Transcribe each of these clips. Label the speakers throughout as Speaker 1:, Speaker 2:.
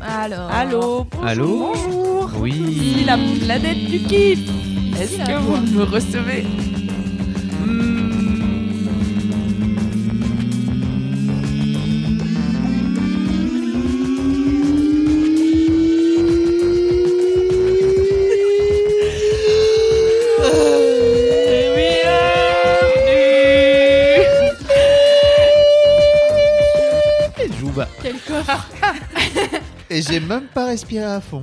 Speaker 1: Alors.
Speaker 2: Allô, bonjour.
Speaker 3: Allô
Speaker 2: Bonjour.
Speaker 3: Oui.
Speaker 2: Ici la planète du kiff. Est-ce que vous me recevez Bienvenue
Speaker 3: Jouba.
Speaker 1: Quel coffre
Speaker 3: Et j'ai même pas respiré à fond.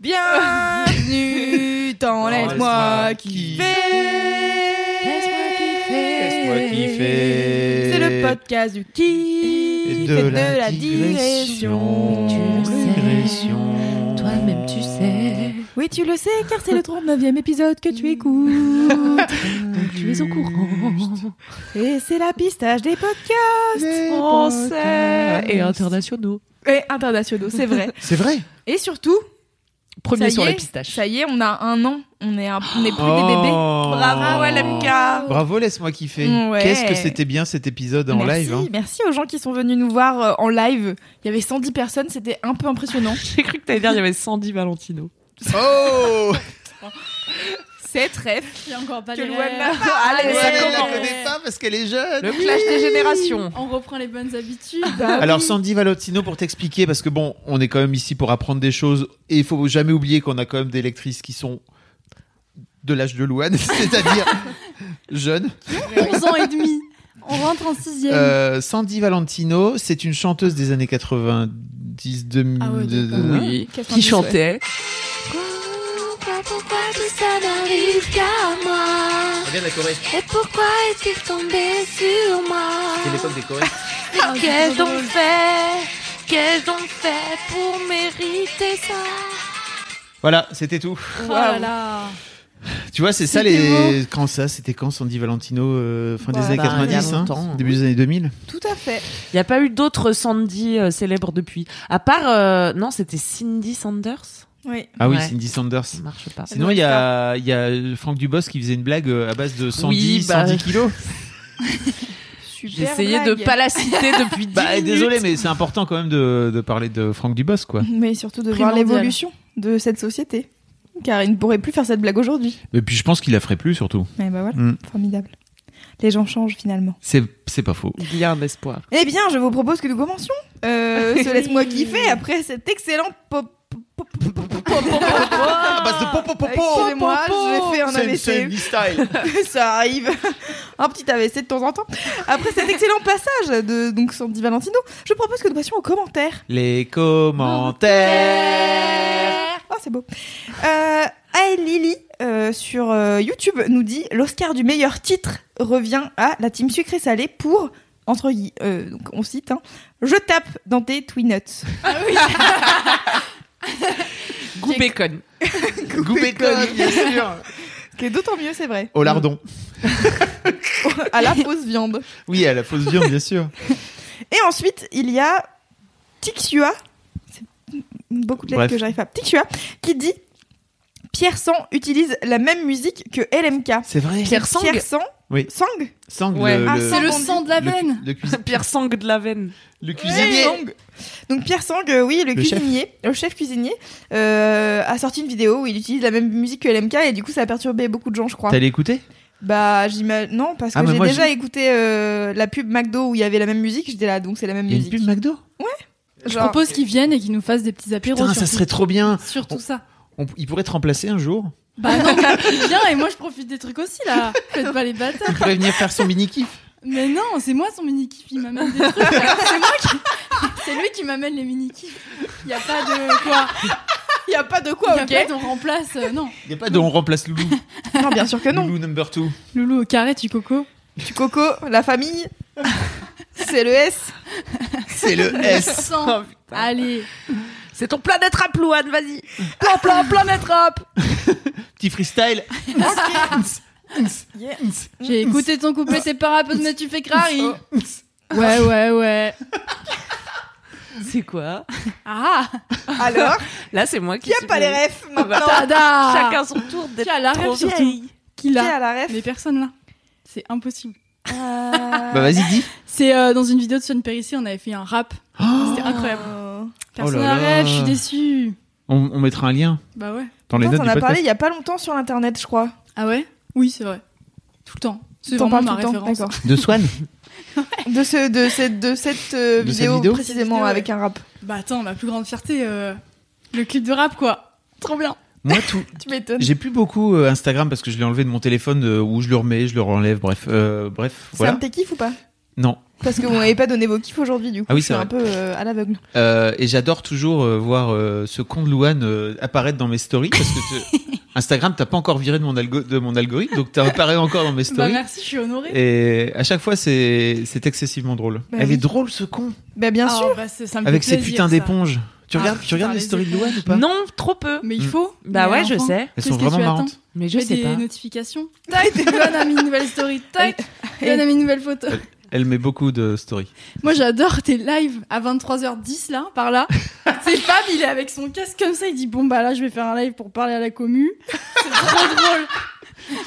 Speaker 1: Bienvenue
Speaker 3: Oh,
Speaker 1: dans Laisse-moi
Speaker 3: qui
Speaker 1: Laisse-moi kiffer.
Speaker 3: Laisse-moi kiffer.
Speaker 1: C'est le podcast du kiff
Speaker 3: Et de, la, digression.
Speaker 1: Tu le sais.
Speaker 3: Digression.
Speaker 2: Toi-même, tu sais.
Speaker 1: Oui, tu le sais, car c'est le 39e épisode que tu écoutes.
Speaker 2: Donc tu es au courant.
Speaker 1: Et c'est la pistage des podcasts
Speaker 3: Des
Speaker 1: français
Speaker 3: podcasts.
Speaker 2: Et internationaux.
Speaker 1: et internationaux, c'est vrai.
Speaker 3: C'est vrai.
Speaker 1: Et surtout,
Speaker 2: Premier
Speaker 1: ça
Speaker 2: sur
Speaker 1: y est,
Speaker 2: les pistaches.
Speaker 1: Ça y est, on a un an. On est, un- on n'est plus
Speaker 3: Oh.
Speaker 1: des bébés. Bravo, LMK.
Speaker 3: Bravo, laisse-moi kiffer.
Speaker 1: Ouais.
Speaker 3: Qu'est-ce que c'était bien cet épisode en
Speaker 1: merci,
Speaker 3: live. hein.
Speaker 1: merci aux gens qui sont venus nous voir euh, en live. Il y avait 110 personnes, c'était un peu impressionnant.
Speaker 2: J'ai cru que t'allais dire il y avait 110 Valentino.
Speaker 3: Oh
Speaker 1: C'est très
Speaker 4: Il y a encore pas
Speaker 1: que
Speaker 4: les
Speaker 1: loin de là.
Speaker 4: rêves.
Speaker 1: Allez,
Speaker 3: Elle
Speaker 4: Ouais,
Speaker 1: ça
Speaker 4: elle
Speaker 3: la
Speaker 1: commence.
Speaker 3: connaît pas parce qu'elle est jeune.
Speaker 2: Le clash des générations.
Speaker 4: On reprend les bonnes habitudes.
Speaker 3: Alors Sandy Valentino pour t'expliquer parce que bon, on est quand même ici pour apprendre des choses et il faut jamais oublier qu'on a quand même des lectrices qui sont de l'âge de Louane, c'est-à-dire jeunes.
Speaker 4: 11 ans et demi. On rentre en sixième.
Speaker 3: Euh, Sandy Valentino, c'est une chanteuse des années 90 2000
Speaker 4: Ah ouais, d'accord.
Speaker 3: euh,
Speaker 2: Oui.
Speaker 1: 90,
Speaker 2: Qui chantait
Speaker 5: Pourquoi, pourquoi tout ça n'arrive qu'à moi Et pourquoi est-il tombé sur moi
Speaker 4: Ah,
Speaker 5: Qu'ai-je
Speaker 4: c'est
Speaker 5: donc
Speaker 4: trop drôle.
Speaker 5: fait Qu'ai-je donc fait pour mériter ça
Speaker 3: Voilà, c'était tout.
Speaker 4: Oh là là.
Speaker 3: Tu vois, c'est ça
Speaker 4: C'était
Speaker 3: les quand ça, c'était quand Sandy Valentino euh, fin des
Speaker 2: Ouais,
Speaker 3: années
Speaker 2: bah,
Speaker 3: 90,
Speaker 2: il y a
Speaker 3: hein,
Speaker 2: longtemps.
Speaker 3: début des années 2000.
Speaker 1: Tout à fait.
Speaker 2: Il n'y a pas eu d'autres Sandy euh, célèbres depuis. À part, euh, non, c'était Cindy Sanders.
Speaker 1: Oui.
Speaker 3: Ah oui,
Speaker 2: Ouais.
Speaker 3: Cindy Sanders.
Speaker 2: Ça marche pas.
Speaker 3: Sinon, il y a, il y a Franck Dubos qui faisait une blague euh, à base de 110,
Speaker 2: Oui, bah,
Speaker 3: 110 kilos.
Speaker 1: Super.
Speaker 2: J'ai essayé
Speaker 1: blague.
Speaker 2: de pas la citer depuis 10
Speaker 3: Bah,
Speaker 2: minutes.
Speaker 3: désolé, mais c'est important quand même de, de parler de Franck Dubos, quoi.
Speaker 1: Mais surtout de voir
Speaker 4: Primordial.
Speaker 1: l'évolution de cette société. Car il ne pourrait plus faire cette blague aujourd'hui.
Speaker 3: Et puis, je pense qu'il la ferait plus, surtout.
Speaker 1: Mais bah voilà,
Speaker 3: Mm.
Speaker 1: formidable. Les gens changent finalement.
Speaker 3: C'est, c'est pas faux.
Speaker 2: Il y a un espoir.
Speaker 1: Eh bien, je vous propose que nous commencions. Euh, se laisse-moi kiffer après cet excellent pop. pop- pop- pop- pop- pop-
Speaker 3: À base de Ah, bah, popo
Speaker 1: Excusez-moi, j'ai fait un AVC.
Speaker 3: style.
Speaker 1: Ça arrive. Un petit AVC de temps en temps. Après cet excellent passage de donc Sandy Valentino, je propose que nous passions aux commentaires.
Speaker 3: Les commentaires.
Speaker 1: Oh, c'est beau. Euh, Aël Lily euh, sur euh, YouTube nous dit l'Oscar du meilleur titre revient à la team sucré salé pour entre gui- euh, donc on cite hein, je tape dans tes Twinuts.
Speaker 2: Goût bacon.
Speaker 3: Goût bacon, bien sûr.
Speaker 1: qui est d'autant mieux, c'est vrai.
Speaker 3: Au lardon.
Speaker 1: à la fausse viande.
Speaker 3: Oui, à la fausse viande, bien sûr.
Speaker 1: Et ensuite, il y a Tixua, c'est beaucoup de lettres
Speaker 3: Bref.
Speaker 1: que j'arrive pas. Tixua, qui dit Pierre Sang utilise la même musique que LMK.
Speaker 3: C'est vrai.
Speaker 2: Pierre Sang
Speaker 1: Pierre Sang
Speaker 3: Oui.
Speaker 1: Sang
Speaker 3: Sang,
Speaker 2: Ouais.
Speaker 3: le,
Speaker 1: Ah,
Speaker 3: le-
Speaker 4: C'est le
Speaker 1: Entendu.
Speaker 4: sang de la
Speaker 3: le-
Speaker 4: veine.
Speaker 3: le cuisi-
Speaker 2: Pierre Sang de la veine.
Speaker 3: le
Speaker 1: Sang.
Speaker 3: cuisinier.
Speaker 1: Donc Pierre Sang, euh, oui, le,
Speaker 3: Le chef.
Speaker 1: cuisinier, le chef cuisinier, euh, a sorti une vidéo où il utilise la même musique que LMK et du coup ça a perturbé beaucoup de gens, je crois.
Speaker 3: T'as l'écouté
Speaker 1: Bah, j'imagine. Non, parce que
Speaker 3: Ah, mais
Speaker 1: j'ai
Speaker 3: moi,
Speaker 1: déjà écouté euh, la pub McDo où il y avait la même musique, j'étais là, donc c'est la même
Speaker 3: Il y a une
Speaker 1: musique.
Speaker 3: pub McDo
Speaker 4: Je propose qu'ils viennent et qu'ils nous fassent des petits apéros.
Speaker 3: Putain,
Speaker 4: sur
Speaker 3: ça
Speaker 4: tout-
Speaker 3: serait trop bien.
Speaker 4: Sur tout ça.
Speaker 3: On- il pourrait te remplacer un jour.
Speaker 4: Bah non, mais viens et moi je profite des trucs aussi là. Faites pas les bâtards.
Speaker 3: Il pourrait venir faire son mini-kiff.
Speaker 4: Mais non, c'est moi son mini kiff. Il m'amène des trucs. C'est moi qui. C'est lui qui m'amène les mini kiffs. Il y a pas de quoi. Il
Speaker 1: y a pas de quoi,
Speaker 4: Y a
Speaker 1: ok
Speaker 4: pas, on remplace. euh, non.
Speaker 3: Il n'y a pas de on remplace Loulou.
Speaker 1: Non, bien sûr que non.
Speaker 3: Loulou number two.
Speaker 4: Loulou au carré, tu coco.
Speaker 1: Tu coco, la famille, c'est le S.
Speaker 3: C'est le S.
Speaker 4: Sans. Allez.
Speaker 2: C'est ton planète rap, Louane, vas-y. Plan, plan, planète rap.
Speaker 3: Petit freestyle.
Speaker 4: J'ai écouté ton couplet, t'es pas rapide, mais tu fais crari. Ouais, ouais, ouais.
Speaker 2: C'est quoi
Speaker 4: Ah,
Speaker 1: Alors,
Speaker 2: Là, c'est moi qui.
Speaker 1: qui a
Speaker 2: suis- Ah.
Speaker 1: pas les refs maintenant
Speaker 4: tada
Speaker 2: Chacun son tour d'être
Speaker 4: Tu as la
Speaker 2: trop
Speaker 4: rêve surtout.
Speaker 2: vieille.
Speaker 4: Qui
Speaker 1: Qui a
Speaker 4: l'a
Speaker 1: la ref Ah.
Speaker 4: Mais personne là. C'est impossible.
Speaker 3: Bah vas-y, dis.
Speaker 4: C'est euh, dans une vidéo de Sean Périssé, on avait fait un rap. C'était incroyable.
Speaker 1: Euh,
Speaker 4: Personne
Speaker 3: Oh là
Speaker 4: n'a
Speaker 3: là.
Speaker 4: rêve, je suis déçue.
Speaker 3: On, on mettra un lien
Speaker 4: Bah ouais.
Speaker 3: dans les
Speaker 1: putain,
Speaker 3: notes
Speaker 1: T'en
Speaker 3: du
Speaker 1: as
Speaker 3: podcast.
Speaker 1: parlé il y a pas longtemps sur internet, je crois.
Speaker 4: Ah ouais Oui, c'est vrai. Tout le temps. C'est
Speaker 1: T'en
Speaker 4: vraiment
Speaker 1: parles
Speaker 4: ma
Speaker 1: tout le temps,
Speaker 4: référence.
Speaker 1: d'accord.
Speaker 3: De Swan
Speaker 1: De, ce, de cette, de cette, euh,
Speaker 3: De cette
Speaker 1: vidéo,
Speaker 3: vidéo
Speaker 1: précisément,
Speaker 4: Cette vidéo,
Speaker 1: avec un rap.
Speaker 4: Bah attends, ma plus grande fierté, euh, le clip de rap quoi. Trop bien.
Speaker 3: Moi, tout.
Speaker 1: Tu m'étonnes.
Speaker 3: J'ai plus beaucoup euh, Instagram parce que je l'ai enlevé de mon téléphone euh, où je le remets, je le renlève, bref. euh, bref,
Speaker 1: C'est un
Speaker 3: voilà.
Speaker 1: de tes kiffs ou pas
Speaker 3: Non.
Speaker 1: Parce que vous m'avez pas donné vos kiffs aujourd'hui, du coup,
Speaker 3: Ah oui,
Speaker 1: je suis
Speaker 3: c'est
Speaker 1: un peu euh, à l'aveugle.
Speaker 3: Euh, et j'adore toujours euh, voir euh, ce con de Louane euh, apparaître dans mes stories parce que te- Instagram t'as pas encore viré de mon, algo- de mon algorithme donc t'apparais encore dans mes
Speaker 4: Bah
Speaker 3: stories.
Speaker 4: merci, je suis honorée.
Speaker 3: et à chaque fois c'est c'est excessivement drôle.
Speaker 1: Bah
Speaker 3: Elle
Speaker 1: oui.
Speaker 3: est drôle ce con
Speaker 1: Bah, bien
Speaker 4: Ah,
Speaker 1: sûr.
Speaker 4: bah, c'est- ça me
Speaker 3: avec
Speaker 4: fait
Speaker 3: ses
Speaker 4: plaisir,
Speaker 3: putains
Speaker 4: ça.
Speaker 3: d'éponges. Tu
Speaker 4: Ah,
Speaker 3: regardes tu regardes
Speaker 4: putain,
Speaker 3: les
Speaker 4: les
Speaker 3: stories de Louane ou pas
Speaker 2: Non, trop peu.
Speaker 4: Mais il
Speaker 3: Mm.
Speaker 4: faut.
Speaker 2: Bah
Speaker 4: Mais
Speaker 2: ouais, je
Speaker 4: enfin,
Speaker 2: sais.
Speaker 3: Elles
Speaker 4: qu'est-ce
Speaker 3: sont
Speaker 4: que tu
Speaker 3: vraiment
Speaker 4: attends
Speaker 3: marrantes.
Speaker 2: Mais je
Speaker 4: Mets
Speaker 2: sais
Speaker 4: des
Speaker 2: pas.
Speaker 4: notifications. Tac, Loane a mis une nouvelle story. Tac, Loane a mis une nouvelle photo.
Speaker 3: Elle met beaucoup de stories.
Speaker 4: Moi, j'adore tes lives à 23h10, là, par là. C'est Fab, il est avec son casque comme ça, il dit, bon, bah là, je vais faire un live pour parler à la commu. C'est trop drôle.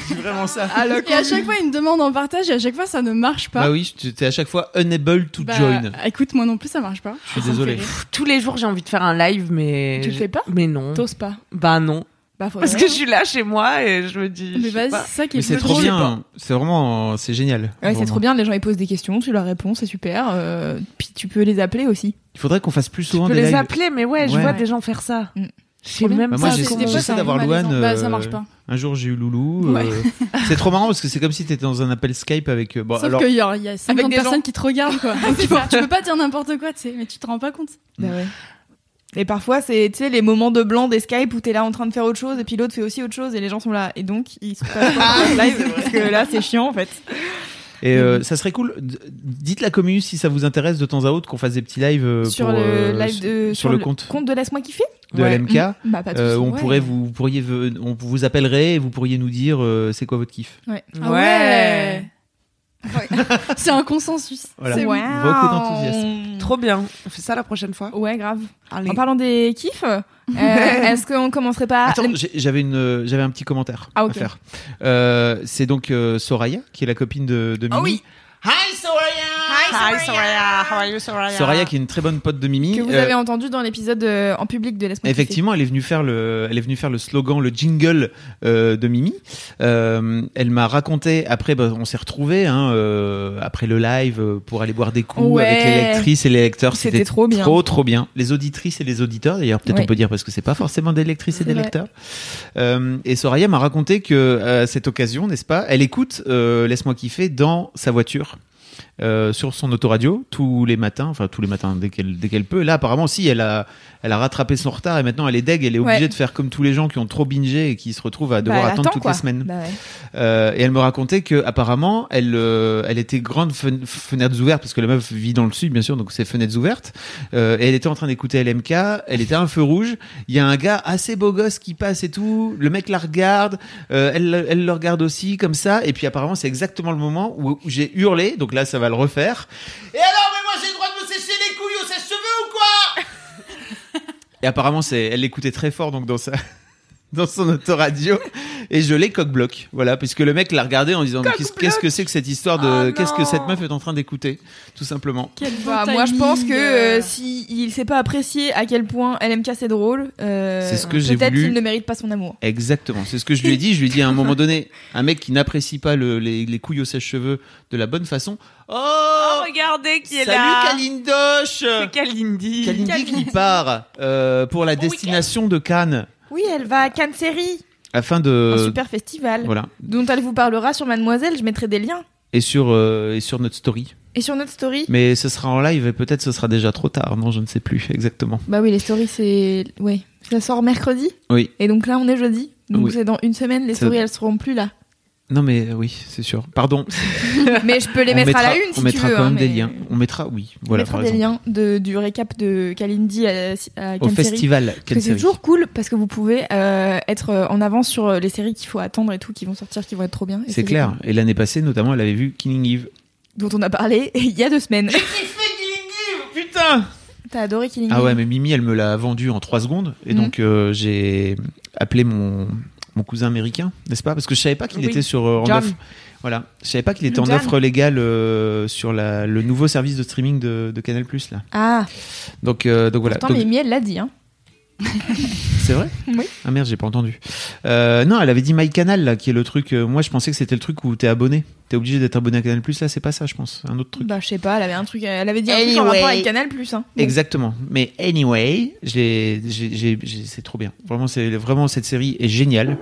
Speaker 3: C'est vraiment ça.
Speaker 4: et à chaque fois, il me demande en partage, et à chaque fois, ça ne marche Ah, pas.
Speaker 3: Bah oui, tu- t'es à chaque fois unable to
Speaker 4: Bah,
Speaker 3: join.
Speaker 4: Écoute, moi non plus, ça marche pas.
Speaker 3: Je suis
Speaker 4: Ça me fait
Speaker 3: désolé.
Speaker 4: rire.
Speaker 2: Tous les jours, j'ai envie de faire un live, mais.
Speaker 4: Tu le fais pas
Speaker 2: Mais non.
Speaker 1: T'oses pas.
Speaker 2: Bah non.
Speaker 1: Bah, faut
Speaker 2: Parce que je suis là chez moi et je me dis. je
Speaker 4: Mais
Speaker 2: sais
Speaker 4: vas-y,
Speaker 2: pas.
Speaker 4: c'est ça qui est
Speaker 3: Mais c'est
Speaker 4: le plus
Speaker 3: trop
Speaker 4: drôle.
Speaker 3: bien. C'est vraiment c'est génial.
Speaker 1: Ouais, Ah c'est
Speaker 3: Vraiment.
Speaker 1: trop bien, les gens ils posent des questions, tu leur réponds, c'est super. euh, puis tu peux les appeler aussi.
Speaker 3: Il faudrait qu'on fasse plus souvent
Speaker 2: Je peux
Speaker 3: des
Speaker 2: les
Speaker 3: lives.
Speaker 2: appeler, mais ouais, je
Speaker 3: Ouais.
Speaker 2: vois des gens faire ça.
Speaker 1: Mm.
Speaker 2: Je sais même
Speaker 3: Bah,
Speaker 2: pas.
Speaker 3: moi, j'ai-
Speaker 2: comment-
Speaker 4: des fois,
Speaker 3: j'essaie
Speaker 4: ça me
Speaker 3: d'avoir
Speaker 4: met malaisant.
Speaker 3: Loane,
Speaker 4: Bah, ça
Speaker 3: euh,
Speaker 4: marche pas.
Speaker 3: Un jour, j'ai eu Loulou. euh, c'est trop marrant parce que c'est comme si t'étais dans un appel Skype avec. euh, Bon,
Speaker 4: Sauf
Speaker 3: alors,
Speaker 4: qu'il y a, il y a 50
Speaker 1: des
Speaker 4: personnes
Speaker 1: gens.
Speaker 4: qui te regardent, quoi. Donc, tu, peux, tu peux pas dire n'importe quoi, tu sais, mais tu te rends pas compte.
Speaker 1: Bah ouais. Et parfois, c'est tu sais, les moments de blanc des Skype où t'es là en train de faire autre chose et puis l'autre fait aussi autre chose et les gens sont là. Et donc, ils sont pas
Speaker 3: Ah
Speaker 1: en live parce que là, c'est chiant en fait.
Speaker 3: et euh, ça serait cool. d- Dites la commu si ça vous intéresse de temps à autre qu'on fasse des petits lives euh,
Speaker 1: sur
Speaker 3: pour,
Speaker 1: le
Speaker 3: euh,
Speaker 1: live de.
Speaker 3: sur, le compte
Speaker 1: de Laisse-moi kiffer
Speaker 3: de
Speaker 2: Ouais.
Speaker 3: LMK.
Speaker 1: Bah, pas de
Speaker 3: Euh,
Speaker 1: soucis,
Speaker 3: on
Speaker 1: ouais.
Speaker 3: pourrait vous, vous pourriez ve- on vous appellerait et vous pourriez nous dire euh, c'est quoi votre kiff.
Speaker 1: Ouais.
Speaker 4: Ah ouais. C'est un consensus.
Speaker 3: Voilà.
Speaker 4: C'est
Speaker 1: Waouh.
Speaker 3: Beaucoup d'enthousiasme.
Speaker 2: Trop bien. On fait ça la prochaine fois.
Speaker 1: Ouais, grave.
Speaker 2: Allez.
Speaker 1: En parlant des kiffs, euh, est-ce qu'on commencerait pas
Speaker 3: Attends, j'ai- j'avais une euh, j'avais un petit commentaire
Speaker 1: Ah, ok.
Speaker 3: à faire. Euh, c'est donc euh, Soraya qui est la copine de,
Speaker 1: Ah
Speaker 3: de Mimi.
Speaker 2: Hi Soraya. Hi Soraya. How are you Soraya?
Speaker 3: Soraya qui est une très bonne pote de Mimi.
Speaker 1: Ah que vous
Speaker 3: Euh,
Speaker 1: avez entendu dans l'épisode euh, en public de Laisse-moi kiffer
Speaker 3: Effectivement, elle est venue faire le, elle est venue faire le slogan, le jingle euh, de Mimi. Euh, elle m'a raconté. Après, bah, on s'est retrouvés hein, euh, après le live euh, pour aller boire des coups
Speaker 1: Ouais.
Speaker 3: avec les lectrices et les lecteurs.
Speaker 1: C'était trop bien.
Speaker 3: trop trop bien. Les auditrices et les auditeurs. D'ailleurs, peut-être
Speaker 1: Ouais.
Speaker 3: on peut dire parce que c'est pas forcément des lectrices et des
Speaker 1: vrai.
Speaker 3: lecteurs. Euh, et Soraya m'a raconté que à cette occasion, n'est-ce pas, elle écoute euh, Laisse-moi kiffer dans sa voiture. euh, sur son autoradio tous les matins, enfin tous les matins dès qu'elle dès qu'elle peut. Là apparemment si elle a elle a rattrapé son retard et maintenant elle est deg, elle est obligée
Speaker 1: Ouais.
Speaker 3: de faire comme tous les gens qui ont trop bingé et qui se retrouvent à
Speaker 1: Bah,
Speaker 3: devoir
Speaker 1: elle
Speaker 3: attendre
Speaker 1: attend,
Speaker 3: toutes
Speaker 1: quoi.
Speaker 3: les semaines.
Speaker 1: Bah ouais.
Speaker 3: Euh, et elle me racontait que apparemment elle euh, elle était grande fen- fenêtres ouvertes parce que la meuf vit dans le sud bien sûr donc c'est fenêtres ouvertes. Euh, et elle était en train d'écouter LMK, elle était à un feu rouge. Il y a un gars assez beau gosse qui passe et tout. Le mec la regarde, euh, elle elle le regarde aussi comme ça. Et puis apparemment c'est exactement le moment où, où j'ai hurlé donc là ça va le refaire. Et alors mais moi j'ai le droit de me sécher les couilles au sèche-cheveux ou quoi Et apparemment c'est elle l'écoutait très fort donc dans sa dans son autoradio et je l'ai coq bloc voilà puisque le mec l'a regardé en disant mais qu'est-ce qu'est-ce que c'est que cette histoire de
Speaker 2: Oh
Speaker 3: qu'est-ce que
Speaker 2: non.
Speaker 3: cette meuf est en train d'écouter tout simplement
Speaker 4: Quel beau
Speaker 1: Bah, moi, je
Speaker 4: timing,
Speaker 1: pense que
Speaker 4: euh,
Speaker 1: euh, si il s'est pas apprécié à quel point LMK c'est drôle, euh,
Speaker 3: C'est ce que j'ai
Speaker 1: peut-être
Speaker 3: voulu.
Speaker 1: qu'il ne mérite pas son amour.
Speaker 3: exactement c'est ce que je lui ai dit je lui ai dit à un moment donné un mec qui n'apprécie pas le- les, les couilles au sèche-cheveux de la bonne façon oh,
Speaker 2: Oh, regardez qui est
Speaker 3: salut
Speaker 2: là.
Speaker 3: Kalindoche
Speaker 2: C'est Kalindi.
Speaker 3: Kalindi qui part euh, pour la destination de Cannes
Speaker 1: Oui, elle va à Cannes Série,
Speaker 3: afin
Speaker 1: un
Speaker 3: de
Speaker 1: super festival
Speaker 3: voilà
Speaker 1: dont elle vous parlera sur Mademoiselle. Je mettrai des liens.
Speaker 3: et sur euh, et sur notre story
Speaker 1: Et sur notre story,
Speaker 3: Mais ce sera en live et peut-être ce sera déjà trop tard. Non, je ne sais plus exactement.
Speaker 1: bah oui, les stories, c'est. Ouais. Ça sort mercredi.
Speaker 3: Oui.
Speaker 1: Et donc là, on est jeudi. Donc
Speaker 3: Oui.
Speaker 1: c'est dans une semaine, les
Speaker 3: Ça-
Speaker 1: stories, elles seront plus là.
Speaker 3: Non, mais euh, oui, c'est sûr. Pardon.
Speaker 1: mais je peux les
Speaker 3: on
Speaker 1: mettre
Speaker 3: mettra,
Speaker 1: à la une si
Speaker 3: on mettra
Speaker 1: tu veux.
Speaker 3: quand
Speaker 1: hein,
Speaker 3: même des
Speaker 1: mais-
Speaker 3: liens. On mettra, oui, voilà,
Speaker 1: on mettra
Speaker 3: par
Speaker 1: des
Speaker 3: exemple.
Speaker 1: liens de, du récap de Kalindi à, à
Speaker 3: Au
Speaker 1: Cannes Série.
Speaker 3: festival,
Speaker 1: Parce
Speaker 3: quelle
Speaker 1: que c'est
Speaker 3: série
Speaker 1: toujours cool parce que vous pouvez euh, être euh, en avance sur euh, les séries qu'il faut attendre et tout, qui vont sortir, qui vont être trop bien. Et
Speaker 3: C'est clair. Et l'année passée, notamment, elle avait vu Killing Eve.
Speaker 1: Dont on a parlé il y a deux semaines.
Speaker 3: Putain
Speaker 1: T'as adoré Killing
Speaker 3: Ah
Speaker 1: Eve.
Speaker 3: ouais, mais Mimi, elle me l'a vendu en 3 secondes. Et
Speaker 1: Mm.
Speaker 3: donc, euh, j'ai appelé mon, mon cousin américain, n'est-ce pas Parce que je savais pas qu'il
Speaker 2: Oui.
Speaker 3: était sur, euh, en
Speaker 2: John.
Speaker 3: offre. Voilà. Je savais pas qu'il était en
Speaker 2: John.
Speaker 3: offre légale euh, sur la, le nouveau service de streaming de, de Canal, là.
Speaker 1: Ah,
Speaker 3: Donc, euh, donc voilà.
Speaker 1: pourtant,
Speaker 3: Donc,
Speaker 1: mais Miel l'a dit. Hein.
Speaker 3: C'est vrai
Speaker 1: Oui.
Speaker 3: Ah merde, j'ai pas entendu. Euh, non, elle avait dit My Canal, là, qui est le truc. euh, moi, je pensais que c'était le truc où t'es abonné. T'es obligé d'être abonné à Canal, là, c'est pas ça, je pense. Un autre truc.
Speaker 1: Bah, je sais pas, elle avait un truc, elle avait dit un truc en rapport avec Canal Plus. Hein. Bon.
Speaker 3: Exactement. Mais anyway, j'ai- j'ai- j'ai- j'ai- c'est trop bien. Vraiment, c'est vraiment cette série est géniale.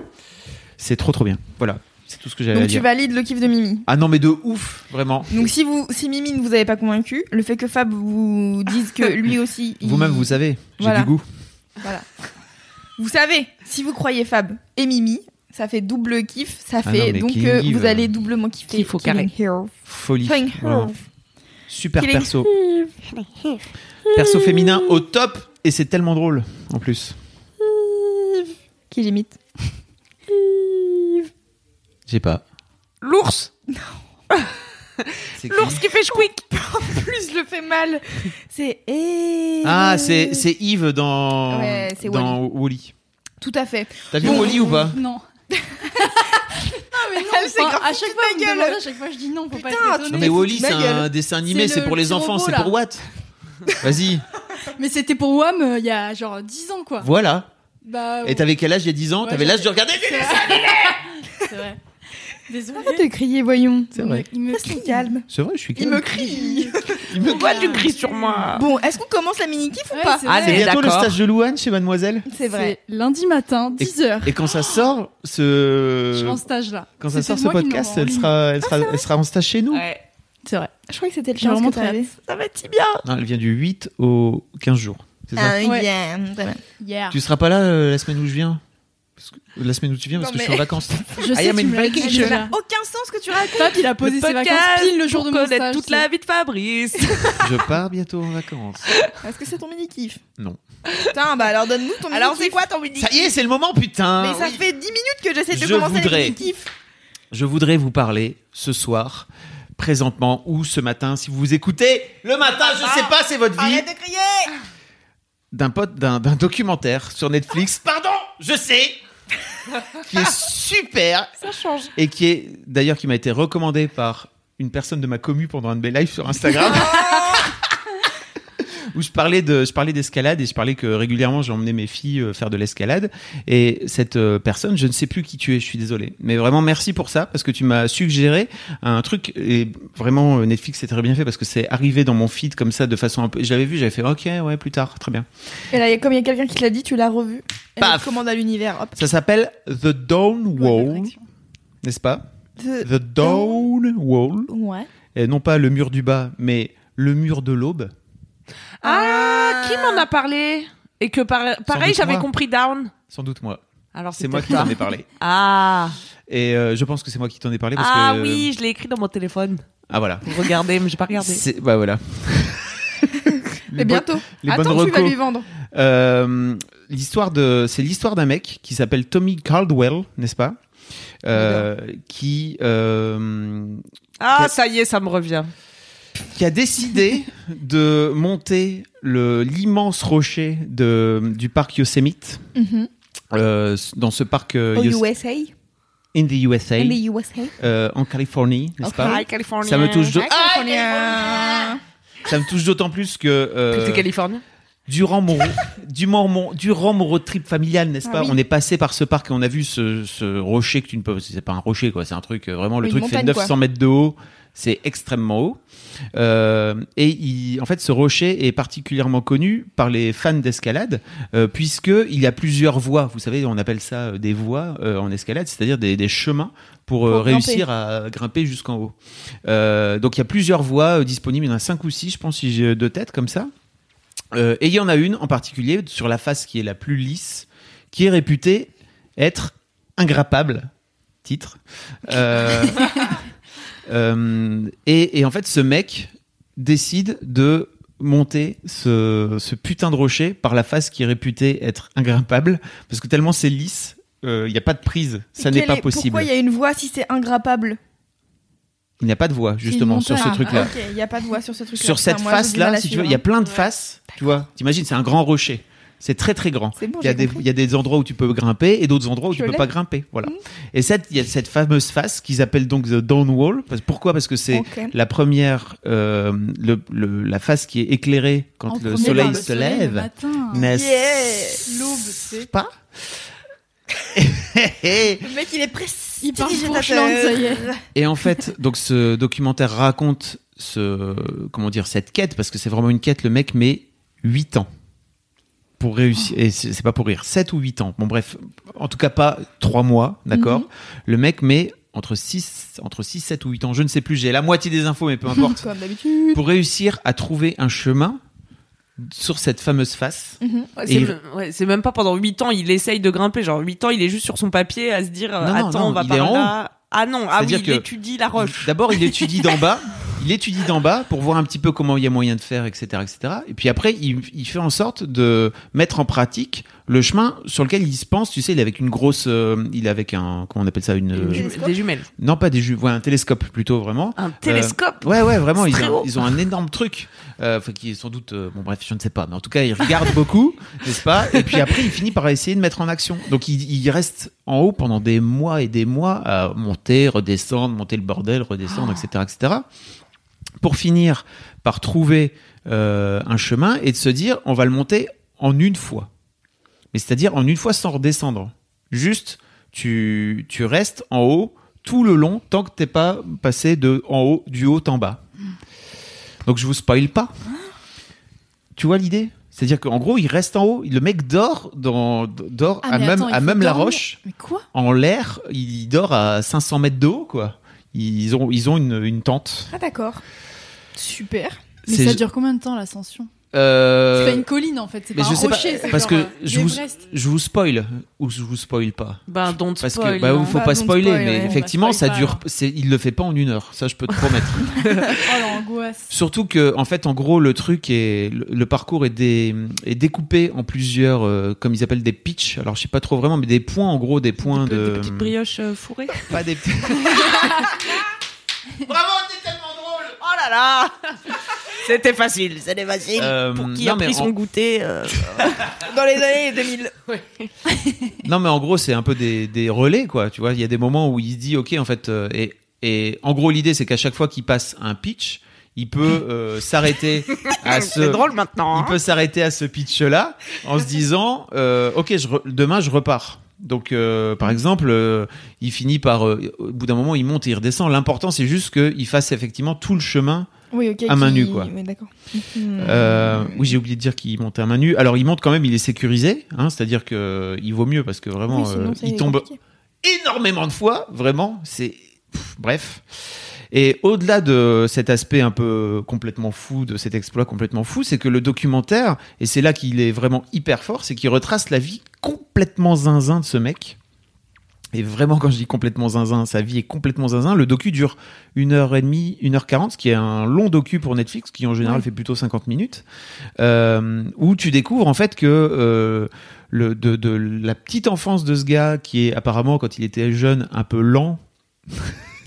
Speaker 3: C'est trop trop bien. Voilà, c'est tout ce que j'avais à
Speaker 1: Donc tu
Speaker 3: dire.
Speaker 1: valides le kiff de Mimi.
Speaker 3: Ah non, mais de ouf, vraiment.
Speaker 1: Donc si vous, si Mimi ne vous avez pas convaincu, le fait que Fab vous dise que lui aussi, il-
Speaker 3: Vous-même, vous savez, j'ai
Speaker 1: Voilà.
Speaker 3: du goût.
Speaker 1: voilà, vous savez, si vous croyez Fab et Mimi, ça fait double kiff, ça
Speaker 3: Ah
Speaker 1: fait
Speaker 3: non, mais
Speaker 1: donc
Speaker 3: Killing
Speaker 1: euh,
Speaker 3: Eve,
Speaker 1: vous allez doublement kiffer.
Speaker 2: Kiff au carré.
Speaker 1: Killing Eve.
Speaker 3: Folie.
Speaker 1: Killing
Speaker 3: Vraiment.
Speaker 1: Eve.
Speaker 3: Super
Speaker 1: Mmh. Killing Mmh.
Speaker 3: perso. Perso féminin au top et c'est tellement drôle en plus.
Speaker 1: Qui j'imite
Speaker 3: J'ai pas.
Speaker 2: L'ours
Speaker 3: C'est qui
Speaker 2: L'ours qui fait chouic
Speaker 1: Plus je le fais mal. C'est eh.
Speaker 3: Ah, c'est c'est Yves dans
Speaker 1: Ouais, c'est Mmh.
Speaker 3: dans Wally.
Speaker 1: Tout à fait.
Speaker 3: T'as vu
Speaker 1: Bon,
Speaker 3: Wally ou pas
Speaker 4: Non. non, mais non,
Speaker 1: Elle s'est
Speaker 4: enfin,
Speaker 1: grave
Speaker 4: à chaque fois,
Speaker 1: foutue de
Speaker 4: vous me
Speaker 1: ma
Speaker 4: demandez, à chaque fois, je dis non, faut
Speaker 1: Putain,
Speaker 4: pas être
Speaker 1: tu
Speaker 3: Non
Speaker 4: étonné.
Speaker 3: mais Wally,
Speaker 1: Ma
Speaker 3: c'est
Speaker 1: gueule.
Speaker 3: un dessin animé,
Speaker 4: C'est
Speaker 3: c'est
Speaker 4: le
Speaker 3: pour les
Speaker 4: petit
Speaker 3: enfants,
Speaker 4: robot,
Speaker 3: c'est
Speaker 4: là.
Speaker 3: pour what Vas-y,
Speaker 4: Mais c'était pour WAM euh, il y a genre 10 ans, quoi.
Speaker 3: voilà.
Speaker 4: Bah,
Speaker 3: Et t'avais quel âge il y a 10 ans
Speaker 4: Ouais,
Speaker 3: T'avais l'âge de
Speaker 4: j'avais-
Speaker 3: regarder
Speaker 4: C'est vrai. C'est vrai. Désolée.
Speaker 1: Arrête de crier, voyons.
Speaker 3: C'est vrai.
Speaker 4: Il me, il me
Speaker 1: Reste
Speaker 4: crie.
Speaker 1: calme.
Speaker 3: C'est vrai, je suis
Speaker 1: Il me crie.
Speaker 3: Il me
Speaker 2: Pourquoi tu cries sur moi
Speaker 1: Bon, est-ce qu'on commence la mini kiff ou
Speaker 4: Ouais,
Speaker 1: pas
Speaker 4: c'est
Speaker 2: Allez,
Speaker 4: vrai.
Speaker 3: C'est bientôt le
Speaker 2: d'accord.
Speaker 3: stage de Louane chez Mademoiselle.
Speaker 1: C'est vrai.
Speaker 4: C'est lundi matin, 10h.
Speaker 3: Et quand ça sort,
Speaker 4: Je suis
Speaker 3: ce
Speaker 4: en stage là.
Speaker 3: quand ça
Speaker 4: C'était
Speaker 3: sort ce
Speaker 4: moi qui
Speaker 3: podcast,
Speaker 4: l'ai
Speaker 3: elle
Speaker 4: envoyé.
Speaker 3: sera, elle sera, elle sera en stage chez nous.
Speaker 2: Ouais.
Speaker 4: C'est vrai.
Speaker 1: Je crois que c'était le
Speaker 4: J'ai
Speaker 1: 15
Speaker 4: vraiment
Speaker 1: que t'avais. Ça va si bien.
Speaker 3: Non, elle vient du 8 au 15 jours. C'est ça.
Speaker 1: Ah,
Speaker 4: Ouais.
Speaker 1: bien, très bien.
Speaker 4: Hier.
Speaker 3: Tu seras pas là euh, la semaine où je viens. Parce que- euh, la semaine où tu viens parce
Speaker 1: Non,
Speaker 3: que je
Speaker 1: mais-
Speaker 3: suis en vacances.
Speaker 4: Je
Speaker 3: I
Speaker 4: sais
Speaker 3: am
Speaker 4: tu
Speaker 3: in
Speaker 4: me l'as dit
Speaker 3: vacation.
Speaker 4: déjà.
Speaker 1: Aucun sens que tu racontes.
Speaker 4: Fab, il a posé ses vacances pile le jour de mon stage.
Speaker 2: toute la vie de Fabrice.
Speaker 3: je pars bientôt en vacances.
Speaker 1: Est-ce que c'est ton mini kiff
Speaker 3: Non.
Speaker 1: Putain, bah alors donne-nous ton mini kiff.
Speaker 2: Alors, c'est
Speaker 1: quoi ton mini
Speaker 3: Ça y est, c'est le moment, putain.
Speaker 1: Mais ça
Speaker 3: Oui.
Speaker 1: fait 10 minutes que j'essaie de
Speaker 3: Je
Speaker 1: commencer
Speaker 3: voudrais.
Speaker 1: les mini kiffs.
Speaker 3: Je voudrais vous parler ce soir, présentement ou ce matin, si vous vous écoutez le matin, je sais pas, c'est votre vie,
Speaker 1: Arrête de crier.
Speaker 3: d'un pote, d'un d'un documentaire sur Netflix. Pardon, je sais. qui est super
Speaker 1: Ça change.
Speaker 3: et qui est d'ailleurs qui m'a été recommandé par une personne de ma commu pendant un de mes lives sur Instagram. Où je parlais de, je parlais d'escalade et je parlais que régulièrement j'emmenais mes filles euh, faire de l'escalade. Et cette euh, personne, je ne sais plus qui tu es, je suis désolé. Mais vraiment merci pour ça parce que tu m'as suggéré un truc et vraiment euh, Netflix c'est très bien fait parce que c'est arrivé dans mon feed comme ça de façon un peu, j'avais vu, j'avais fait ok ouais plus tard, très bien.
Speaker 1: Et là, comme il y a quelqu'un qui te l'a dit, tu l'as revu. Elle
Speaker 3: Paf.
Speaker 1: le commande à l'univers. Hop.
Speaker 3: Ça s'appelle The Dawn Wall, n'est-ce pas?
Speaker 1: The-
Speaker 3: The Dawn Wall.
Speaker 1: Ouais.
Speaker 3: Et non pas le mur du bas, mais le mur de l'aube.
Speaker 2: Ah, qui m'en a parlé Et que par- pareil,
Speaker 3: doute
Speaker 2: j'avais
Speaker 3: moi.
Speaker 2: compris down.
Speaker 3: Sans doute moi.
Speaker 2: Alors
Speaker 3: C'est moi qui
Speaker 2: peut-être
Speaker 3: t'en ai
Speaker 2: toi.
Speaker 3: parlé.
Speaker 2: Ah,
Speaker 3: Et euh, je pense que c'est moi qui t'en ai parlé parce
Speaker 2: ah
Speaker 3: que. euh,
Speaker 2: oui, je l'ai écrit dans mon téléphone.
Speaker 3: Ah voilà.
Speaker 2: Regardez, mais j'ai pas regardé.
Speaker 3: C'est- Bah voilà.
Speaker 1: Mais bientôt.
Speaker 3: les bonnes
Speaker 1: Attends, tu vas
Speaker 3: recos.
Speaker 1: lui vendre.
Speaker 3: Euh, l'histoire de, c'est l'histoire d'un mec qui s'appelle Tommy Caldwell, n'est-ce pas Euh, qui euh,
Speaker 2: Ah, ça y est, ça me revient.
Speaker 3: qui a décidé de monter le l'immense rocher de du parc Yosemite
Speaker 1: Mhm.
Speaker 3: euh, dans ce parc euh,
Speaker 1: Au
Speaker 3: Yos-
Speaker 1: USA.
Speaker 3: in the USA
Speaker 1: In the USA.
Speaker 3: euh, en Californie n'est-ce
Speaker 1: Ok.
Speaker 3: pas
Speaker 2: Hi, California.
Speaker 3: ça me touche de-
Speaker 1: Ah,
Speaker 2: Euh,
Speaker 1: California.
Speaker 3: Ça me touche d'autant plus que euh,
Speaker 2: T'es Californie
Speaker 3: durant mon durant mon durant mon road trip familial, n'est-ce
Speaker 1: Ah
Speaker 3: pas
Speaker 1: oui.
Speaker 3: On est passé par ce parc et on a vu ce, ce rocher que tu ne peux. C'est pas un rocher quoi, c'est un truc euh, vraiment le
Speaker 1: Une
Speaker 3: truc
Speaker 1: montagne,
Speaker 3: fait
Speaker 1: quoi.
Speaker 3: 900 mètres de haut. C'est extrêmement haut. Euh, et il- en fait, ce rocher est particulièrement connu par les fans d'escalade, euh, puisqu'il y a plusieurs voies. Vous savez, on appelle ça euh, des voies euh, en escalade, c'est-à-dire des, des chemins pour, euh,
Speaker 4: Pour grimper.
Speaker 3: réussir à grimper jusqu'en haut. Euh, donc, il y a plusieurs voies euh, disponibles. Il y en a cinq ou six, je pense, si j'ai deux têtes comme ça. Euh, et il y en a une en particulier sur la face qui est la plus lisse, qui est réputée être ingrappable. Titre. Euh, euh, et, et en fait, ce mec décide de monter ce, ce putain de rocher par la face qui est réputée être ingrimpable, parce que tellement c'est lisse, euh, il n'y a pas de prise, ça
Speaker 1: Et
Speaker 3: n'est
Speaker 1: quelle
Speaker 3: pas
Speaker 1: est-
Speaker 3: possible.
Speaker 1: Pourquoi il y a une voie si c'est ingrappable
Speaker 3: Il n'y a pas de voie, justement,
Speaker 4: une
Speaker 3: sur ce
Speaker 4: montagne.
Speaker 3: truc-là.
Speaker 1: Ok, il n'y a pas de voie sur ce truc-là.
Speaker 3: sur cette
Speaker 1: Putain, moi, j'ai du mal
Speaker 3: face-là,
Speaker 1: à
Speaker 3: si tu
Speaker 1: suivre,
Speaker 3: veux, il y a
Speaker 1: hein.
Speaker 3: plein de faces, tu vois. T'imagines, c'est un grand rocher. C'est très très grand.
Speaker 1: C'est bon,
Speaker 3: il, y a
Speaker 1: j'ai
Speaker 3: des,
Speaker 1: compris.
Speaker 3: il y a des endroits où tu peux grimper et d'autres endroits où
Speaker 1: Je
Speaker 3: tu peux
Speaker 1: l'ai.
Speaker 3: pas grimper. Voilà. Et cette, il y a cette fameuse face qu'ils appellent donc The Down Wall. Parce- Pourquoi Parce que c'est
Speaker 1: Ok.
Speaker 3: la première, euh, le- le- la face qui est éclairée quand
Speaker 4: En
Speaker 3: le
Speaker 4: premier,
Speaker 3: soleil
Speaker 4: par
Speaker 3: se
Speaker 4: soleil, le
Speaker 3: lève.
Speaker 4: matin.
Speaker 3: N'est-ce
Speaker 4: L'aube, c'est-
Speaker 3: pas
Speaker 1: Le mec, il est précis.
Speaker 4: Il parle pour Schlande, ça y est.
Speaker 3: Et en fait, donc ce documentaire raconte ce comment dire cette quête parce que c'est vraiment une quête. Le mec met 8 ans pour réussir. Et c'est c'est pas pour rire, 7 ou 8 ans. Bon bref, en tout cas pas 3 mois, d'accord. Le mec met entre 6 entre 6 7 ou 8 ans, je ne sais plus, j'ai la moitié des infos mais peu importe.
Speaker 4: Comme bah, d'habitude.
Speaker 3: pour réussir à trouver un chemin sur cette fameuse face.
Speaker 2: Ouais,
Speaker 3: Et
Speaker 2: c'est
Speaker 3: il-
Speaker 2: me- ouais, c'est même pas pendant 8 ans, il essaye de grimper. Genre 8 ans, il est juste sur son papier à se dire euh,
Speaker 3: Non, non,
Speaker 2: Attends,
Speaker 3: non,
Speaker 2: on va
Speaker 3: il
Speaker 2: par
Speaker 3: est en
Speaker 2: là. Ah non, ah oui,
Speaker 3: C'est-à-dire
Speaker 2: il
Speaker 3: que-
Speaker 2: étudie la roche.
Speaker 3: D'abord, il étudie d'en bas. Il étudie d'en bas pour voir un petit peu comment il y a moyen de faire, etc., etc. Et puis après, il, il fait en sorte de mettre en pratique le chemin sur lequel il se pense. Tu sais, il est avec une grosse, euh, il est avec un, comment on appelle ça, une,
Speaker 2: Une
Speaker 3: euh,
Speaker 2: jume-
Speaker 1: télescope
Speaker 2: des jumelles. Euh,
Speaker 3: non pas des jus, ouais, un télescope plutôt vraiment.
Speaker 2: Un télescope
Speaker 3: Ouais, ouais, vraiment,
Speaker 2: C'est
Speaker 3: ils
Speaker 2: très
Speaker 3: ont,
Speaker 2: haut.
Speaker 3: ils ont un énorme truc. Euh, enfin, qui est sans doute, euh, bon, bref, je ne sais pas, mais en tout cas, il regarde beaucoup, n'est-ce pas Et puis après, il finit par essayer de mettre en action. Donc, il, il reste en haut pendant des mois et des mois à monter, redescendre, monter le bordel, redescendre,
Speaker 2: Ah.
Speaker 3: etc., etc. Pour finir par trouver euh, un chemin et de se dire, on va le monter en une fois. Mais c'est-à-dire en une fois sans redescendre. Juste, tu, tu restes en haut tout le long tant que t'es pas passé de en haut, du haut en bas. Donc je vous spoil pas. Tu vois l'idée C'est-à-dire qu'en gros, il reste en haut. Le mec dort, dans, dort
Speaker 4: Ah,
Speaker 3: à
Speaker 4: mais
Speaker 3: même,
Speaker 4: attends, il
Speaker 3: à
Speaker 4: faut
Speaker 3: même la
Speaker 4: dormir.
Speaker 3: roche,
Speaker 4: Mais quoi
Speaker 3: en l'air. Il dort à 500 mètres de haut, quoi. Ils ont, ils ont une, une tente.
Speaker 1: Ah, d'accord. Super.
Speaker 4: Mais
Speaker 3: C'est-
Speaker 4: ça dure combien de temps l'ascension
Speaker 3: Euh,
Speaker 4: C'est pas une colline en fait, c'est
Speaker 3: mais
Speaker 4: pas
Speaker 3: je
Speaker 4: un
Speaker 3: sais pas,
Speaker 4: rocher. c'est
Speaker 3: parce
Speaker 4: genre,
Speaker 3: que
Speaker 4: euh,
Speaker 3: je vous-
Speaker 4: l'Everest.
Speaker 3: je vous spoil ou je vous spoil pas.
Speaker 2: Ben, don't
Speaker 3: Parce
Speaker 2: spoil,
Speaker 3: que bah,
Speaker 2: non.
Speaker 3: faut
Speaker 1: Bah,
Speaker 3: pas
Speaker 1: don't
Speaker 3: spoiler,
Speaker 1: spoil,
Speaker 3: mais
Speaker 1: ouais.
Speaker 3: effectivement,
Speaker 4: On va
Speaker 3: ça
Speaker 4: spoil pas,
Speaker 3: dure.
Speaker 4: alors.
Speaker 3: c'est- Il le fait pas en une heure, ça je peux te promettre.
Speaker 4: Oh l'angoisse.
Speaker 3: Surtout que, en fait, en gros, le truc est, le, le parcours est, dé- est découpé en plusieurs, euh, comme ils appellent des pitchs. Alors, je sais pas trop vraiment, mais des points, en gros, des points
Speaker 2: Des pe-
Speaker 3: de.
Speaker 2: des petites brioches euh, fourrées.
Speaker 3: Pas des petits-
Speaker 2: Oh là là C'était facile, c'était facile.
Speaker 3: Euh,
Speaker 2: Pour qui
Speaker 3: non,
Speaker 2: a
Speaker 3: mais
Speaker 2: pris son
Speaker 3: en-
Speaker 2: goûter euh,
Speaker 1: Dans les années 2000.
Speaker 3: Non, mais en gros, c'est un peu des, des relais, quoi. Tu vois, il y a des moments où il se dit, OK, en fait, euh, et, et en gros, l'idée, c'est qu'à chaque fois qu'il passe un pitch, il peut euh, s'arrêter à ce.
Speaker 2: C'est drôle maintenant.
Speaker 3: il
Speaker 2: hein.
Speaker 3: peut s'arrêter à ce pitch là en se disant euh, ok je re- demain je repars donc euh, par exemple euh, il finit par euh, au bout d'un moment il monte et il redescend l'important c'est juste qu'il fasse effectivement tout le chemin
Speaker 1: Oui, ok.
Speaker 3: À main
Speaker 1: qui-
Speaker 3: nue, quoi.
Speaker 1: Oui, d'accord. Hmm.
Speaker 3: Euh, oui j'ai oublié de dire qu'il monte à main nue alors il monte quand même il est sécurisé hein, c'est à dire que euh, il vaut mieux parce que vraiment
Speaker 1: Oui, sinon,
Speaker 3: euh,
Speaker 1: ça
Speaker 3: il
Speaker 1: est
Speaker 3: tombe
Speaker 1: compliqué.
Speaker 3: énormément de fois, vraiment. C'est pff, bref. Et au-delà de cet aspect un peu complètement fou, de cet exploit complètement fou, c'est que le documentaire, et c'est là qu'il est vraiment hyper fort, c'est qu'il retrace la vie complètement zinzin de ce mec. Et vraiment, quand je dis complètement zinzin, sa vie est complètement zinzin. Le docu dure 1h30, 1h40, ce qui est un long docu pour Netflix, qui en général fait plutôt 50 minutes, euh, où tu découvres en fait que euh, le, de, de la petite enfance de ce gars, qui est apparemment, quand il était jeune, un peu lent,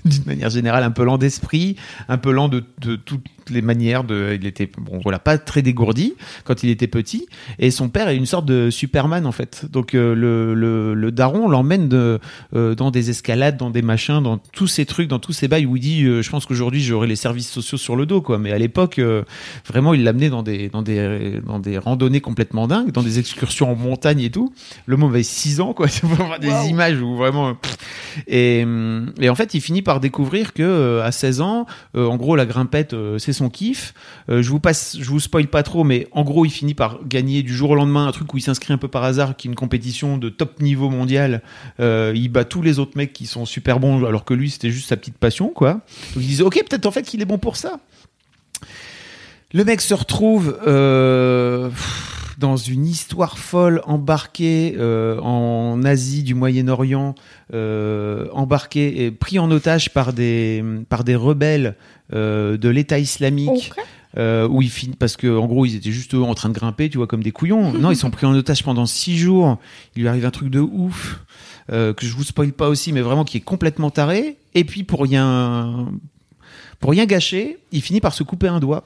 Speaker 3: d'une manière générale, un peu lent d'esprit, un peu lent de, de toutes les manières, de, il était, bon voilà, pas très dégourdi quand il était petit, et son père est une sorte de Superman en fait. Donc euh, le, le, le daron l'emmène de, euh, dans des escalades, dans des machins, dans tous ces trucs, dans tous ces bails où il dit euh, je pense qu'aujourd'hui j'aurai les services sociaux sur le dos quoi. Mais à l'époque euh, vraiment il l'amenait dans des dans des dans des randonnées complètement dingues, dans des excursions en montagne et tout. Le môme avait 6 ans quoi. C'est vraiment des images où vraiment. euh, pff. Et, hum, et en fait, il finit par découvrir que euh, à 16 ans, euh, en gros, la grimpette, euh, c'est son kiff. Euh, je vous passe, je vous spoil pas trop, mais en gros, il finit par gagner du jour au lendemain un truc où il s'inscrit un peu par hasard, qui est une compétition de top niveau mondial. Euh, il bat tous les autres mecs qui sont super bons, alors que lui, c'était juste sa petite passion, quoi. Donc ils disent, ok, peut-être en fait qu'il est bon pour ça. Le mec se retrouve euh, pff, dans une histoire folle, embarqué euh, en Asie du Moyen-Orient, euh, embarqué et pris en otage par des par des rebelles euh, de l'État
Speaker 1: Oh.
Speaker 3: islamique. Euh, où ils finissent parce que en gros ils étaient juste eux, en train de grimper, tu vois, comme des couillons. Non, ils sont pris en otage pendant six jours. Il lui arrive un truc de ouf euh, que je vous spoil pas aussi, mais vraiment qui est complètement taré. Et puis pour rien pour rien gâcher, il finit par se couper un doigt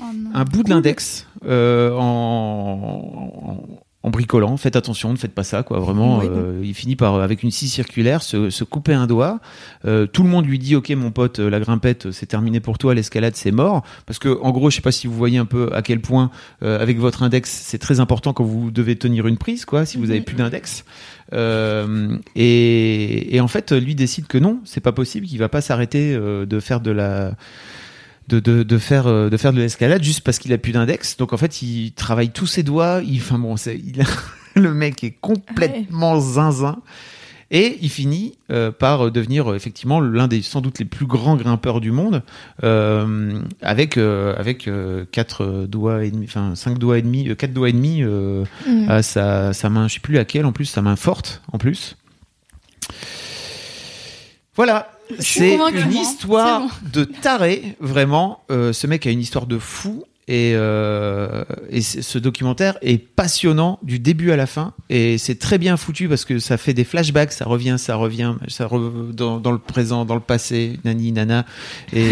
Speaker 4: Oh non.
Speaker 3: un bout de l'index euh, en, en- en bricolant. Faites attention, ne faites pas ça, quoi. Vraiment, euh, il finit par avec une scie circulaire se, se couper un doigt. Euh, tout le monde lui dit, ok, mon pote, euh, la grimpette, euh, c'est terminé pour toi, l'escalade, c'est mort. Parce que, en gros, je sais pas si vous voyez un peu à quel point euh, avec votre index, c'est très important quand vous devez tenir une prise, quoi. Si vous avez plus d'index. Euh, et, et en fait, lui décide que non, c'est pas possible, qu'il va pas s'arrêter euh, de faire de la de, de, de faire euh, de faire de l'escalade juste parce qu'il a plus d'index. Donc en fait, il travaille tous ses doigts. Il, enfin bon, c'est, il, le mec est complètement zinzin. Et il finit euh, par devenir euh, effectivement l'un des sans doute les plus grands grimpeurs du monde, euh, avec euh, avec euh, quatre euh, doigts et demi, enfin cinq doigts et demi, euh, quatre doigts et demi euh,
Speaker 1: Mm.
Speaker 3: à sa, sa main, je sais plus laquelle en plus, sa main forte en plus. Voilà,
Speaker 4: suis
Speaker 3: c'est
Speaker 4: convaincue,
Speaker 3: une
Speaker 4: moi.
Speaker 3: histoire
Speaker 4: C'est
Speaker 3: de taré, vraiment. Euh, ce mec a une histoire de fou. Et, euh, et c- ce documentaire est passionnant du début à la fin. Et c'est très bien foutu parce que ça fait des flashbacks, ça revient, ça revient, ça re- dans, dans le présent, dans le passé, nani, nana. Et,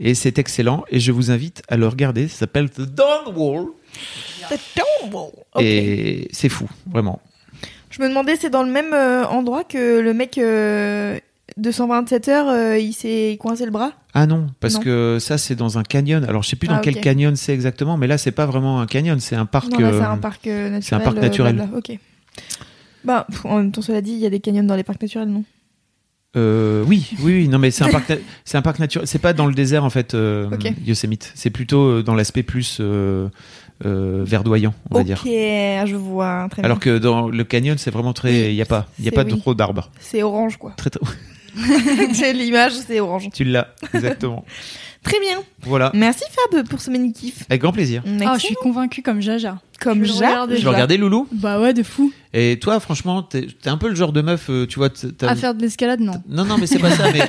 Speaker 3: et c'est excellent. Et je vous invite à le regarder. Ça s'appelle The Dawn Wall.
Speaker 1: Ok.
Speaker 3: Ah. Et c'est fou, vraiment.
Speaker 1: Je me demandais, c'est dans le même euh, endroit que le mec euh, de 127 heures, euh, il s'est coincé le bras
Speaker 3: Ah non, parce
Speaker 1: Non.
Speaker 3: que ça c'est dans un canyon. Alors je sais plus dans
Speaker 1: Ah,
Speaker 3: quel
Speaker 1: ok.
Speaker 3: canyon c'est exactement, mais là c'est pas vraiment un canyon, c'est un parc.
Speaker 1: Non, là, c'est
Speaker 3: euh,
Speaker 1: un parc euh, naturel.
Speaker 3: c'est un parc
Speaker 1: euh,
Speaker 3: naturel.
Speaker 1: blabla. Ok. Bah, pff, en même temps, cela dit, il y a des canyons dans les parcs naturels, non
Speaker 3: euh, oui, oui, oui, non mais c'est un parc, na- c'est un parc naturel. C'est pas dans le désert en fait, euh,
Speaker 1: Ok.
Speaker 3: Yosemite. C'est plutôt euh, dans l'aspect plus euh, euh, verdoyant, on va
Speaker 1: Ok, ah,
Speaker 3: dire.
Speaker 1: je vois. Très bien.
Speaker 3: Alors que dans le canyon, c'est vraiment très, il y a pas, il y a
Speaker 1: C'est
Speaker 3: pas de
Speaker 1: oui.
Speaker 3: trop d'arbres.
Speaker 1: C'est orange, quoi.
Speaker 3: Très, très-
Speaker 1: C'est l'image, c'est orange.
Speaker 3: tu l'as exactement.
Speaker 1: Très bien.
Speaker 3: voilà,
Speaker 1: Merci Fab pour ce mini kiff.
Speaker 3: avec grand plaisir.
Speaker 4: Ah, je suis convaincue comme Jaja.
Speaker 1: comme
Speaker 4: je vais le
Speaker 1: Jacques.
Speaker 4: regarder.
Speaker 3: Je vais regarder Loulou.
Speaker 4: Bah ouais, de fou.
Speaker 3: Et toi, franchement, t'es t'es un peu le genre de meuf, euh, tu vois, t-
Speaker 1: Ah,
Speaker 3: t'as-
Speaker 4: À faire de l'escalade, non.
Speaker 3: Non, non, mais c'est pas ça. Mais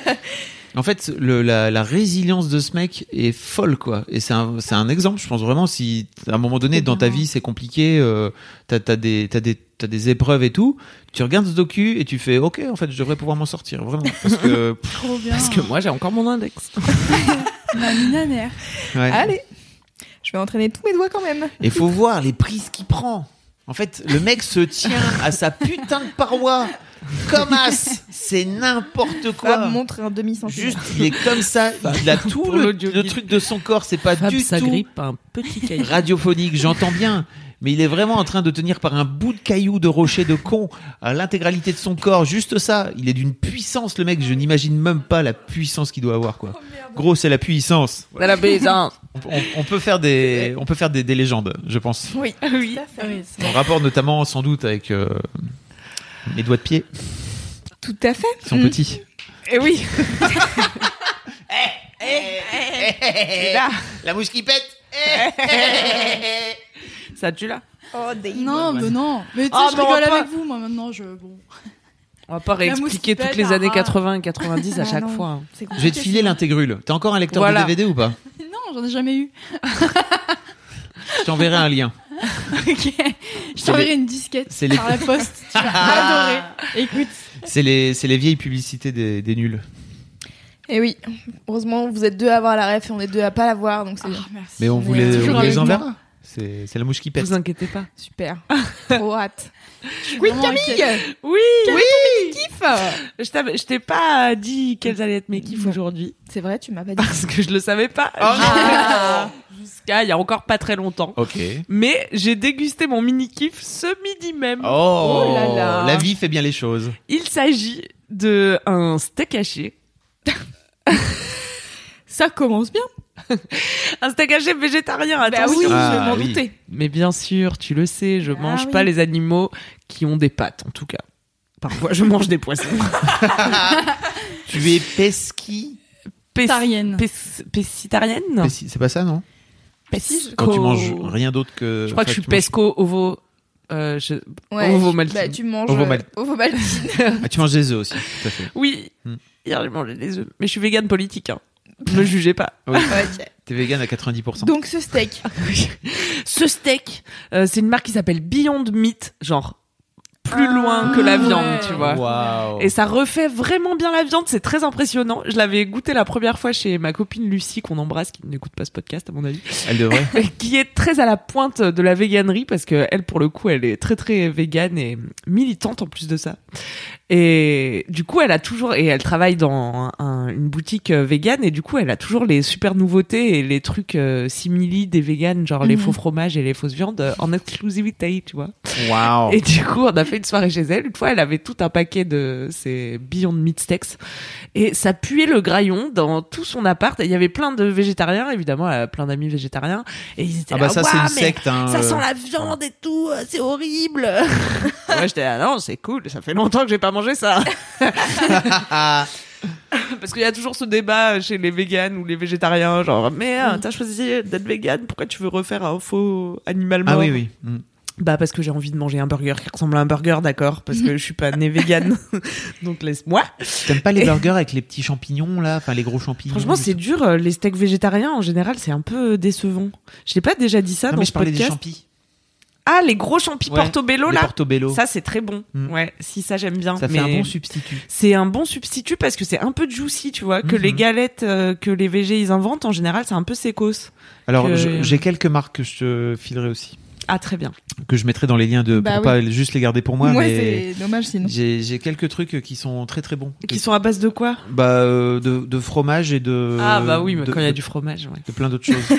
Speaker 3: en fait, le, la, la résilience de ce mec est folle, quoi. Et c'est un, c'est un exemple. Je pense vraiment si à un moment donné dans ta vie c'est compliqué, euh, t'as t'as des t'as des t'as des épreuves et tout. Tu regardes ce docu et tu fais OK. En fait, je devrais pouvoir m'en sortir vraiment. Parce que pff,
Speaker 4: Trop bien.
Speaker 2: Parce que moi, j'ai encore mon index.
Speaker 4: Ma minanère.
Speaker 3: ouais.
Speaker 1: Allez, je vais entraîner tous mes doigts quand même.
Speaker 3: Et faut voir les prises qu'il prend. En fait, le mec se tient à sa putain de paroi comme as. C'est n'importe quoi.
Speaker 1: Fab montre un demi centimètre.
Speaker 3: Juste, il est comme ça. Il a tout
Speaker 2: Pour
Speaker 3: le,
Speaker 2: l'audio
Speaker 3: le
Speaker 2: guide.
Speaker 3: truc de son corps. C'est pas
Speaker 2: Fab
Speaker 3: du tout
Speaker 2: s'agrippe à un petit cahier.
Speaker 3: radiophonique, j'entends bien. Mais il est vraiment en train de tenir par un bout de caillou, de rocher, de con, à l'intégralité de son corps, juste ça. Il est d'une puissance, le mec, je n'imagine même pas la puissance qu'il doit avoir,
Speaker 1: Oh,
Speaker 3: quoi. Gros, c'est la puissance.
Speaker 2: C'est la plaisance.
Speaker 3: On, on- on peut faire des, on peut faire des, des légendes, je pense.
Speaker 1: Oui, Ah, oui.
Speaker 4: Oui, c'est-
Speaker 3: En rapport notamment, sans doute, avec euh, les doigts de pied,
Speaker 1: Tout à fait. Mm.
Speaker 3: qui sont petits.
Speaker 1: Et Eh oui.
Speaker 3: Eh, La mouche qui pète!
Speaker 2: Eh. Ça tue là
Speaker 1: Oh, des-
Speaker 4: Non, mais non. Mais tu sais,
Speaker 2: Ah,
Speaker 4: je
Speaker 2: mais on va
Speaker 4: rigole
Speaker 2: pas-
Speaker 4: avec vous, moi maintenant, je. Bon.
Speaker 2: On va pas
Speaker 4: mousse
Speaker 2: réexpliquer
Speaker 4: qui
Speaker 2: toutes
Speaker 4: pète,
Speaker 2: les
Speaker 4: ah,
Speaker 2: années
Speaker 4: ah.
Speaker 2: 80 90 à
Speaker 1: Ah,
Speaker 2: chaque
Speaker 1: non.
Speaker 2: fois. hein.
Speaker 1: C'est
Speaker 3: Je vais te filer l'intégrule. T'as encore un lecteur
Speaker 2: Voilà.
Speaker 3: de DVD ou pas?
Speaker 4: Non, j'en ai jamais eu.
Speaker 3: Je t'enverrai un lien.
Speaker 4: Ok. Je t'enverrai une disquette
Speaker 3: c'est les-
Speaker 4: par la poste. Tu vas adorer. Écoute.
Speaker 3: C'est les, c'est les vieilles publicités des, des nuls.
Speaker 1: Et Eh oui. Heureusement, vous êtes deux à avoir la ref et on est deux à pas l'avoir, donc c'est bien.
Speaker 4: Ah, merci.
Speaker 3: Mais on vous les,
Speaker 4: Toujours
Speaker 3: on vous
Speaker 4: avec
Speaker 3: les
Speaker 4: moi.
Speaker 3: enverra. C'est c'est la mouche qui pète.
Speaker 2: Vous inquiétez pas.
Speaker 1: super. Trop hâte.
Speaker 4: Je suis
Speaker 1: Oui,
Speaker 4: vraiment
Speaker 1: Camille.
Speaker 4: inquiète.
Speaker 1: Oui. Oui. Kiff.
Speaker 2: Je t'avais- je t'ai pas dit quels allaient être mes kiffs aujourd'hui
Speaker 1: C'est vrai, tu m'as pas
Speaker 4: Ah,
Speaker 1: dit.
Speaker 2: parce que je le savais pas. Oh. Jusqu'à il y a encore pas très longtemps.
Speaker 3: Ok.
Speaker 2: Mais j'ai dégusté mon mini kiff ce midi même.
Speaker 3: Oh,
Speaker 1: Oh là là.
Speaker 3: La vie fait bien les choses.
Speaker 2: Il s'agit de un steak haché,
Speaker 4: Ça commence bien.
Speaker 2: un steak haché Ah, végétarien.
Speaker 1: Bah oui,
Speaker 2: Attention.
Speaker 1: je
Speaker 3: Ah,
Speaker 1: m'en
Speaker 3: oui.
Speaker 1: doutais. Ah
Speaker 2: Mais bien sûr, tu le sais, je mange pas
Speaker 1: oui.
Speaker 2: les animaux qui ont des pattes en tout cas. Parfois, je mange des poissons.
Speaker 3: Tu es pesky.
Speaker 2: Pes-
Speaker 4: Tarienne.
Speaker 2: pes- Pescitarienne
Speaker 3: Pesky, C'est pas ça, non
Speaker 2: Pesco.
Speaker 3: Quand tu manges rien d'autre que.
Speaker 2: Je crois que je suis pesco ovo. euh, je- ovo maltine.
Speaker 1: bah, tu manges
Speaker 3: Ovo mal-
Speaker 1: euh, ovo maltine.
Speaker 3: Ah, tu manges des œufs aussi, tout à fait.
Speaker 2: Oui,
Speaker 3: Hmm.
Speaker 2: hier j'ai mangé des œufs, mais je suis végane politique. Hein. Ne me jugez pas.
Speaker 1: Ok.
Speaker 3: T'es vegan à 90%.
Speaker 1: Donc ce steak,
Speaker 2: Ce steak, euh, c'est une marque qui s'appelle Beyond Meat, genre plus
Speaker 1: Ah
Speaker 2: loin que la
Speaker 4: ouais.
Speaker 2: viande, tu vois.
Speaker 3: Waouh.
Speaker 2: Et ça refait vraiment bien la viande, c'est très impressionnant. Je l'avais goûté la première fois chez ma copine Lucie, qu'on embrasse, qui n'écoute pas ce podcast à mon avis,
Speaker 3: Elle devrait.
Speaker 2: qui est très à la pointe de la véganerie, parce que elle, pour le coup, elle est très très végane et militante en plus de ça. Et du coup, elle a toujours, et elle travaille dans un- un- une boutique euh, végane, et du coup, elle a toujours les super nouveautés et les trucs euh, simili des véganes, genre les
Speaker 4: Mhm.
Speaker 2: faux fromages et les fausses viandes, euh, en exclusivité, tu vois.
Speaker 3: Waouh.
Speaker 2: Et du coup, on a fait une soirée chez elle. Une fois, elle avait tout un paquet de ces Beyond Meat Steaks. Et ça puait le graillon dans tout son appart. Et il y avait plein de végétariens, évidemment, elle a plein d'amis végétariens. Et ils étaient
Speaker 3: Ah bah
Speaker 2: là,
Speaker 3: ça, c'est
Speaker 2: Ouah,
Speaker 3: une
Speaker 2: mais
Speaker 3: secte. Hein,
Speaker 2: Ça
Speaker 3: euh.
Speaker 2: sent la viande et tout, euh, c'est horrible. Moi, j'étais là, non, c'est cool, ça fait longtemps que j'ai pas mangé ça. Parce qu'il y a toujours ce débat euh, chez les véganes ou les végétariens, genre, mais
Speaker 3: Mm.
Speaker 2: euh, t'as choisi d'être végane, pourquoi tu veux refaire un faux animal mort
Speaker 3: Ah oui, oui. Mm.
Speaker 2: bah parce que j'ai envie de manger un burger qui ressemble à un burger, d'accord, parce
Speaker 3: Mm.
Speaker 2: que je suis pas née végane. Donc laisse-moi.
Speaker 3: T'aimes pas les burgers avec les petits champignons, là Enfin, les gros champignons
Speaker 2: Franchement, c'est dur euh, les steaks végétariens en général, c'est un peu décevant. Je n'ai pas déjà dit ça
Speaker 3: Non,
Speaker 2: dans
Speaker 3: mais
Speaker 2: ce
Speaker 3: je parlais des
Speaker 2: podcast.
Speaker 3: champis.
Speaker 2: ah, les gros champis
Speaker 3: Ouais,
Speaker 2: portobello
Speaker 3: Les
Speaker 2: là.
Speaker 3: portobello.
Speaker 2: Ça c'est très bon.
Speaker 3: Mm.
Speaker 2: Ouais, si ça j'aime bien.
Speaker 3: Ça fait
Speaker 2: mais
Speaker 3: un bon substitut.
Speaker 2: c'est un bon substitut parce que c'est un peu juicy, tu vois, que
Speaker 3: Mhm.
Speaker 2: les galettes euh, que les végés ils inventent en général, c'est un peu sécos.
Speaker 3: Alors,
Speaker 2: que-
Speaker 3: je- j'ai quelques marques que je te filerai aussi,
Speaker 2: Ah très bien.
Speaker 3: que je mettrai dans les liens de,
Speaker 4: Bah
Speaker 3: pour
Speaker 4: oui.
Speaker 3: pas juste les garder pour moi,
Speaker 1: moi,
Speaker 3: mais
Speaker 1: c'est dommage sinon.
Speaker 3: j'ai j'ai quelques trucs qui sont très très bons.
Speaker 2: Qui sont à base de quoi
Speaker 3: Bah, euh, de, de fromage et de.
Speaker 2: Ah bah oui, mais
Speaker 3: Euh, de-
Speaker 2: quand il y a
Speaker 3: de-
Speaker 2: du fromage, ouais.
Speaker 3: de plein d'autres choses.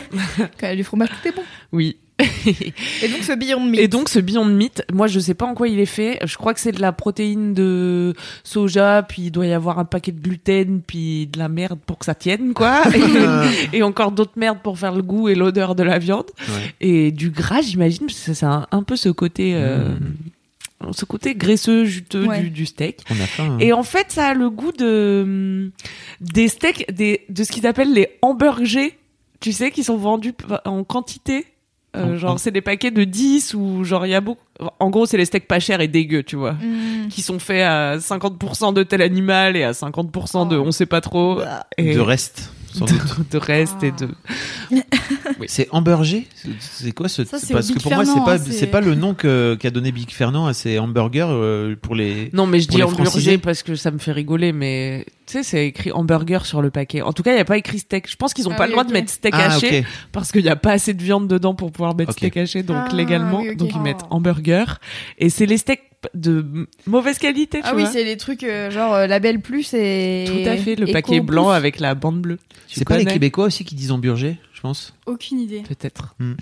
Speaker 1: Quand il y a du fromage, tout est bon.
Speaker 2: Oui.
Speaker 1: Et donc ce billon de mie.
Speaker 2: Et donc ce Beyond Meat, moi je sais pas en quoi il est fait. Je crois que c'est de la protéine de soja, puis il doit y avoir un paquet de gluten, puis de la merde pour que ça tienne quoi.
Speaker 3: Euh,
Speaker 2: et, et encore d'autres merdes pour faire le goût et l'odeur de la viande.
Speaker 3: Ouais.
Speaker 2: Et du gras j'imagine, parce que c'est un, un peu ce côté, euh, ce côté graisseux, juteux
Speaker 1: Ouais.
Speaker 2: du, du steak.
Speaker 3: On a faim. hein.
Speaker 2: Et en fait, ça a le goût de mm, des steaks, des, de ce qu'ils appellent les hamburgers, tu sais, qui sont vendus p- en quantité. Euh,
Speaker 3: En- en-
Speaker 2: genre, c'est des paquets de 10 ou genre, il y a beaucoup. En gros, c'est les steaks pas chers et dégueux, tu vois.
Speaker 1: Mm.
Speaker 2: Qui sont faits à 50% de tel animal et à 50% de
Speaker 1: Oh.
Speaker 2: on sait pas trop.
Speaker 4: Bah.
Speaker 2: Et
Speaker 3: De reste, sans doute.
Speaker 2: de, de reste et de.
Speaker 4: Ah.
Speaker 3: C'est hamburger C'est- C'est quoi ce
Speaker 4: Ça,
Speaker 3: c'est
Speaker 4: c'est au
Speaker 3: Parce que
Speaker 4: Big
Speaker 3: pour moi, c'est
Speaker 4: Fernand,
Speaker 3: pas,
Speaker 4: hein, c'est-
Speaker 3: c'est pas le nom que- qu'a donné Big Fernand à ses hamburgers euh, pour les.
Speaker 2: Non, mais je
Speaker 3: Pour
Speaker 2: dis
Speaker 3: les Francisés.
Speaker 2: hamburger parce que ça me fait rigoler, mais tu sais, c'est écrit hamburger sur le paquet. En tout cas, il n'y a pas écrit steak. Je pense qu'ils ont
Speaker 4: Ah
Speaker 2: pas
Speaker 4: oui,
Speaker 2: le droit
Speaker 4: ok.
Speaker 2: de mettre steak
Speaker 3: Ah,
Speaker 2: haché.
Speaker 3: ok.
Speaker 2: parce qu'il n'y a pas assez de viande dedans pour pouvoir mettre
Speaker 3: Ok.
Speaker 2: steak haché, donc
Speaker 1: Ah,
Speaker 2: légalement.
Speaker 1: oui, ok.
Speaker 2: Donc ils
Speaker 4: Oh.
Speaker 2: mettent hamburger. Et c'est les steaks de m- mauvaise qualité, tu
Speaker 1: Ah oui,
Speaker 2: vois.
Speaker 1: c'est les trucs euh, genre euh, label plus et.
Speaker 2: Tout à fait, le
Speaker 1: et
Speaker 2: paquet
Speaker 1: Eco
Speaker 2: blanc
Speaker 1: plus.
Speaker 2: avec la bande bleue. Tu
Speaker 3: C'est pas les
Speaker 2: connais
Speaker 3: Québécois aussi qui disent hamburger, je pense
Speaker 4: Aucune idée.
Speaker 2: Peut-être.
Speaker 3: Hmm.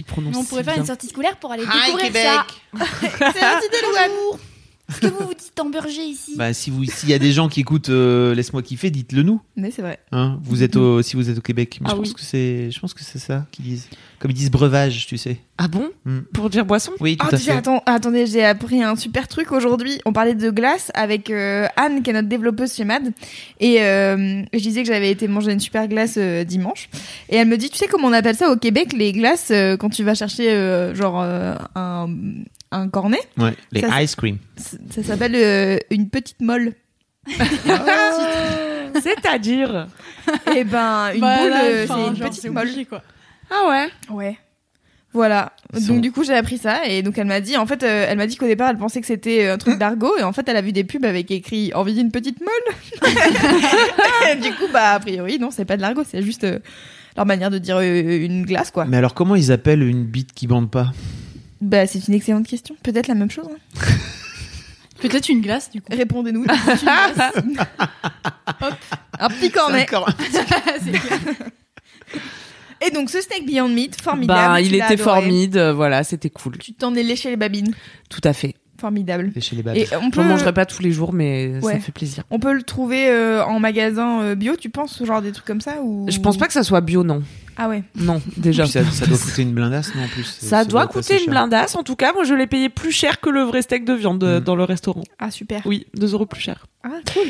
Speaker 2: Ils prononcent
Speaker 4: Mais on pourrait
Speaker 2: si
Speaker 4: faire
Speaker 2: bien.
Speaker 4: une sortie scolaire pour aller
Speaker 5: Hi,
Speaker 4: découvrir
Speaker 5: Québec.
Speaker 4: ça.
Speaker 1: Oh, C'est la petite Elouane.
Speaker 5: Est-ce que vous vous dites hamburger ici
Speaker 3: Bah, si vous, s'il y a des gens qui écoutent, euh, laisse-moi kiffer, dites-le nous.
Speaker 1: Mais c'est vrai.
Speaker 3: Hein, vous êtes au, si vous êtes au Québec, Mais
Speaker 2: Ah
Speaker 3: je pense
Speaker 2: oui.
Speaker 3: que c'est, je pense que c'est ça qu'ils disent. Comme ils disent breuvage, tu sais.
Speaker 2: Ah bon
Speaker 3: Hmm.
Speaker 2: Pour dire boisson
Speaker 3: Oui, tout
Speaker 1: Oh,
Speaker 3: à
Speaker 1: déjà,
Speaker 3: fait.
Speaker 1: attends- attendez, j'ai appris un super truc aujourd'hui. On parlait de glace avec euh, Anne, qui est notre développeuse chez MAD. Et euh, je disais que j'avais été manger une super glace euh, dimanche. Et elle me dit, tu sais comment on appelle ça au Québec, les glaces, euh, quand tu vas chercher euh, genre euh, un, un cornet
Speaker 3: Ouais, les
Speaker 1: Ça, c'est-
Speaker 3: ice cream.
Speaker 1: Ça ça s'appelle euh, une petite molle. Ah.
Speaker 2: C'est-à-dire
Speaker 1: Et ben, une
Speaker 4: Bah,
Speaker 1: boule,
Speaker 4: là,
Speaker 1: euh,
Speaker 4: enfin,
Speaker 1: c'est une
Speaker 4: genre,
Speaker 1: petite
Speaker 4: c'est
Speaker 1: molle.
Speaker 4: obligé, quoi.
Speaker 2: Ah ouais
Speaker 1: Ouais. Voilà.
Speaker 3: Ils sont-
Speaker 1: Donc du coup, j'ai appris ça et donc elle m'a dit en fait euh, elle m'a dit qu'au départ, elle pensait que c'était euh, un truc d'argot et en fait, elle a vu des pubs avec écrit envie d'une petite molle. Et du coup, bah a priori, non, c'est pas de l'argot, c'est juste euh, leur manière de dire euh, une glace quoi.
Speaker 3: Mais alors, comment ils appellent une bite qui bande pas
Speaker 1: Bah, c'est une excellente question. Peut-être la même chose. hein.
Speaker 4: Peut-être une glace, du coup.
Speaker 1: Répondez-nous. Hop, un petit cornet.
Speaker 3: Encore.
Speaker 4: C'est clair.
Speaker 1: Et donc ce steak Beyond Meat, formidable.
Speaker 2: Bah,
Speaker 1: tu
Speaker 2: il
Speaker 1: l'as
Speaker 2: était
Speaker 1: adoré.
Speaker 2: formide, euh, voilà, c'était cool.
Speaker 1: Tu t'en es léché les babines.
Speaker 2: Tout à fait.
Speaker 1: Formidable.
Speaker 3: Et chez les babes.
Speaker 1: Et on
Speaker 2: Je
Speaker 1: peut,
Speaker 2: ne mangerai pas tous les jours, mais
Speaker 1: Ouais.
Speaker 2: ça fait plaisir.
Speaker 1: on peut le trouver euh, en magasin euh, bio, tu penses, ce genre des trucs comme ça ou...
Speaker 2: Je pense pas que ça soit bio, non.
Speaker 1: Ah ouais.
Speaker 2: Non, déjà.
Speaker 3: Puis ça, ça doit coûter une blindasse, non en plus
Speaker 2: Ça doit
Speaker 3: être
Speaker 2: coûter
Speaker 3: assez
Speaker 2: une
Speaker 3: cher.
Speaker 2: blindasse. En tout cas, moi, je l'ai payé plus cher que le vrai steak de viande euh,
Speaker 3: Mm.
Speaker 2: dans le restaurant.
Speaker 1: Ah super.
Speaker 2: Oui, 2 euros plus cher.
Speaker 1: Ah cool.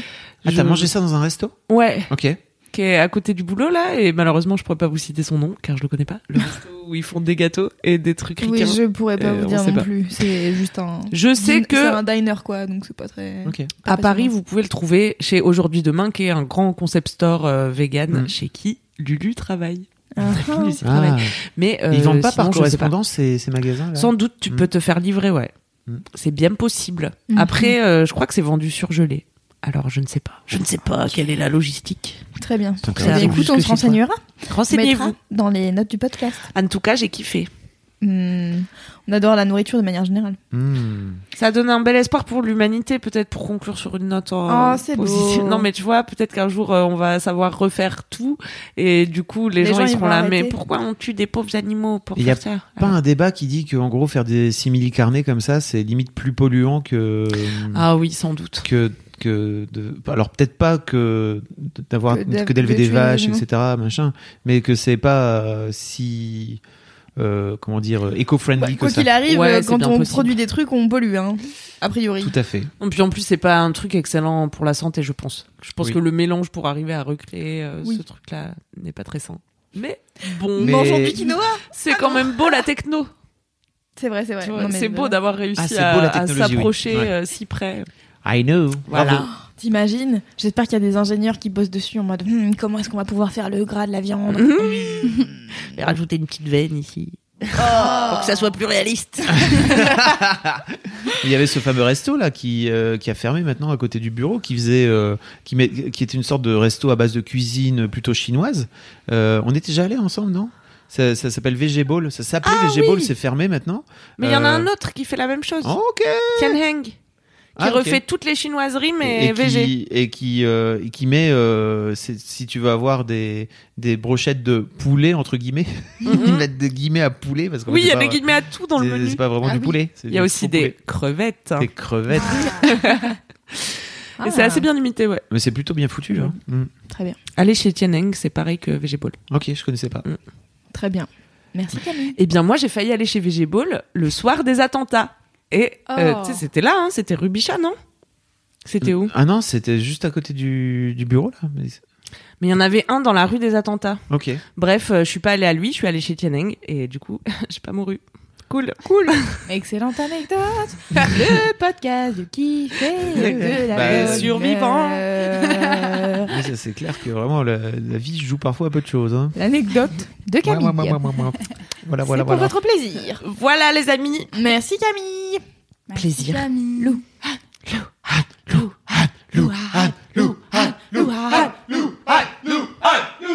Speaker 3: Ah,
Speaker 2: Je-
Speaker 3: t'as mangé ça dans un resto
Speaker 2: Ouais.
Speaker 3: Ok.
Speaker 2: qui est à côté du boulot là et malheureusement je pourrais pas vous citer son nom car je le connais pas le resto où ils font des gâteaux et des trucs ricains. je...
Speaker 1: pourrais
Speaker 2: Euh, on sait pas.
Speaker 1: plus. C'est juste un.
Speaker 2: sais
Speaker 1: Din- C'est
Speaker 2: que
Speaker 1: un diner quoi, donc c'est pas très.
Speaker 3: Ok.
Speaker 2: à Paris
Speaker 1: passionnant.
Speaker 2: vous pouvez le trouver chez Aujourd'hui Demain qui est un grand concept store euh, vegan
Speaker 3: Mm.
Speaker 2: chez qui Lulu travaille.
Speaker 1: Ah, ah.
Speaker 2: Lulu s'y
Speaker 3: Ah,
Speaker 2: travaille. Mais euh,
Speaker 3: ils vendent pas
Speaker 2: sinon,
Speaker 3: par
Speaker 2: je sais pas.
Speaker 3: correspondance ces, ces magasins là
Speaker 2: Sans doute tu
Speaker 3: Mm.
Speaker 2: peux te faire livrer ouais.
Speaker 3: Mm.
Speaker 2: C'est bien possible.
Speaker 1: Mm.
Speaker 4: Mhm.
Speaker 2: Après euh, je crois que c'est vendu surgelé. Alors je ne sais pas. Je ne sais pas quelle est la logistique.
Speaker 1: Très bien.
Speaker 3: C'est
Speaker 1: Eh bien,
Speaker 2: Ça arrive
Speaker 1: écoute,
Speaker 2: jusque
Speaker 1: on
Speaker 2: chez
Speaker 1: se
Speaker 2: toi.
Speaker 1: renseignera. On mettra
Speaker 2: Renseignez-vous.
Speaker 1: dans les notes du podcast.
Speaker 2: En tout cas j'ai kiffé.
Speaker 1: Hmm. On adore la nourriture de manière générale.
Speaker 3: Hmm.
Speaker 2: Ça donne un bel espoir pour l'humanité, peut-être pour conclure sur une note en
Speaker 1: Ah, c'est
Speaker 2: positive.
Speaker 1: beau.
Speaker 2: Non, mais tu vois, peut-être qu'un jour euh, on va savoir refaire tout et du coup les,
Speaker 1: Les
Speaker 2: gens,
Speaker 1: gens,
Speaker 2: ils
Speaker 1: ils
Speaker 2: seront
Speaker 1: vont
Speaker 2: là.
Speaker 1: arrêter.
Speaker 2: Mais pourquoi on tue des pauvres animaux pour
Speaker 3: Il y
Speaker 2: faire
Speaker 3: a
Speaker 2: ça
Speaker 3: Pas un débat qui dit que en gros faire des simili carnets comme ça c'est limite plus polluant que
Speaker 2: Ah oui, sans doute.
Speaker 3: que que de alors peut-être pas que de- d'avoir
Speaker 1: Que d'av-
Speaker 3: que d'élever
Speaker 1: de
Speaker 3: des
Speaker 1: tuer
Speaker 3: vaches
Speaker 1: les animaux.
Speaker 3: etc machin mais que c'est pas euh, si euh, comment dire
Speaker 1: Bah,
Speaker 3: éco-friendly que
Speaker 1: quoi
Speaker 3: ça.
Speaker 1: qu'il arrive,
Speaker 2: Ouais,
Speaker 1: euh,
Speaker 2: c'est
Speaker 1: quand
Speaker 2: bien
Speaker 1: on
Speaker 2: possible.
Speaker 1: produit des trucs, on pollue, hein, a priori.
Speaker 3: Tout à fait.
Speaker 2: Et puis en plus, c'est pas un truc excellent pour la santé, je pense. Je pense
Speaker 3: Oui.
Speaker 2: que le mélange pour arriver à recréer euh,
Speaker 1: Oui.
Speaker 2: ce truc-là n'est pas très sain. Mais bon,
Speaker 3: Mais-
Speaker 1: Mangeons du quinoa
Speaker 2: c'est quand même beau la techno.
Speaker 1: C'est vrai, c'est vrai.
Speaker 2: Tu vois,
Speaker 1: Non, mais
Speaker 2: c'est beau
Speaker 1: vraiment.
Speaker 2: d'avoir réussi
Speaker 3: Ah, c'est
Speaker 2: à-
Speaker 3: beau, la
Speaker 2: à,
Speaker 3: technologie, oui.
Speaker 2: s'approcher
Speaker 3: Ouais.
Speaker 2: euh, si près.
Speaker 3: I know.
Speaker 2: Voilà.
Speaker 1: Ah, T'imagines J'espère qu'il y a des ingénieurs qui bossent dessus en mode Hmm, comment est-ce qu'on va pouvoir faire le gras de la viande
Speaker 2: Mmh. Mais rajouter une petite veine ici.
Speaker 1: Oh.
Speaker 2: Pour que ça soit plus réaliste.
Speaker 3: Il y avait ce fameux resto là qui euh, qui a fermé maintenant à côté du bureau, qui faisait, euh, qui, met- qui était une sorte de resto à base de cuisine plutôt chinoise. Euh, on était déjà allé ensemble, non Ça, ça s'appelle VG Ball. Ça s'appelait VG Ball, c'est fermé maintenant.
Speaker 2: Ah Mais il y en a
Speaker 3: Euh, Ah,
Speaker 2: un autre qui fait la même chose.
Speaker 3: Ok.
Speaker 2: Tian Heng. Qui
Speaker 3: Ah, ok.
Speaker 2: refait toutes les chinoiseries, mais
Speaker 3: et,
Speaker 2: végé.
Speaker 3: qui, et qui euh, et qui met euh, c'est- si tu veux avoir des des brochettes de poulet entre guillemets, ils
Speaker 2: Mhm.
Speaker 3: mettent des guillemets à poulet parce que
Speaker 2: Oui, il y a des guillemets à tout dans le menu.
Speaker 3: C'est pas vraiment
Speaker 4: Ah
Speaker 3: du
Speaker 4: oui.
Speaker 3: poulet. c'est
Speaker 2: Il y a
Speaker 3: du
Speaker 2: aussi
Speaker 3: faux
Speaker 2: des Ah.
Speaker 3: poulet.
Speaker 2: crevettes. hein.
Speaker 3: des crevettes.
Speaker 2: Et c'est assez bien limité, ouais.
Speaker 3: Mais c'est plutôt bien foutu. hein. Mm.
Speaker 1: Ah, Très bien,
Speaker 2: Allez chez Tian Heng, c'est pareil que VG Ball.
Speaker 3: Ok, je connaissais
Speaker 2: Mm.
Speaker 3: pas.
Speaker 1: très bien. Merci Camille.
Speaker 2: Eh bien, moi, j'ai failli aller chez VG Ball le soir des attentats. Et euh,
Speaker 4: Oh.
Speaker 2: tu sais, c'était là, hein, c'était Rubicha, non C'était où
Speaker 3: Ah non, c'était juste à côté du, du bureau là. mais-
Speaker 2: Mais il y en avait un dans la rue des attentats.
Speaker 3: Ok.
Speaker 2: Bref, euh, je suis pas allée à lui, je suis allée chez Tian Heng et du coup, j'ai pas mouru. Cool. Cool.
Speaker 1: Excellente anecdote Le podcast du kiff et de la Euh,
Speaker 3: Bah,
Speaker 1: bonne
Speaker 2: survivant.
Speaker 1: humeur.
Speaker 3: Oui, ça, c'est clair que vraiment la, la vie joue parfois à peu de choses. Hein.
Speaker 1: L'anecdote de Camille.
Speaker 3: Moi, moi, moi, moi, moi. Voilà,
Speaker 1: C'est
Speaker 3: voilà,
Speaker 1: pour
Speaker 3: voilà.
Speaker 1: votre plaisir.
Speaker 2: Voilà, les amis.
Speaker 1: Merci Camille
Speaker 2: Plaisir.
Speaker 4: Camille.
Speaker 3: Ah,
Speaker 4: Ah,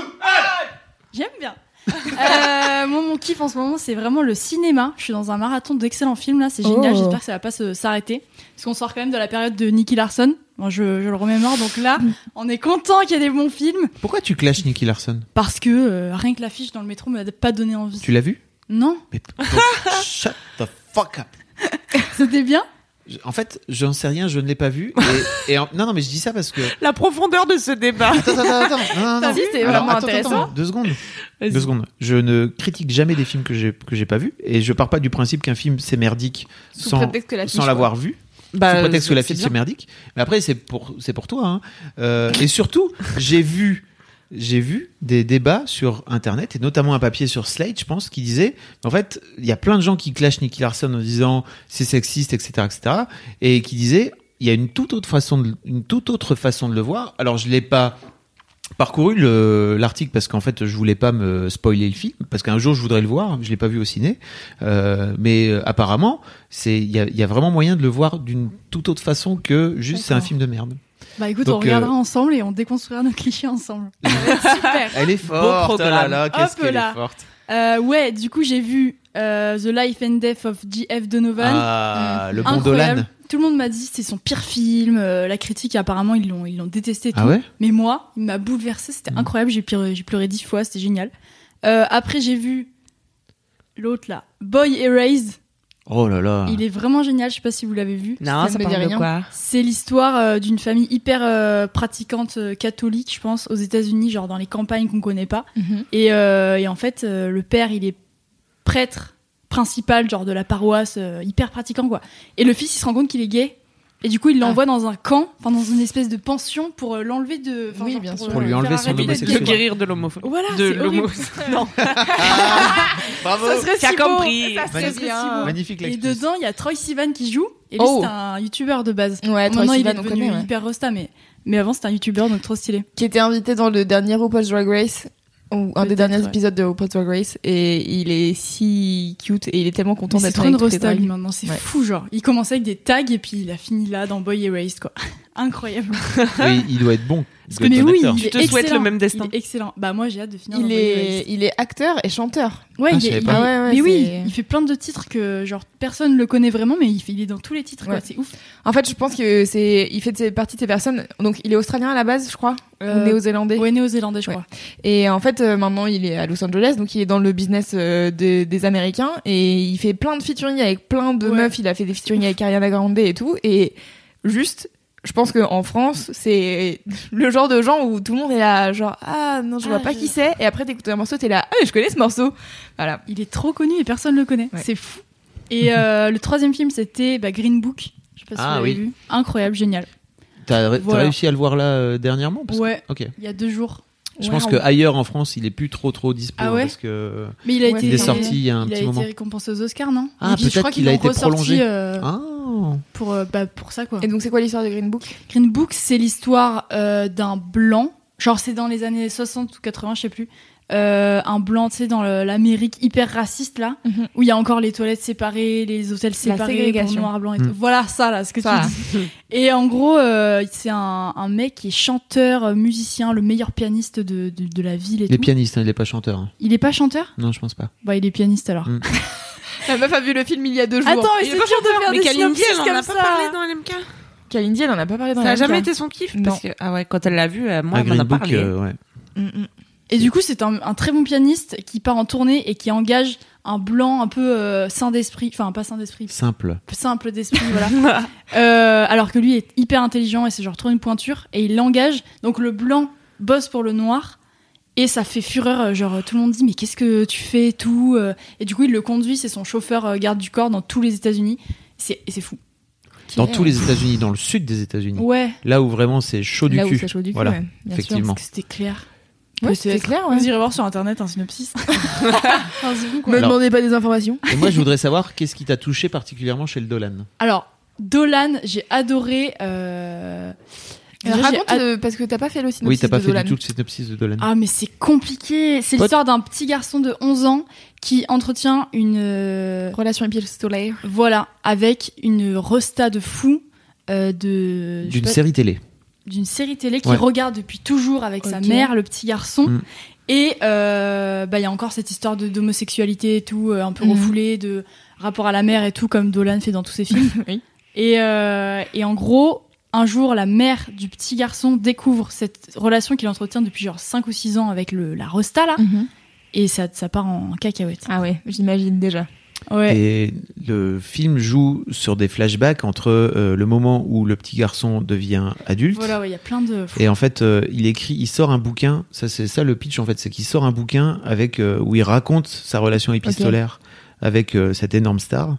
Speaker 4: J'aime bien. Euh, moi, mon kiff en ce moment, c'est vraiment le cinéma. Je suis dans un marathon d'excellents films là, c'est génial.
Speaker 1: Oh.
Speaker 4: J'espère que ça va pas se- s'arrêter. Parce qu'on sort quand même de la période de Nicky Larson. Moi, je, je le remémore. Donc là,
Speaker 3: Mm.
Speaker 4: on est content qu'il y ait des bons films.
Speaker 3: Pourquoi tu clashes Nicky Larson
Speaker 4: Parce que euh, rien que l'affiche dans le métro m'a pas donné envie.
Speaker 3: Tu l'as vu
Speaker 4: Non,
Speaker 3: Mais donc, shut the fuck up.
Speaker 4: c'était bien.
Speaker 3: Je- En fait, j'en sais rien, je ne l'ai pas vu. Et, et en- non, non, mais je dis ça parce que.
Speaker 2: La profondeur de ce débat.
Speaker 3: Attends, attends, attends, attends. Non, non, non.
Speaker 1: Ah Si, c'était
Speaker 3: Alors,
Speaker 1: vraiment
Speaker 3: attends,
Speaker 1: intéressant.
Speaker 3: attends, deux secondes.
Speaker 2: Vas-y.
Speaker 3: Deux secondes. Je ne critique jamais des films que j'ai que j'ai pas vus et je pars pas du principe qu'un film c'est merdique
Speaker 1: Sous
Speaker 3: sans
Speaker 1: prétexte que la
Speaker 3: sans l'avoir vu.
Speaker 2: Bah,
Speaker 3: sous prétexte que la
Speaker 2: c'est
Speaker 3: fille
Speaker 2: bien.
Speaker 3: c'est merdique. Mais après, c'est pour, c'est pour toi. hein. Euh, et surtout, j'ai vu, j'ai vu des débats sur Internet et notamment un papier sur Slate, je pense, qui disait, en fait, il y a plein de gens qui clashent Nicky Larson en disant c'est sexiste, etc., etc., et qui disaient il y a une toute autre façon, de, une toute autre façon de le voir. Alors, je l'ai pas parcouru le- l'article parce qu'en fait je voulais pas me spoiler le film parce qu'un jour je voudrais le voir je l'ai pas vu au ciné Euh, mais euh, apparemment c'est il y a, il y a vraiment moyen de le voir d'une toute autre façon que juste c'est un
Speaker 4: D'accord.
Speaker 3: film de merde
Speaker 4: Bah écoute,
Speaker 3: Donc,
Speaker 4: on regardera
Speaker 3: euh,
Speaker 4: ensemble et on déconstruira nos clichés ensemble. Ça va être Super.
Speaker 3: elle est forte oh là
Speaker 2: programme.
Speaker 3: là qu'est-ce
Speaker 4: Hop
Speaker 3: qu'elle
Speaker 4: là.
Speaker 3: est forte
Speaker 4: Euh, ouais, du coup, j'ai vu euh, The Life and Death of G.F. Donovan.
Speaker 3: ah le bon
Speaker 4: Incroyable.
Speaker 3: Dolan
Speaker 4: Tout le monde m'a dit c'est son pire film. euh, la critique, apparemment, ils l'ont, ils l'ont détesté. et
Speaker 3: Ah
Speaker 4: tout.
Speaker 3: ouais Mmh.
Speaker 4: Mais moi, il m'a bouleversé. C'était incroyable. J'ai pleuré, j'ai pleuré dix fois. C'était génial. Euh, après, j'ai vu l'autre là, Boy Erased.
Speaker 3: Oh là là.
Speaker 4: Il est vraiment génial. Je sais pas si vous l'avez vu.
Speaker 2: Non, ça
Speaker 4: me dit
Speaker 2: parle de
Speaker 4: rien.
Speaker 2: quoi
Speaker 4: C'est l'histoire euh, d'une famille hyper euh, pratiquante euh, catholique, je pense, aux États-Unis, genre dans les campagnes qu'on connaît pas. Et, euh, et en fait, euh, le père, il est prêtre principal, genre de la paroisse, euh, hyper pratiquant, quoi. Et le fils, il se rend compte qu'il est gay. Et du coup,
Speaker 1: Ah.
Speaker 4: il l'envoie dans un camp, enfin dans une espèce de pension pour euh, l'enlever de. enfin,
Speaker 1: Oui,
Speaker 4: genre,
Speaker 1: bien sûr.
Speaker 4: euh,
Speaker 3: Pour lui
Speaker 4: faire
Speaker 3: enlever son
Speaker 4: arrêter d'être
Speaker 2: Le
Speaker 3: homosexualité.
Speaker 4: gay, quoi.
Speaker 2: guérir de l'homophobie.
Speaker 4: Voilà,
Speaker 2: de Ah,
Speaker 4: c'est horrible.
Speaker 2: l'homo. Non,
Speaker 3: Bravo.
Speaker 4: Ça serait
Speaker 2: t'as
Speaker 4: si beau.
Speaker 2: compris.
Speaker 4: Ça serait
Speaker 3: Magnifique.
Speaker 4: si beau.
Speaker 3: Magnifique
Speaker 4: Et
Speaker 3: l'actrice.
Speaker 4: dedans, il y a Troy Sivan qui joue. Et lui,
Speaker 1: Oh.
Speaker 4: c'est un youtubeur de base.
Speaker 1: Ouais, Troy
Speaker 4: Maintenant, il est
Speaker 1: Sivan, on
Speaker 4: devenu
Speaker 1: connaît, ouais.
Speaker 4: hyper rosta, mais, mais avant, c'était un youtubeur, donc trop stylé.
Speaker 1: qui était invité dans le dernier RuPaul's Drag Race ou un des
Speaker 4: Peut-être,
Speaker 1: derniers
Speaker 4: ouais.
Speaker 1: épisodes de RuPaul's Drag Race et il est si cute et il est tellement content
Speaker 4: C'est
Speaker 1: d'être
Speaker 4: trop une
Speaker 1: avec toutes les
Speaker 4: rosta, lui,
Speaker 1: drags.
Speaker 4: maintenant. C'est
Speaker 1: Ouais.
Speaker 4: fou, genre. Il commençait avec des tags et puis il a fini là dans Boy Erased, quoi. Incroyable.
Speaker 3: Oui, il doit être bon. Il doit
Speaker 4: mais
Speaker 3: être un
Speaker 4: oui,
Speaker 3: acteur.
Speaker 4: il est
Speaker 2: te souhaites
Speaker 4: excellent.
Speaker 2: le même destin.
Speaker 4: Il est excellent. Bah, moi, j'ai hâte de finir dans
Speaker 1: Il
Speaker 4: Boy
Speaker 1: est,
Speaker 4: Erased.
Speaker 1: il est acteur et chanteur.
Speaker 4: Ouais,
Speaker 3: Ah,
Speaker 4: il
Speaker 3: je
Speaker 4: est-
Speaker 3: savais
Speaker 4: il
Speaker 3: pas.
Speaker 4: est-
Speaker 1: Ah ouais, ouais,
Speaker 4: mais oui,
Speaker 1: c'est-
Speaker 4: il fait plein de titres que genre personne le connaît vraiment, mais il, fait- il est dans tous les titres. quoi.
Speaker 1: Ouais.
Speaker 4: C'est ouf.
Speaker 1: En fait, je pense que c'est, il fait de- partie de ces personnes. Donc, il est australien à la base, je crois,
Speaker 4: Euh,
Speaker 1: ou néo-zélandais.
Speaker 4: Ouais, néo-zélandais, je
Speaker 1: Ouais.
Speaker 4: crois.
Speaker 1: Et en fait, euh, maintenant, il est à Los Angeles, donc il est dans le business euh, des- des Américains et il fait plein de featuring avec plein de
Speaker 4: Ouais.
Speaker 1: meufs. Il a fait des featuring avec Ariana Grande et tout. Et juste, je pense qu'en France, c'est le genre de gens où tout le monde est là, genre ah non, je
Speaker 4: Ah,
Speaker 1: vois pas
Speaker 4: je-
Speaker 1: qui c'est. Et après, t'écoutes un morceau, t'es là, ah mais je connais ce morceau. Voilà.
Speaker 4: Il est trop connu et personne le connaît.
Speaker 1: Ouais.
Speaker 4: C'est fou. Et euh, le troisième film, c'était bah, Green Book. Je sais pas si
Speaker 3: Ah,
Speaker 4: vous l'avez
Speaker 3: oui.
Speaker 4: vu. Incroyable, génial.
Speaker 3: T'as t'as
Speaker 4: Voilà.
Speaker 3: réussi à le voir là euh, dernièrement parce que-
Speaker 4: Ouais,
Speaker 3: Ok.
Speaker 4: il y a deux jours.
Speaker 3: Je pense que ailleurs en France, il est plus trop trop dispo
Speaker 4: Ah ouais
Speaker 3: parce que
Speaker 4: Mais il a
Speaker 1: Ouais,
Speaker 4: été.
Speaker 3: il
Speaker 1: Et-
Speaker 3: est sorti il y a un
Speaker 4: il a
Speaker 3: petit
Speaker 4: été
Speaker 3: moment.
Speaker 4: récompensé aux Oscars, non
Speaker 3: Ah,
Speaker 4: Et puis, je
Speaker 3: peut-être
Speaker 4: crois
Speaker 3: qu'il
Speaker 4: qu'ils
Speaker 3: a
Speaker 4: l'ont
Speaker 3: été
Speaker 4: ressorti,
Speaker 3: prolongé.
Speaker 4: euh,
Speaker 3: Ah.
Speaker 4: pour, euh, bah, pour ça, quoi.
Speaker 1: Et donc, c'est quoi l'histoire de Green Book
Speaker 4: Green Book, c'est l'histoire euh, d'un blanc, genre c'est dans les années 60 ou 80, je sais plus, euh, un blanc, tu sais, dans le- l'Amérique hyper raciste, là,
Speaker 1: Mhm.
Speaker 4: où il y a encore les toilettes séparées, les hôtels séparés, pour
Speaker 1: ségrégation.
Speaker 4: noir, blanc et
Speaker 3: Mhm.
Speaker 4: tout. Voilà, ça, là, ce que
Speaker 1: Ça,
Speaker 4: tu dis. Et en gros, euh, c'est un, un mec qui est chanteur, euh, musicien, le meilleur pianiste de, de, de la ville et
Speaker 3: Il est
Speaker 4: tout.
Speaker 3: pianiste, hein, il est pas chanteur. hein.
Speaker 4: Il est pas chanteur
Speaker 3: Non, je pense pas.
Speaker 4: Bah, il est pianiste, alors.
Speaker 3: Mhm.
Speaker 1: La meuf a vu le film il y a deux jours.
Speaker 4: Attends, mais
Speaker 2: Il
Speaker 4: c'est
Speaker 2: est pas hein.
Speaker 4: dur de faire
Speaker 2: Mais
Speaker 4: des
Speaker 2: Kalindi,
Speaker 4: synopsis
Speaker 2: elle en
Speaker 4: comme
Speaker 2: a
Speaker 4: ça
Speaker 2: pas parlé dans LMK.
Speaker 1: Kalindi, elle en a pas parlé dans
Speaker 2: Ça n'a
Speaker 1: la
Speaker 2: jamais
Speaker 1: même
Speaker 2: été son kiff
Speaker 1: Non.
Speaker 2: parce que ah ouais, quand elle l'a vu, euh, moi,
Speaker 3: Ah,
Speaker 2: elle m'en a
Speaker 3: Green Book,
Speaker 2: parlé.
Speaker 3: euh, ouais.
Speaker 1: temps. Mm, mm.
Speaker 4: Et du coup, c'est un, un très bon pianiste qui part en tournée et qui engage un blanc un peu euh, sain d'esprit, enfin pas sain d'esprit,
Speaker 3: simple.
Speaker 4: simple d'esprit, voilà. Euh, alors que lui est hyper intelligent et c'est genre trop une pointure et il l'engage. Donc le blanc bosse pour le noir et ça fait fureur. euh, Genre tout le monde dit mais qu'est-ce que tu fais et tout. euh. Et du coup, il le conduit, c'est son chauffeur euh, garde du corps dans tous les États-Unis. C'est et c'est fou.
Speaker 3: Dans tous les États-Unis, dans le sud des États-Unis,
Speaker 4: Ouais,
Speaker 3: là où vraiment c'est chaud
Speaker 1: Là
Speaker 3: du
Speaker 1: où
Speaker 3: cul.
Speaker 1: ça chaud du cul,
Speaker 3: Voilà,
Speaker 1: ouais, bien sûr.
Speaker 3: effectivement.
Speaker 4: parce que c'était clair.
Speaker 1: Ouais, c'est
Speaker 4: Peut-être.
Speaker 1: clair, ouais.
Speaker 4: Vous irez voir sur internet un synopsis. Enfin, Ah, c'est fou, quoi.
Speaker 1: Me
Speaker 3: Alors-
Speaker 1: demandez pas des informations.
Speaker 3: Et moi, je voudrais savoir qu'est-ce qui t'a touché particulièrement chez le Dolan.
Speaker 4: Alors, Dolan, j'ai adoré. euh, déjà, j'ai
Speaker 1: Raconte
Speaker 4: ad-
Speaker 1: euh, parce que t'as pas fait le synopsis
Speaker 3: oui, t'as pas
Speaker 1: de
Speaker 3: fait
Speaker 1: Dolan.
Speaker 3: du tout le synopsis de Dolan.
Speaker 4: Ah, mais c'est compliqué. C'est
Speaker 3: Toi-
Speaker 4: l'histoire d'un petit garçon de 11 ans qui entretient une. euh,
Speaker 1: Relation épistolaire.
Speaker 4: Voilà, avec une resta de fou. euh, de je sais
Speaker 3: D'une
Speaker 4: pas-
Speaker 3: série télé.
Speaker 4: d'une série télé qu'il
Speaker 3: Ouais.
Speaker 4: regarde depuis toujours avec sa
Speaker 1: Ok.
Speaker 4: mère, le petit garçon.
Speaker 3: Mm.
Speaker 4: Et euh, bah, il y a encore cette histoire de- d'homosexualité et tout, euh, un peu
Speaker 1: Mm.
Speaker 4: refoulée, de rapport à la mère et tout, comme Dolan fait dans tous ses films.
Speaker 1: Oui.
Speaker 4: et, euh, et en gros, un jour, la mère du petit garçon découvre cette relation qu'il entretient depuis genre 5 ou 6 ans avec le, la Rosta,
Speaker 1: Mm.
Speaker 4: là,
Speaker 1: Mhm.
Speaker 4: et ça, ça part en cacahuète.
Speaker 1: Ah ouais, j'imagine déjà.
Speaker 4: Ouais.
Speaker 3: Et le film joue sur des flashbacks entre euh, le moment où le petit garçon devient adulte.
Speaker 4: Voilà, ouais, il y a plein de.
Speaker 3: Et en fait, euh, il écrit, il sort un bouquin. Ça, c'est ça le pitch en fait, c'est qu'il sort un bouquin avec euh, où il raconte sa relation épistolaire avec euh, cette énorme star.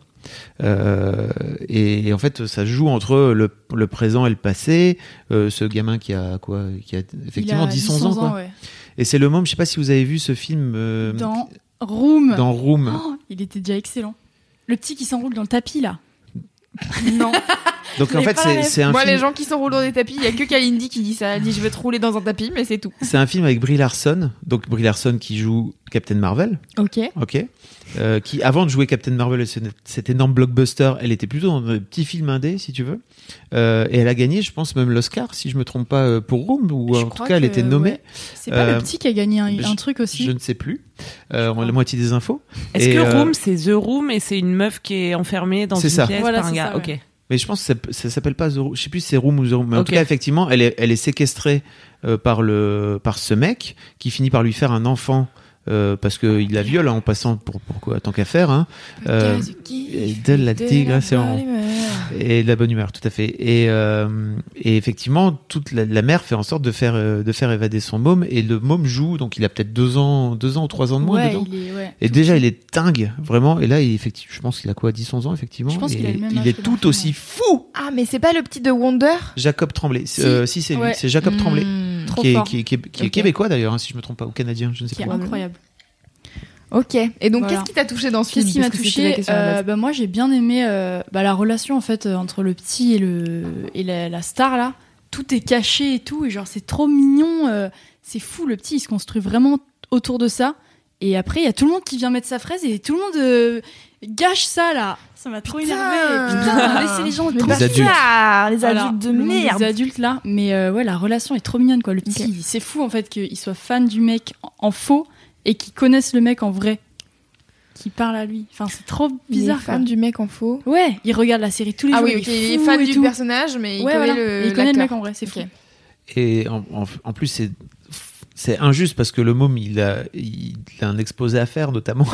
Speaker 3: Euh, et, et en fait, ça joue entre le, le présent et le passé. Euh, ce gamin qui a quoi, qui a effectivement
Speaker 4: Il a
Speaker 3: 10 11 ans. quoi.
Speaker 4: ouais.
Speaker 3: Et c'est le moment. Je sais pas si vous avez vu ce film euh,
Speaker 4: Dans Room.
Speaker 3: dans Room.
Speaker 4: Oh, il était déjà excellent. Le petit qui s'enroule dans le tapis là.
Speaker 1: Non.
Speaker 3: Donc en
Speaker 4: l'ai
Speaker 3: fait,
Speaker 4: pas
Speaker 3: c'est
Speaker 4: la
Speaker 3: c'est un
Speaker 1: Moi,
Speaker 3: film.
Speaker 1: les gens qui s'enroulent dans des tapis, il y a que Kalindi qui dit ça. Elle dit je vais te rouler dans un tapis, mais c'est tout.
Speaker 3: C'est un film avec Brie Larson, donc Brie Larson qui joue Captain Marvel.
Speaker 1: Ok.
Speaker 3: Ok. Euh, qui avant de jouer Captain Marvel, et ce- cet énorme blockbuster, elle était plutôt dans un petit film indé, si tu veux. Euh, et elle a gagné, je pense, même l'Oscar, si je me trompe pas, euh, pour Room, ou
Speaker 4: Je
Speaker 3: en tout
Speaker 4: crois
Speaker 3: cas, elle
Speaker 4: que-
Speaker 3: était nommée.
Speaker 4: ouais. C'est pas
Speaker 3: Euh,
Speaker 4: le petit qui a gagné un,
Speaker 3: je-
Speaker 4: un truc aussi.
Speaker 3: Je ne sais plus. Euh, on a la moitié des infos.
Speaker 2: Est-ce
Speaker 3: Et,
Speaker 2: que
Speaker 3: euh,
Speaker 2: Room, c'est The Room et c'est une meuf qui est enfermée dans
Speaker 3: C'est
Speaker 2: une
Speaker 3: ça.
Speaker 2: pièce
Speaker 4: Voilà,
Speaker 2: par un
Speaker 4: c'est
Speaker 2: gars
Speaker 4: ça, ouais.
Speaker 2: Ok.
Speaker 3: Mais je pense que ça, ça s'appelle pas The Room. Je sais plus si c'est Room ou The Room. Mais en
Speaker 2: Ok.
Speaker 3: tout cas, effectivement, elle est, elle est séquestrée euh, par, le, par ce mec qui finit par lui faire un enfant. euh, parce qu'il la viole hein, en passant pour, pour quoi, tant qu'à faire. Hein. Euh, et de la digression. Et de la bonne humeur, tout à fait. Et, euh, et effectivement, toute la, la mère fait en sorte de faire, euh, de faire évader son môme. Et le môme joue, donc il a peut-être deux ans, deux ans ou trois ans de moins
Speaker 4: ouais,
Speaker 3: dedans.
Speaker 4: il est, ouais.
Speaker 3: Et déjà, il est dingue, vraiment. Et là, il, effectivement, je pense qu'il a quoi, 10-11 ans, effectivement.
Speaker 4: Je pense
Speaker 3: Et
Speaker 4: qu'il a le même
Speaker 3: il
Speaker 4: âge
Speaker 3: est
Speaker 4: que
Speaker 3: tout
Speaker 4: l'enfant,
Speaker 3: aussi
Speaker 4: ouais.
Speaker 3: fou.
Speaker 1: Ah, mais c'est pas le petit de Wonder
Speaker 3: Jacob Tremblay. Si, si c'est lui.
Speaker 4: Ouais. Mmh,
Speaker 3: C'est Jacob Tremblay.
Speaker 1: Hmm.
Speaker 4: Trop
Speaker 3: Qui est,
Speaker 4: fort.
Speaker 3: qui est- qui est- qui est
Speaker 1: Ok.
Speaker 3: québécois d'ailleurs, hein, si je me trompe pas, ou canadien, je ne sais
Speaker 4: Qui
Speaker 3: pas.
Speaker 4: est incroyable.
Speaker 1: Ok. Et donc,
Speaker 4: Voilà.
Speaker 1: qu'est-ce qui t'a touché Euh, dans ce film
Speaker 4: Qu'est-ce qui m'a
Speaker 1: Parce que c'était la
Speaker 4: touché
Speaker 1: question à la base.
Speaker 4: Moi, j'ai bien aimé euh, bah, la relation en fait euh, entre le petit et le et la, la star là. Tout est caché et tout, et genre c'est trop mignon. euh, c'est fou, le petit, il se construit vraiment autour de ça. Et après, il y a tout le monde qui vient mettre sa fraise et tout le monde euh, gâche ça là. Ça m'a trop énervé. Putain, laissez les gens.
Speaker 1: Mais
Speaker 4: trop
Speaker 3: Les
Speaker 1: pas
Speaker 3: adultes.
Speaker 1: ça, les
Speaker 4: voilà,
Speaker 1: adultes de
Speaker 4: le monde des
Speaker 1: merde.
Speaker 4: adultes là, mais euh, ouais, la relation est trop mignonne quoi. Le petit,
Speaker 1: Ok.
Speaker 4: il- c'est fou en fait qu'il soit fan du mec en, en faux et qu'il connaisse le mec en vrai, qui parle à lui. Enfin, c'est trop bizarre.
Speaker 1: Il est
Speaker 4: quoi.
Speaker 1: fan du mec en faux.
Speaker 4: Ouais, il regarde la série tous les
Speaker 1: Ah
Speaker 4: jours.
Speaker 1: oui, ok, il est fan
Speaker 4: fou et
Speaker 1: du
Speaker 4: tout.
Speaker 1: personnage, mais il
Speaker 4: Ouais,
Speaker 1: connaît
Speaker 4: voilà.
Speaker 1: le.
Speaker 4: Et il connaît le
Speaker 1: l'acteur.
Speaker 4: mec en vrai, c'est fou.
Speaker 1: Ok.
Speaker 3: Et en, en- en plus, c'est. C'est injuste parce que le môme, il a, il a un exposé à faire, notamment.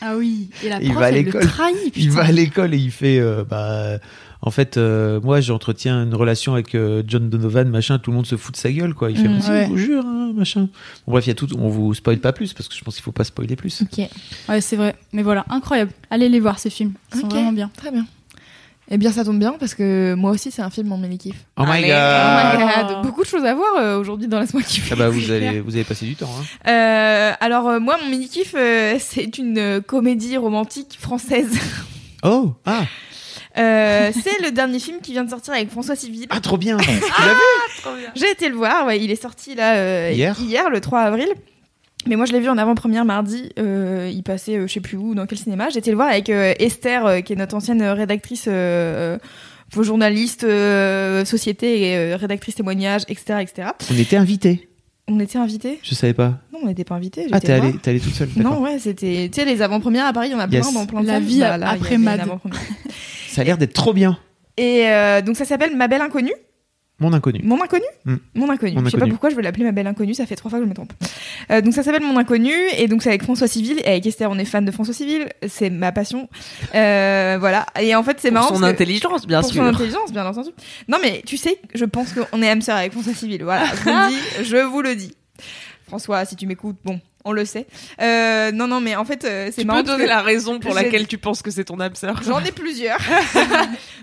Speaker 4: Ah oui, et la
Speaker 3: Il
Speaker 4: prof,
Speaker 3: va à
Speaker 4: elle le
Speaker 3: l'école.
Speaker 4: trahit.
Speaker 3: Il
Speaker 4: putain.
Speaker 3: va à l'école et il fait. euh, bah, en fait, euh, moi, j'entretiens une relation avec euh, John Donovan, machin. Tout le monde se fout de sa gueule, quoi. Il fait,
Speaker 1: Mhm.
Speaker 3: si,
Speaker 4: Ouais.
Speaker 3: je vous jure, hein, machin. Bon, bref, il y a tout. On vous spoil pas plus parce que je pense qu'il faut pas spoiler plus.
Speaker 1: Ok.
Speaker 4: Ouais, c'est vrai. Mais voilà, incroyable. Allez les voir ces films, ils sont
Speaker 1: Ok. Ah,
Speaker 4: vraiment bien.
Speaker 1: Très bien. Eh bien, ça tombe bien parce que moi aussi, c'est un film en mini-kiff.
Speaker 3: Oh my
Speaker 1: Allez.
Speaker 3: god.
Speaker 1: Oh my
Speaker 4: Ah.
Speaker 1: god. Beaucoup de choses à voir euh, aujourd'hui dans Laisse-moi kiffer.
Speaker 3: Ah bah, vous allez, vous avez passé du temps. Hein.
Speaker 1: Euh, alors, euh, moi, mon mini-kiff, euh, c'est une euh, comédie romantique française.
Speaker 3: Oh, ah,
Speaker 1: Euh, c'est le dernier film qui vient de sortir avec François Civil.
Speaker 3: ah, trop bien. Tu l'as vu
Speaker 1: J'ai été le voir, ouais, il est sorti là euh,
Speaker 3: Hier
Speaker 1: le 3 avril. Mais moi, je l'ai vu en avant-première mardi. euh, il passait, euh, je sais plus où, dans quel cinéma. J'ai été le voir avec euh, Esther, euh, qui est notre ancienne euh, rédactrice, euh, euh, journaliste, euh, société, et, euh, rédactrice témoignage, etc., etc.
Speaker 3: On était invités.
Speaker 1: On était invités
Speaker 3: Je savais pas.
Speaker 1: Non, on n'était pas invités.
Speaker 3: Ah,
Speaker 1: j'étais
Speaker 3: t'es
Speaker 1: le voir.
Speaker 3: allée, t'es allée toute seule. d'accord.
Speaker 1: Non, ouais, c'était. Tu sais, les avant-premières à Paris, il y en a
Speaker 3: Yes.
Speaker 1: plein dans plein de
Speaker 4: La
Speaker 1: salles.
Speaker 4: vie
Speaker 1: Bah, là,
Speaker 4: après
Speaker 1: il y avait une
Speaker 4: Mad.
Speaker 1: avant-première.
Speaker 3: Ça a l'air d'être trop bien.
Speaker 1: Et euh, donc, ça s'appelle Ma belle inconnue.
Speaker 3: Mon inconnu.
Speaker 1: Mon inconnu
Speaker 3: Mm.
Speaker 1: Mon inconnu.
Speaker 3: Mon
Speaker 1: je sais pas
Speaker 3: inconnu.
Speaker 1: pourquoi je veux l'appeler ma belle inconnue, ça fait trois fois que je me trompe. Euh, donc ça s'appelle Mon inconnu, et donc c'est avec François Civil, et avec Esther, on est fan de François Civil, c'est ma passion. Euh, voilà. Et en fait, c'est
Speaker 2: Pour
Speaker 1: marrant.
Speaker 2: son
Speaker 1: parce que-
Speaker 2: intelligence, bien
Speaker 1: pour
Speaker 2: sûr.
Speaker 1: son intelligence, bien entendu. Non, mais tu sais, je pense qu'on est âme sœur avec François Civil. Voilà, je vous le dis, je vous le dis. François, si tu m'écoutes, bon, on le sait. Euh, non, non, mais en fait, euh, c'est
Speaker 2: Tu
Speaker 1: marrant.
Speaker 2: peux
Speaker 1: parce
Speaker 2: donner
Speaker 1: que-
Speaker 2: la raison pour
Speaker 1: j'ai-
Speaker 2: laquelle tu penses que c'est ton âme sœur.
Speaker 1: J'en ai plusieurs.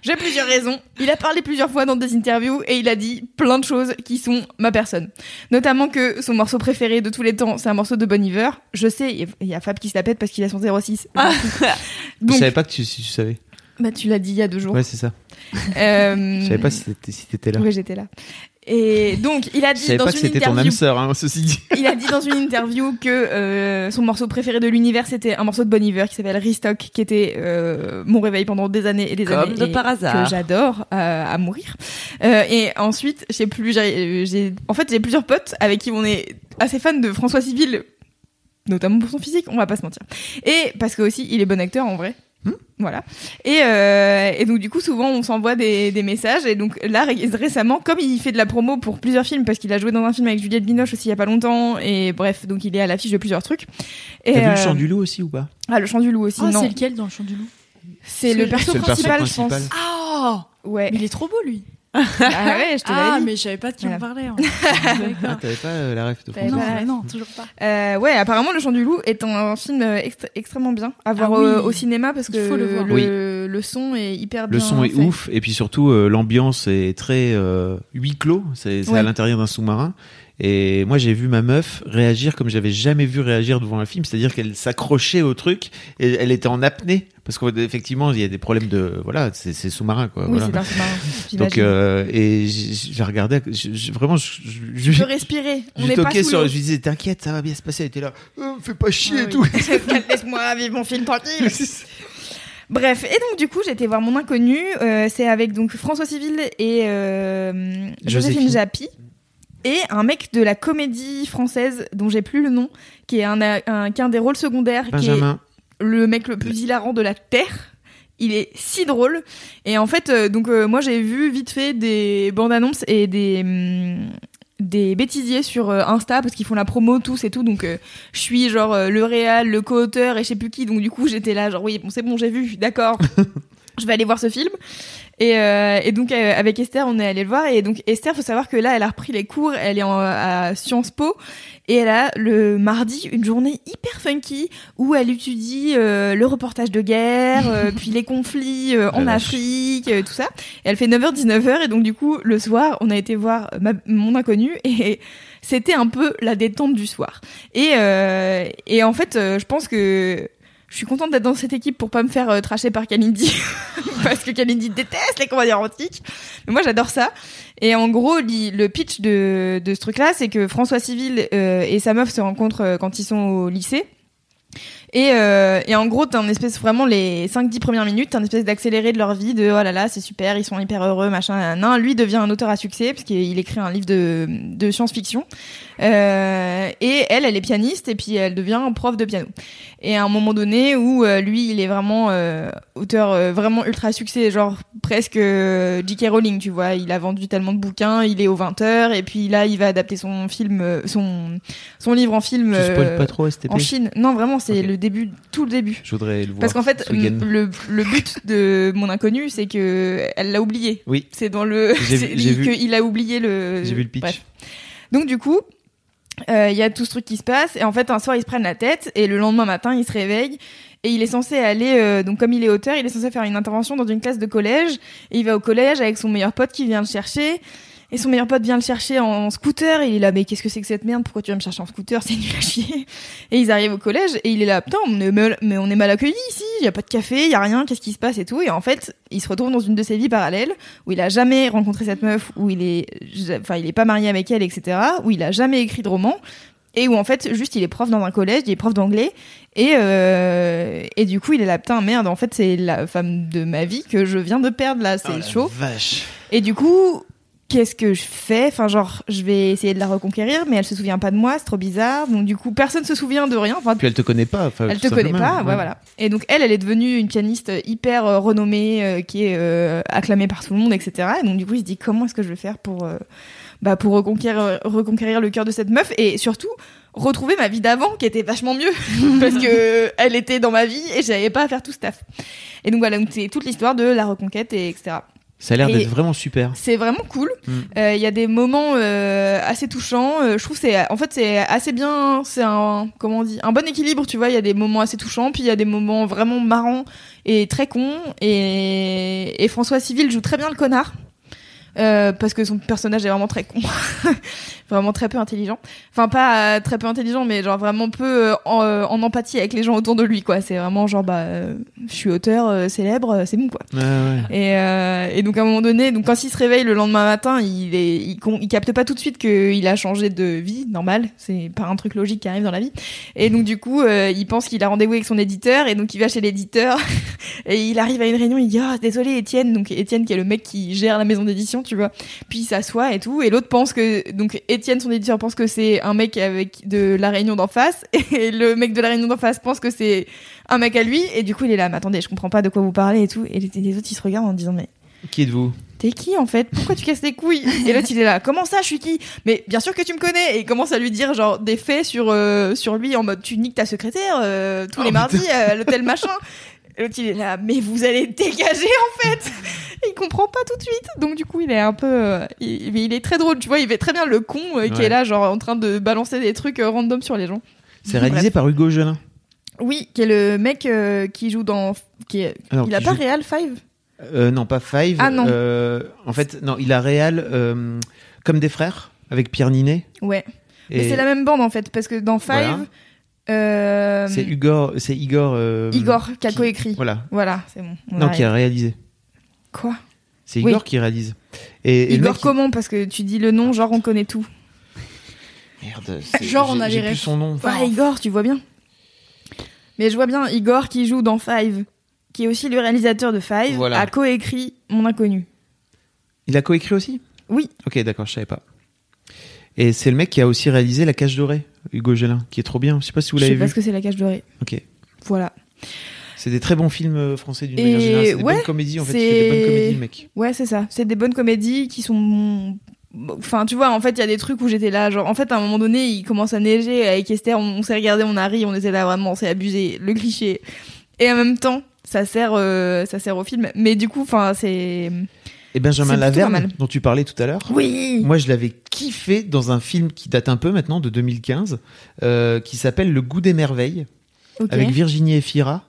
Speaker 1: J'ai plusieurs raisons. Il a parlé plusieurs fois dans des interviews et il a dit plein de choses qui sont ma personne. Notamment que son morceau préféré de tous les temps, c'est un morceau de Bon Iver. Je sais, il y a Fab qui se la pète parce qu'il a son 06.
Speaker 3: Je
Speaker 1: Donc,
Speaker 3: savais pas que tu, si tu savais.
Speaker 1: bah, tu l'as dit il y a deux jours.
Speaker 3: Ouais, c'est ça.
Speaker 1: Euh,
Speaker 3: Je savais pas si t'étais si t'étais là.
Speaker 1: Ouais, j'étais là. Et donc, il a
Speaker 3: Je
Speaker 1: dit
Speaker 3: savais
Speaker 1: dans
Speaker 3: pas que
Speaker 1: une
Speaker 3: c'était ton âme
Speaker 1: interview
Speaker 3: sœur, hein, ceci dit.
Speaker 1: il a dit dans une interview que euh, son morceau préféré de l'univers c'était un morceau de Bon Iver qui s'appelle Restock qui était euh, mon réveil pendant des années et des
Speaker 2: Comme
Speaker 1: années
Speaker 2: de
Speaker 1: et
Speaker 2: par hasard.
Speaker 1: que j'adore euh, à mourir Euh, et ensuite j'ai plus j'ai, j'ai- en fait j'ai plusieurs potes avec qui on est assez fan de François Civil notamment pour son physique on va pas se mentir et parce que aussi il est bon acteur en vrai
Speaker 3: Hmm
Speaker 1: voilà. Et, euh, et donc du coup, souvent, on s'envoie des, des messages. Et donc là, ré- récemment, comme il fait de la promo pour plusieurs films, parce qu'il a joué dans un film avec Juliette Binoche aussi il y a pas longtemps, et bref, donc il est à l'affiche de plusieurs trucs. Et,
Speaker 3: T'as vu le
Speaker 1: euh,
Speaker 3: chant du loup aussi ou pas
Speaker 1: Ah, le chant du loup aussi.
Speaker 4: Ah,
Speaker 1: non,
Speaker 4: c'est lequel dans le chant du loup
Speaker 1: c'est le,
Speaker 4: c'est
Speaker 1: perso
Speaker 3: le perso
Speaker 1: principal, je
Speaker 3: principal.
Speaker 1: pense.
Speaker 4: Ah,
Speaker 1: Ouais.
Speaker 4: mais il est trop beau lui.
Speaker 1: Ah ouais, je te l'avais
Speaker 4: Ah,
Speaker 1: dit.
Speaker 4: mais je savais pas de qui on
Speaker 1: Voilà.
Speaker 4: parlait. hein.
Speaker 3: Ah,
Speaker 4: D'accord.
Speaker 3: t'avais pas euh, la ref de
Speaker 1: T'avais
Speaker 3: France.
Speaker 4: non,
Speaker 1: pas-
Speaker 4: mais non, toujours pas.
Speaker 1: Euh, ouais, apparemment, Le Chant du Loup est un, un film euh, extré- extrêmement bien à voir
Speaker 4: Ah oui.
Speaker 1: euh, au cinéma parce
Speaker 4: Il
Speaker 1: que
Speaker 4: faut le voir.
Speaker 1: le son est hyper
Speaker 3: Le
Speaker 1: bien.
Speaker 3: son est
Speaker 1: fait.
Speaker 3: ouf et puis surtout euh, l'ambiance est très euh, huis clos, c'est c'est
Speaker 1: Ouais.
Speaker 3: à l'intérieur d'un sous-marin et moi j'ai vu ma meuf réagir comme j'avais jamais vu réagir devant un film, c'est-à-dire qu'elle s'accrochait au truc et elle était en apnée parce qu'effectivement il y a des problèmes de voilà c'est c'est sous-marin quoi.
Speaker 1: Oui,
Speaker 3: voilà.
Speaker 1: c'est un film. hein,
Speaker 3: Donc euh, et j'ai j'ai regardé, je- je- vraiment je, je, je-
Speaker 1: Je peux respirer.
Speaker 3: je
Speaker 1: On est pas
Speaker 3: toquais
Speaker 1: sous
Speaker 3: sur,
Speaker 1: l'eau.
Speaker 3: je lui disais t'inquiète ça va bien se passer, elle était là, Euh, fais pas chier
Speaker 1: Ah
Speaker 3: et
Speaker 1: oui.
Speaker 3: tout.
Speaker 1: Laisse-moi vivre mon film tranquille. Bref, et donc du coup, j'étais voir mon inconnu. euh, c'est avec donc François Civil et euh,
Speaker 3: Joséphine.
Speaker 1: Joséphine Japy. Et un mec de la comédie française dont j'ai plus le nom, qui est un, un, qui a un des rôles secondaires, qui est
Speaker 3: Benjamin,
Speaker 1: le mec le plus hilarant de la Terre, Il est si drôle. Et en fait, euh, donc euh, moi j'ai vu vite fait des bandes annonces et des hum, des bêtisiers sur euh, Insta parce qu'ils font la promo tous et tout. Donc euh, je suis genre euh, le réal, le co-auteur et je sais plus qui. Donc du coup j'étais là genre oui bon c'est bon j'ai vu d'accord. Je vais aller voir ce film. Et, euh, et donc, euh, avec Esther, on est allé le voir. Et donc, Esther, faut savoir que là, elle a repris les cours. Elle est en, à Sciences Po. Et elle a le mardi une journée hyper funky où elle étudie euh, le reportage de guerre, euh, puis les conflits euh, en
Speaker 3: La vache.
Speaker 1: Afrique, euh, tout ça. Et elle fait 9h, 19h. Et donc, du coup, le soir, on a été voir ma- mon inconnu. Et c'était un peu la détente du soir. Et, euh, et en fait, euh, je pense que je suis contente d'être dans cette équipe pour pas me faire euh, tracher par Kalindi. parce que Kalindi déteste les comédies romantiques. Mais moi, j'adore ça. Et en gros, li- le pitch de, de ce truc-là, c'est que François Civil euh, et sa meuf se rencontrent euh, quand ils sont au lycée. Et, euh, et en gros, t'as un espèce vraiment les 5-10 premières minutes, t'as un espèce d'accéléré de leur vie, de oh là là, c'est super, ils sont hyper heureux, machin. nan, nan. Lui devient un auteur à succès parce qu'il écrit un livre de, de science-fiction. Euh, et elle, elle est pianiste et puis elle devient prof de piano. Et à un moment donné où euh, lui, il est vraiment euh, auteur euh, vraiment ultra succès, genre presque euh, J.K. Rowling, tu vois. Il a vendu tellement de bouquins, il est aux 20h et puis là, il va adapter son film, euh, son, son livre en film
Speaker 3: Tu spoil
Speaker 1: euh,
Speaker 3: pas trop, STP
Speaker 1: en Chine. Non, vraiment, c'est
Speaker 3: Ok.
Speaker 1: le début, tout le début.
Speaker 3: Je voudrais le voir.
Speaker 1: Parce qu'en fait,
Speaker 3: ce week-end.
Speaker 1: m- le, le but de mon inconnu, c'est que elle l'a oublié.
Speaker 3: Oui.
Speaker 1: C'est dans le
Speaker 3: J'ai vu-
Speaker 1: c'est
Speaker 3: j'ai vu.
Speaker 1: qu'il a oublié le.
Speaker 3: J'ai vu le pitch.
Speaker 1: Bref. Donc du coup, euh, il y a tout ce truc qui se passe et en fait un soir ils se prennent la tête et le lendemain matin ils se réveillent et il est censé aller euh, donc comme il est auteur il est censé faire une intervention dans une classe de collège et il va au collège avec son meilleur pote qui vient le chercher et son meilleur pote vient le chercher en, en scooter et il est là mais qu'est-ce que c'est que cette merde pourquoi tu viens me chercher en scooter c'est nul à chier et ils arrivent au collège et il est là putain on est mal, mais on est mal accueillis ici il y a pas de café il y a rien qu'est-ce qui se passe et tout et en fait il se retrouve dans une de ses vies parallèles où il a jamais rencontré cette meuf, où il est, enfin, il est pas marié avec elle, etc., où il a jamais écrit de roman, et où en fait, juste, il est prof dans un collège, il est prof d'anglais, et, euh, et du coup, il est là, putain, merde, en fait, c'est la femme de ma vie que je viens de perdre, là, c'est chaud.
Speaker 3: Ah, Vache.
Speaker 1: Et du coup, qu'est-ce que je fais Enfin, genre, je vais essayer de la reconquérir, mais elle se souvient pas de moi, c'est trop bizarre, donc du coup, personne se souvient de rien, enfin,
Speaker 3: Puis elle te connaît pas. enfin,
Speaker 1: elle
Speaker 3: tout
Speaker 1: te connaît
Speaker 3: simplement.
Speaker 1: pas, ouais, voilà. Et donc elle, elle est devenue une pianiste hyper euh, renommée, euh, qui est euh, acclamée par tout le monde, etc. Et donc du coup, il se dit comment est-ce que je vais faire pour, euh, bah, pour reconquérir, reconquérir le cœur de cette meuf et surtout retrouver ma vie d'avant qui était vachement mieux parce que elle était dans ma vie et j'avais pas à faire tout ce taf. Et donc voilà, donc c'est toute l'histoire de la reconquête et etc.
Speaker 3: Ça a l'air
Speaker 1: Et-
Speaker 3: d'être vraiment super.
Speaker 1: C'est vraiment cool.
Speaker 3: Mm.
Speaker 1: Euh, Il y a des moments euh, assez touchants. Euh, je trouve que c'est en fait c'est assez bien. C'est un comment on dit un bon équilibre. Tu vois, il y a des moments assez touchants, puis il y a des moments vraiment marrants et très cons. Et, et François Civil joue très bien le connard. euh, parce que son personnage est vraiment très con, vraiment très peu intelligent. Enfin pas euh, très peu intelligent, mais genre vraiment peu euh, en, euh, en empathie avec les gens autour de lui, quoi. C'est vraiment genre bah, euh, je suis auteur, euh, célèbre, euh, c'est bon, quoi.
Speaker 3: Ouais, ouais.
Speaker 1: Et, euh, et donc à un moment donné, donc quand il se réveille le lendemain matin, il, est, il, con- il capte pas tout de suite qu'il a changé de vie, normal, c'est pas un truc logique qui arrive dans la vie. Et donc du coup, euh, il pense qu'il a rendez-vous avec son éditeur, et donc il va chez l'éditeur, et il arrive à une réunion, il dit ah désolé Étienne, donc Étienne qui est le mec qui gère la maison d'édition, tu vois. Puis il s'assoit et tout, et l'autre pense que donc Étienne son éditeur pense que c'est un mec avec de la réunion d'en face, et le mec de la réunion d'en face pense que c'est un mec à lui et du coup il est là mais attendez je comprends pas de quoi vous parlez et tout et les, les autres ils se regardent en disant mais
Speaker 3: Qui êtes-vous
Speaker 1: t'es qui en fait pourquoi tu casses les couilles et l'autre il est là comment ça je suis qui mais bien sûr que tu me connais et il commence à lui dire genre des faits sur euh, sur lui en mode tu niques ta secrétaire euh, tous les mardis euh, à l'hôtel machin et l'autre il est là mais vous allez dégager en fait il comprend pas tout de suite donc du coup il est un peu euh, il, mais il est très drôle tu vois il fait très bien le con euh, qui
Speaker 3: Ouais.
Speaker 1: est là genre en train de balancer des trucs euh, random sur les gens
Speaker 3: C'est réalisé par Hugo Gelin.
Speaker 1: oui, qui est le mec euh, qui joue dans. Qui est-
Speaker 3: Alors,
Speaker 1: il a
Speaker 3: qui
Speaker 1: pas
Speaker 3: joue-
Speaker 1: Real 5
Speaker 3: Euh, non, pas Five.
Speaker 1: Ah, non.
Speaker 3: Euh, en fait, non, il a Réal euh, comme des frères avec Pierre Ninet.
Speaker 1: Ouais.
Speaker 3: Et
Speaker 1: Mais c'est la même bande en fait, parce que dans
Speaker 3: Voilà.
Speaker 1: Five, euh,
Speaker 3: c'est Igor, c'est Igor. euh,
Speaker 1: Igor qui a
Speaker 3: qui-
Speaker 1: coécrit. Voilà,
Speaker 3: Voilà.
Speaker 1: c'est bon. on
Speaker 3: Non,
Speaker 1: arrête.
Speaker 3: qui a réalisé.
Speaker 1: Quoi
Speaker 3: C'est
Speaker 1: Oui.
Speaker 3: Igor qui réalise. Et, et le
Speaker 1: Igor
Speaker 3: mec, il-
Speaker 1: comment Parce que tu dis le nom, genre on connaît tout.
Speaker 3: Merde, c'est-
Speaker 6: Genre, on
Speaker 3: j'ai-
Speaker 6: a les
Speaker 3: J'ai plus
Speaker 6: refs.
Speaker 3: son nom.
Speaker 1: Ouais, Igor, tu vois bien. Mais je vois bien Igor qui joue dans Five, qui est aussi le réalisateur de Five,
Speaker 3: Voilà.
Speaker 1: a coécrit Mon Inconnu.
Speaker 3: Il a coécrit aussi
Speaker 1: Oui.
Speaker 3: Ok, d'accord, je savais pas. Et c'est le mec qui a aussi réalisé La Cage Dorée, Hugo Gelin, qui est trop bien. Je sais pas si vous
Speaker 1: je sais
Speaker 3: l'avez
Speaker 1: pas
Speaker 3: vu.
Speaker 1: ce que c'est la cage dorée.
Speaker 3: Ok.
Speaker 1: Voilà.
Speaker 3: C'est des très bons films euh, français d'une
Speaker 1: Et
Speaker 3: manière générale. C'est des
Speaker 1: ouais,
Speaker 3: bonnes comédies en fait.
Speaker 1: c'est-
Speaker 3: C'est des bonnes comédies, le mec.
Speaker 1: Ouais, c'est ça. C'est des bonnes comédies qui sont. Enfin, tu vois, en fait, il y a des trucs où j'étais là. Genre, en fait, à un moment donné, il commence à neiger avec Esther. On, on s'est regardé, on a ri, on était là vraiment, c'est abusé, le cliché. Et en même temps, ça sert, euh, ça sert au film. Mais du coup, enfin, c'est.
Speaker 3: Et
Speaker 1: C'est
Speaker 3: Benjamin
Speaker 1: plutôt pas
Speaker 3: Laverne,
Speaker 1: mal.
Speaker 3: dont tu parlais tout à l'heure.
Speaker 1: Oui.
Speaker 3: Moi, je l'avais kiffé dans un film qui date un peu maintenant, de 2015, euh, qui s'appelle Le goût des merveilles,
Speaker 1: Ok.
Speaker 3: avec Virginie Efira,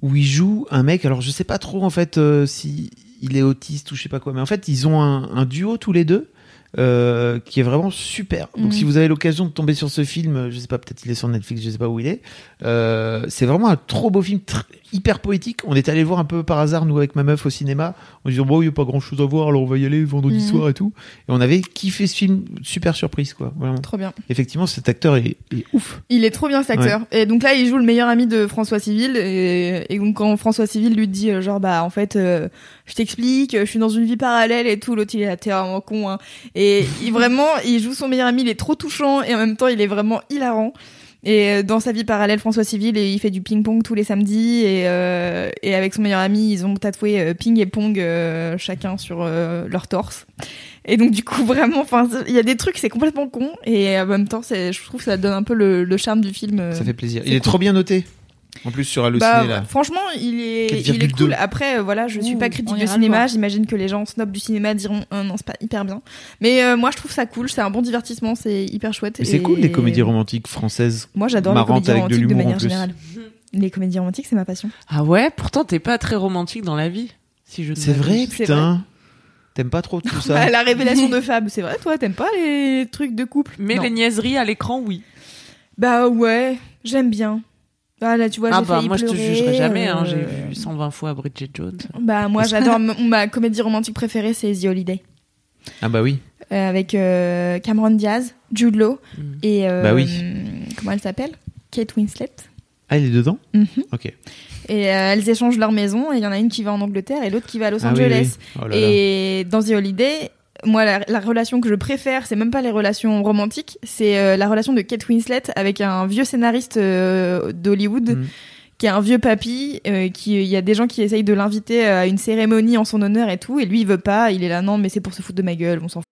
Speaker 3: où il joue un mec. Alors, je sais pas trop en fait euh, si il est autiste ou je sais pas quoi, mais en fait, ils ont un, un duo tous les deux. euh, qui est vraiment super. Donc,
Speaker 1: Mhm.
Speaker 3: si vous avez l'occasion de tomber sur ce film, euh, je sais pas, peut-être il est sur Netflix, je sais pas où il est. euh, c'est vraiment un trop beau film, tr- hyper poétique. On est allé le voir un peu par hasard, nous, avec ma meuf au cinéma, en disant, bon, il n'y a pas grand chose à voir, alors on va y aller vendredi
Speaker 1: Mhm.
Speaker 3: soir et tout. Et on avait kiffé ce film, super surprise quoi. Vraiment.
Speaker 1: Trop bien.
Speaker 3: Effectivement, cet acteur est, est ouf.
Speaker 1: Il est trop bien cet acteur. Et donc là, il joue le meilleur ami de François Civil. Et, et donc quand François Civil lui dit euh, genre bah en fait, euh, je t'explique, euh, je suis dans une vie parallèle et tout, l'autre il est là, t'es vraiment con. hein. Et il, vraiment, il joue son meilleur ami. Il est trop touchant et en même temps, il est vraiment hilarant. Et euh, dans sa vie parallèle, François Civil, et il fait du ping-pong tous les samedis. Et, euh, et avec son meilleur ami, ils ont tatoué euh, ping et pong euh, chacun sur euh, leur torse. Et donc, du coup, vraiment, enfin, il y a des trucs, c'est complètement con. Et euh, en même temps, c'est, je trouve que ça donne un peu le, le charme du film. euh.
Speaker 3: Ça fait plaisir.
Speaker 1: c'est
Speaker 3: Il est trop bien noté. En plus sur Allociné
Speaker 1: Bah,
Speaker 3: là.
Speaker 1: franchement, il est, il est
Speaker 3: 4,2.
Speaker 1: cool. Après, euh, voilà, je suis
Speaker 4: Ouh,
Speaker 1: pas
Speaker 4: on
Speaker 1: critique
Speaker 4: ira
Speaker 1: de
Speaker 4: le
Speaker 1: cinéma.
Speaker 4: voir.
Speaker 1: J'imagine que les gens snobs du cinéma diront Ah non, c'est pas hyper bien. Mais euh, moi, je trouve ça cool. C'est un bon divertissement. C'est hyper chouette.
Speaker 3: Mais c'est
Speaker 1: Et-
Speaker 3: cool les comédies romantiques françaises.
Speaker 1: Moi, j'adore les
Speaker 3: marrantes
Speaker 1: comédies
Speaker 3: avec de
Speaker 1: romantiques de,
Speaker 3: l'humour en
Speaker 1: manière
Speaker 3: plus.
Speaker 1: générale. Les comédies romantiques, c'est ma passion.
Speaker 2: Ah ouais, pourtant t'es pas très romantique dans la vie, si je ne
Speaker 3: C'est
Speaker 2: m'abuse.
Speaker 3: vrai,
Speaker 1: c'est
Speaker 3: putain. T'aimes pas trop tout ça.
Speaker 1: Bah, la révélation de Fab, c'est vrai, toi, t'aimes pas les trucs de couple
Speaker 2: Mais
Speaker 1: Non.
Speaker 2: les niaiseries à l'écran, oui.
Speaker 1: Bah ouais, j'aime bien. Ah là, tu vois,
Speaker 2: ah
Speaker 1: j'ai
Speaker 2: bah
Speaker 1: failli
Speaker 2: moi je te
Speaker 1: pleurer,
Speaker 2: jugerai jamais, hein,
Speaker 1: euh,
Speaker 2: j'ai vu 120 fois Bridget Jones.
Speaker 1: Bah moi, j'adore m- ma comédie romantique préférée, c'est The Holiday,
Speaker 3: Ah bah oui.
Speaker 1: Euh, avec euh, Cameron Diaz, Jude Law
Speaker 2: Mm.
Speaker 1: et euh,
Speaker 3: Bah oui.
Speaker 1: comment elle s'appelle Kate Winslet.
Speaker 3: Ah il est dedans.
Speaker 1: Mhm.
Speaker 3: Ok.
Speaker 1: Et euh, elles échangent leur maison et il y en a une qui va en Angleterre et l'autre qui va à Los
Speaker 3: Ah oui,
Speaker 1: Angeles.
Speaker 3: oui. Oh là là.
Speaker 1: Et dans The Holiday, moi, la, la relation que je préfère, c'est même pas les relations romantiques, c'est euh, la relation de Kate Winslet avec un vieux scénariste euh, d'Hollywood.
Speaker 3: Mm.
Speaker 1: qui est un vieux papy, euh, qui il y a des gens qui essayent de l'inviter à une cérémonie en son honneur et tout, et lui il veut pas, il est là non mais c'est pour se foutre de ma gueule, on s'en fout.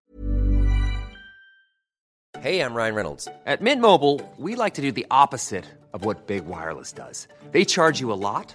Speaker 7: Hey, I'm Ryan Reynolds. At Mint Mobile, we like to do the opposite of what Big Wireless does. They charge you a lot,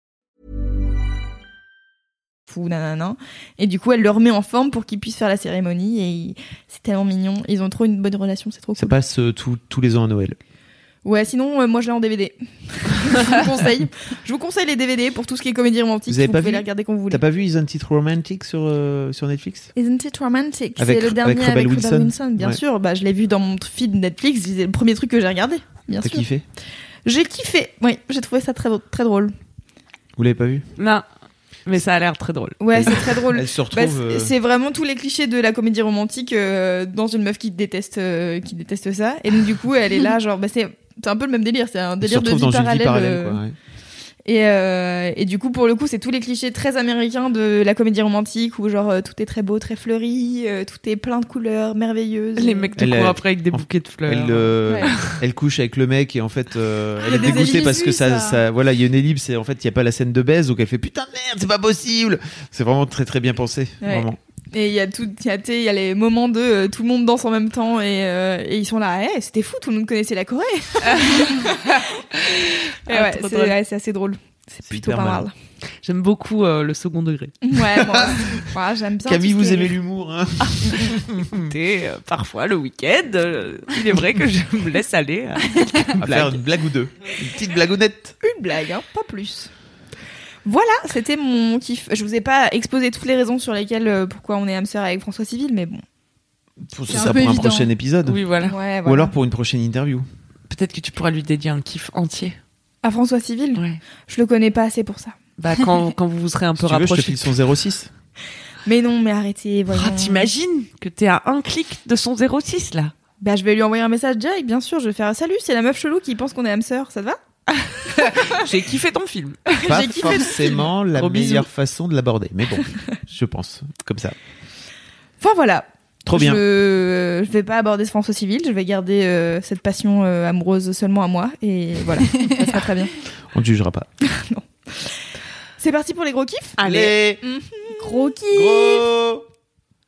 Speaker 1: fou, nanana. Et du coup, elle le remet en forme pour qu'il puisse faire la cérémonie et il- c'est tellement mignon. Ils ont trop une bonne relation, c'est trop
Speaker 3: Ça
Speaker 1: cool.
Speaker 3: passe euh, tous- tous les ans à Noël.
Speaker 1: Ouais, sinon, euh, moi je l'ai en DVD. je vous conseille. Je vous conseille les DVD pour tout ce qui est comédie romantique.
Speaker 3: Vous avez pas
Speaker 1: pouvez
Speaker 3: vu
Speaker 1: les regarder quand vous voulez.
Speaker 3: T'as pas vu Isn't It Romantic sur euh, sur Netflix
Speaker 1: Isn't it romantic
Speaker 3: Avec-
Speaker 1: C'est le
Speaker 3: avec
Speaker 1: dernier avec
Speaker 3: Rebel
Speaker 1: Rebel Wilson.
Speaker 3: Wilson.
Speaker 1: bien
Speaker 3: Ouais.
Speaker 1: sûr. Bah, je l'ai vu dans mon feed Netflix. C'est le premier truc que j'ai regardé. Bien
Speaker 3: T'as
Speaker 1: sûr.
Speaker 3: kiffé
Speaker 1: J'ai kiffé. Oui, j'ai trouvé ça très, très drôle.
Speaker 3: Vous l'avez pas vu
Speaker 2: Non, mais ça a l'air très drôle.
Speaker 1: Ouais, c'est très drôle.
Speaker 3: Elle se
Speaker 1: Bah,
Speaker 3: retrouve.
Speaker 1: c'est
Speaker 3: euh,
Speaker 1: c'est vraiment tous les clichés de la comédie romantique euh, dans une meuf qui déteste, euh, qui déteste ça. Et donc, du coup, elle est là, genre, bah, c'est c'est un peu le même délire. C'est un
Speaker 3: elle se
Speaker 1: délire de
Speaker 3: retrouve
Speaker 1: vie
Speaker 3: dans une
Speaker 1: parallèle.
Speaker 3: vie parallèle
Speaker 1: euh,
Speaker 3: quoi. ouais.
Speaker 1: Et, euh, et du coup, pour le coup, c'est tous les clichés très américains de la comédie romantique où genre euh, tout est très beau, très fleuri, euh, tout est plein de couleurs merveilleuses.
Speaker 2: Les mecs te
Speaker 3: Elle,
Speaker 2: courent
Speaker 3: elle-
Speaker 2: après avec des
Speaker 3: en-
Speaker 2: bouquets de fleurs.
Speaker 3: Elle, euh,
Speaker 1: Ouais. Ah,
Speaker 3: elle couche avec le mec et en fait euh,
Speaker 1: y
Speaker 3: elle
Speaker 1: a
Speaker 3: est
Speaker 1: des
Speaker 3: dégoûtée
Speaker 1: ellipses,
Speaker 3: parce que ça,
Speaker 1: ça.
Speaker 3: ça- voilà il y a une ellipse et en fait il y a pas la scène de baise donc elle fait putain merde c'est pas possible c'est vraiment très très bien pensé
Speaker 1: Ouais.
Speaker 3: vraiment
Speaker 1: Et il y a tout, il y a, tu sais, il y a les moments de euh, tout le monde danse en même temps et, euh, et ils sont là, Eh, c'était fou, tout le monde connaissait la Corée. Et
Speaker 2: Ah,
Speaker 1: ouais,
Speaker 2: trop
Speaker 1: c'est
Speaker 2: drôle.
Speaker 1: ouais, c'est assez drôle. C'est
Speaker 3: C'est
Speaker 1: plutôt
Speaker 3: hyper
Speaker 1: pas mal.
Speaker 3: marrant.
Speaker 2: J'aime beaucoup euh, le second degré.
Speaker 1: Ouais, moi, moi, j'aime bien.
Speaker 3: Camille
Speaker 1: tout ce
Speaker 3: vous
Speaker 1: qui
Speaker 3: aimez
Speaker 1: est-
Speaker 3: l'humour hein
Speaker 2: Écoutez, euh, parfois le week-end, euh, il est vrai que je me laisse aller. euh. à quelques
Speaker 3: à faire
Speaker 2: blagues.
Speaker 3: une blague ou deux une petite blagounette
Speaker 1: une blague, hein, pas plus. Voilà, c'était mon kiff. Je vous ai pas exposé toutes les raisons sur lesquelles euh, pourquoi on est hamster avec François Civil, mais bon.
Speaker 3: pour
Speaker 4: C'est
Speaker 3: ça
Speaker 4: un
Speaker 3: pour
Speaker 4: peu
Speaker 3: un
Speaker 4: évident.
Speaker 3: prochain épisode
Speaker 2: Oui, voilà.
Speaker 1: Ouais,
Speaker 3: Ah. ou
Speaker 1: voilà.
Speaker 3: alors pour une prochaine interview
Speaker 2: Peut-être que tu pourras lui dédier un kiff entier.
Speaker 1: à François Civil,
Speaker 2: Ouais.
Speaker 1: je le connais pas assez pour ça.
Speaker 2: Bah, quand, quand vous vous serez un
Speaker 3: si
Speaker 2: peu
Speaker 3: tu veux je te
Speaker 2: rapprochés.
Speaker 3: file son 06
Speaker 1: Mais non, mais arrêtez, voyons.
Speaker 2: Ah, T'imagines que t'es à un clic de son 06 là
Speaker 1: Bah, je vais lui envoyer un message direct, bien sûr. Je vais faire Salut, c'est la meuf chelou qui pense qu'on est âme sœur, ça te va
Speaker 2: J'ai kiffé ton film.
Speaker 3: Pas
Speaker 1: J'ai kiffé le film.
Speaker 3: forcément la
Speaker 2: Gros bisous.
Speaker 3: meilleure façon de l'aborder. Mais bon, je pense, comme ça.
Speaker 1: Enfin, voilà.
Speaker 3: Trop bien.
Speaker 1: Je, je vais pas aborder ce François Civil, je vais garder euh, cette passion euh, amoureuse seulement à moi, et voilà, ça sera très bien.
Speaker 3: On ne jugera pas.
Speaker 1: C'est parti pour les gros kiffs
Speaker 3: Allez
Speaker 1: Gros kiffs
Speaker 3: Gros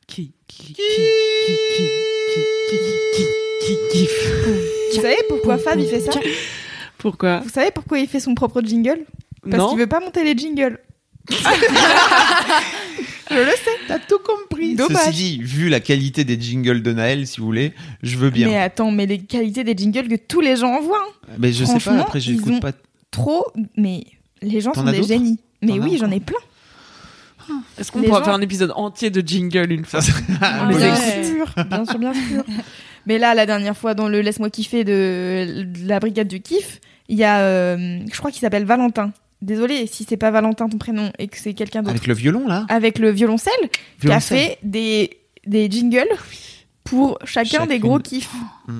Speaker 2: Qui qui qui qui qui qui qui qui qui
Speaker 1: Vous savez pourquoi Fab il fait ça
Speaker 2: Pourquoi
Speaker 1: Vous savez pourquoi il fait son propre jingle Parce
Speaker 2: Non.
Speaker 1: qu'il veut pas monter les jingles. je le sais, t'as tout compris.
Speaker 3: Ceci
Speaker 1: Dommage.
Speaker 3: dit, vu la qualité des jingles de Naël, si vous voulez, je veux bien.
Speaker 1: Mais
Speaker 3: Mais,
Speaker 1: attends, mais les qualités des jingles que tous les gens envoient, hein.
Speaker 3: je sais pas,
Speaker 1: franchement,
Speaker 3: après,
Speaker 1: ils
Speaker 3: j'écoute
Speaker 1: ont-
Speaker 3: pas.
Speaker 1: trop. Mais les gens
Speaker 3: T'en
Speaker 1: sont
Speaker 3: as
Speaker 1: des
Speaker 3: d'autres
Speaker 1: génies. Mais
Speaker 3: T'en as
Speaker 1: oui, j'en
Speaker 3: encore
Speaker 1: ai plein.
Speaker 2: Est-ce qu'on
Speaker 1: Les
Speaker 2: pourra
Speaker 1: gens-
Speaker 2: faire un épisode entier de jingle une fois
Speaker 3: Ah,
Speaker 2: mais
Speaker 3: bon.
Speaker 2: ouais.
Speaker 1: bien sûr, bien sûr, bien sûr. Mais là, la dernière fois, dans le Laisse-moi kiffer de de la brigade du kiff, il y a, euh, je crois qu'il s'appelle Valentin. Désolé si c'est pas Valentin ton prénom et que c'est quelqu'un d'autre.
Speaker 3: Avec le violon, là
Speaker 1: avec le violoncelle, qui a
Speaker 3: Violoncelle.
Speaker 1: fait des, des jingles pour chacun des
Speaker 3: Chacune.
Speaker 1: gros kiffs.
Speaker 3: Mm.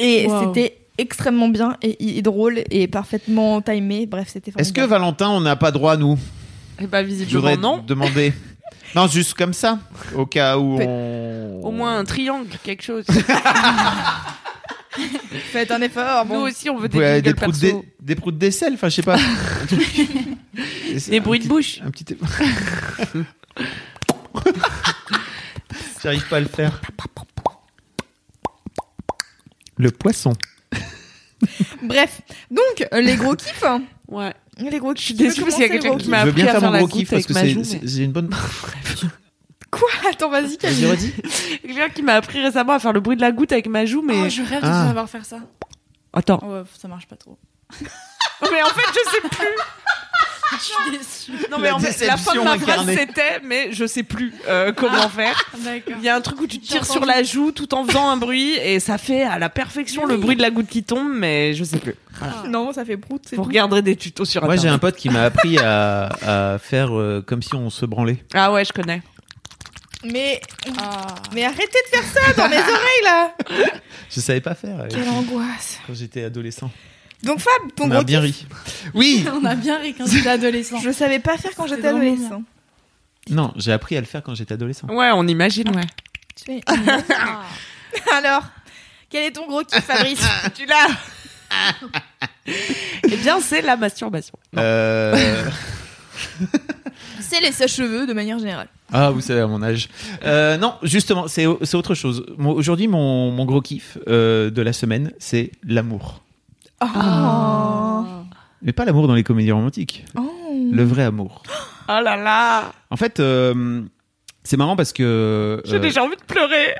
Speaker 1: Et
Speaker 4: Wow.
Speaker 1: c'était extrêmement bien et, et drôle et parfaitement timé. Bref, c'était
Speaker 3: Est-ce que
Speaker 1: formidable.
Speaker 3: Valentin, on n'a pas droit, nous
Speaker 2: Eh bah
Speaker 3: Je voudrais
Speaker 2: visiblement non.
Speaker 3: demander. Non, juste comme ça, au cas où
Speaker 1: Peut-
Speaker 3: on.
Speaker 2: Au moins un triangle, quelque chose.
Speaker 1: Faites un effort.
Speaker 2: Nous aussi on veut
Speaker 3: Vous
Speaker 2: des
Speaker 3: pouvez avoir des,
Speaker 2: jingles
Speaker 3: proutes
Speaker 2: perso.
Speaker 3: d'ai- des proutes d'aisselle, enfin, je sais pas. Un truc.
Speaker 2: Des bruits de bouche.
Speaker 3: Un petit. J'arrive pas à le faire. Le poisson.
Speaker 1: Bref, donc euh, les gros kiffs. hein.
Speaker 2: Ouais.
Speaker 1: Les gros kiffs. Je suis
Speaker 2: déçue parce qu'il y a quelqu'un qui m'a-
Speaker 3: Je veux
Speaker 2: appris
Speaker 3: bien
Speaker 2: à
Speaker 3: faire
Speaker 2: faire
Speaker 3: mon
Speaker 2: la
Speaker 3: gros
Speaker 2: goutte
Speaker 3: kiff parce
Speaker 2: avec
Speaker 3: que
Speaker 2: ma
Speaker 3: c'est
Speaker 2: joue,
Speaker 3: c'est-
Speaker 2: mais-
Speaker 3: j'ai une bonne.
Speaker 1: Quoi Attends, vas-y, Camille.
Speaker 3: Vas-y, redis.
Speaker 2: Quelqu'un qui m'a appris récemment à faire le bruit de la goutte avec ma joue mais
Speaker 4: Oh, je rêve
Speaker 3: Ah.
Speaker 4: de savoir faire ça.
Speaker 2: attends.
Speaker 4: Oh, ouais, ça marche pas trop.
Speaker 2: mais en fait je sais plus.
Speaker 4: Je suis déçue.
Speaker 2: Non
Speaker 3: La
Speaker 2: mais en fait la fin de
Speaker 3: déception
Speaker 2: ma phrase
Speaker 3: incarnée.
Speaker 2: c'était mais je sais plus euh, comment faire.
Speaker 4: D'accord.
Speaker 2: Il y a un truc où tu
Speaker 4: J'ai
Speaker 2: tires sur
Speaker 4: entendu.
Speaker 2: la joue tout en faisant un bruit et ça fait à la perfection le bruit de la goutte qui tombe, mais je sais plus.
Speaker 1: Non, ça fait prout. c'est
Speaker 2: Vous
Speaker 1: tout.
Speaker 2: regarderez des tutos sur
Speaker 3: Moi, j'ai un
Speaker 2: internet.
Speaker 3: pote qui m'a appris à, à faire euh, comme si on se branlait.
Speaker 2: Ah ouais, je connais.
Speaker 1: Mais,
Speaker 4: Ah.
Speaker 1: mais arrêtez de faire ça dans mes oreilles là.
Speaker 3: Je savais pas faire euh,
Speaker 1: Quelle angoisse.
Speaker 3: quand j'étais adolescent.
Speaker 1: Donc Fab, ton
Speaker 3: On
Speaker 1: gros
Speaker 3: a
Speaker 1: kiff.
Speaker 3: bien ri. Oui.
Speaker 4: On a bien ri quand j'étais adolescent.
Speaker 1: Je savais pas faire quand j'étais
Speaker 4: drôlement bien.
Speaker 1: adolescent.
Speaker 3: Non, j'ai appris à le faire quand j'étais adolescent.
Speaker 2: Ouais, on imagine, ouais.
Speaker 1: Tu es-
Speaker 4: Ah.
Speaker 1: Alors, quel est ton gros kiff, Fabrice Tu l'as
Speaker 2: Eh bien, c'est la masturbation.
Speaker 3: Euh,
Speaker 1: C'est les sèche-cheveux de manière générale.
Speaker 3: Ah, vous savez, à mon âge. Euh, non, justement, c'est c'est autre chose. Moi, Aujourd'hui, mon, mon gros kiff euh, de la semaine, c'est l'amour.
Speaker 1: Oh. Ah.
Speaker 3: Mais pas l'amour dans les comédies romantiques. Le vrai amour.
Speaker 2: Oh là là
Speaker 3: En fait, euh, c'est marrant parce que.
Speaker 2: J'ai
Speaker 3: euh,
Speaker 2: déjà envie de pleurer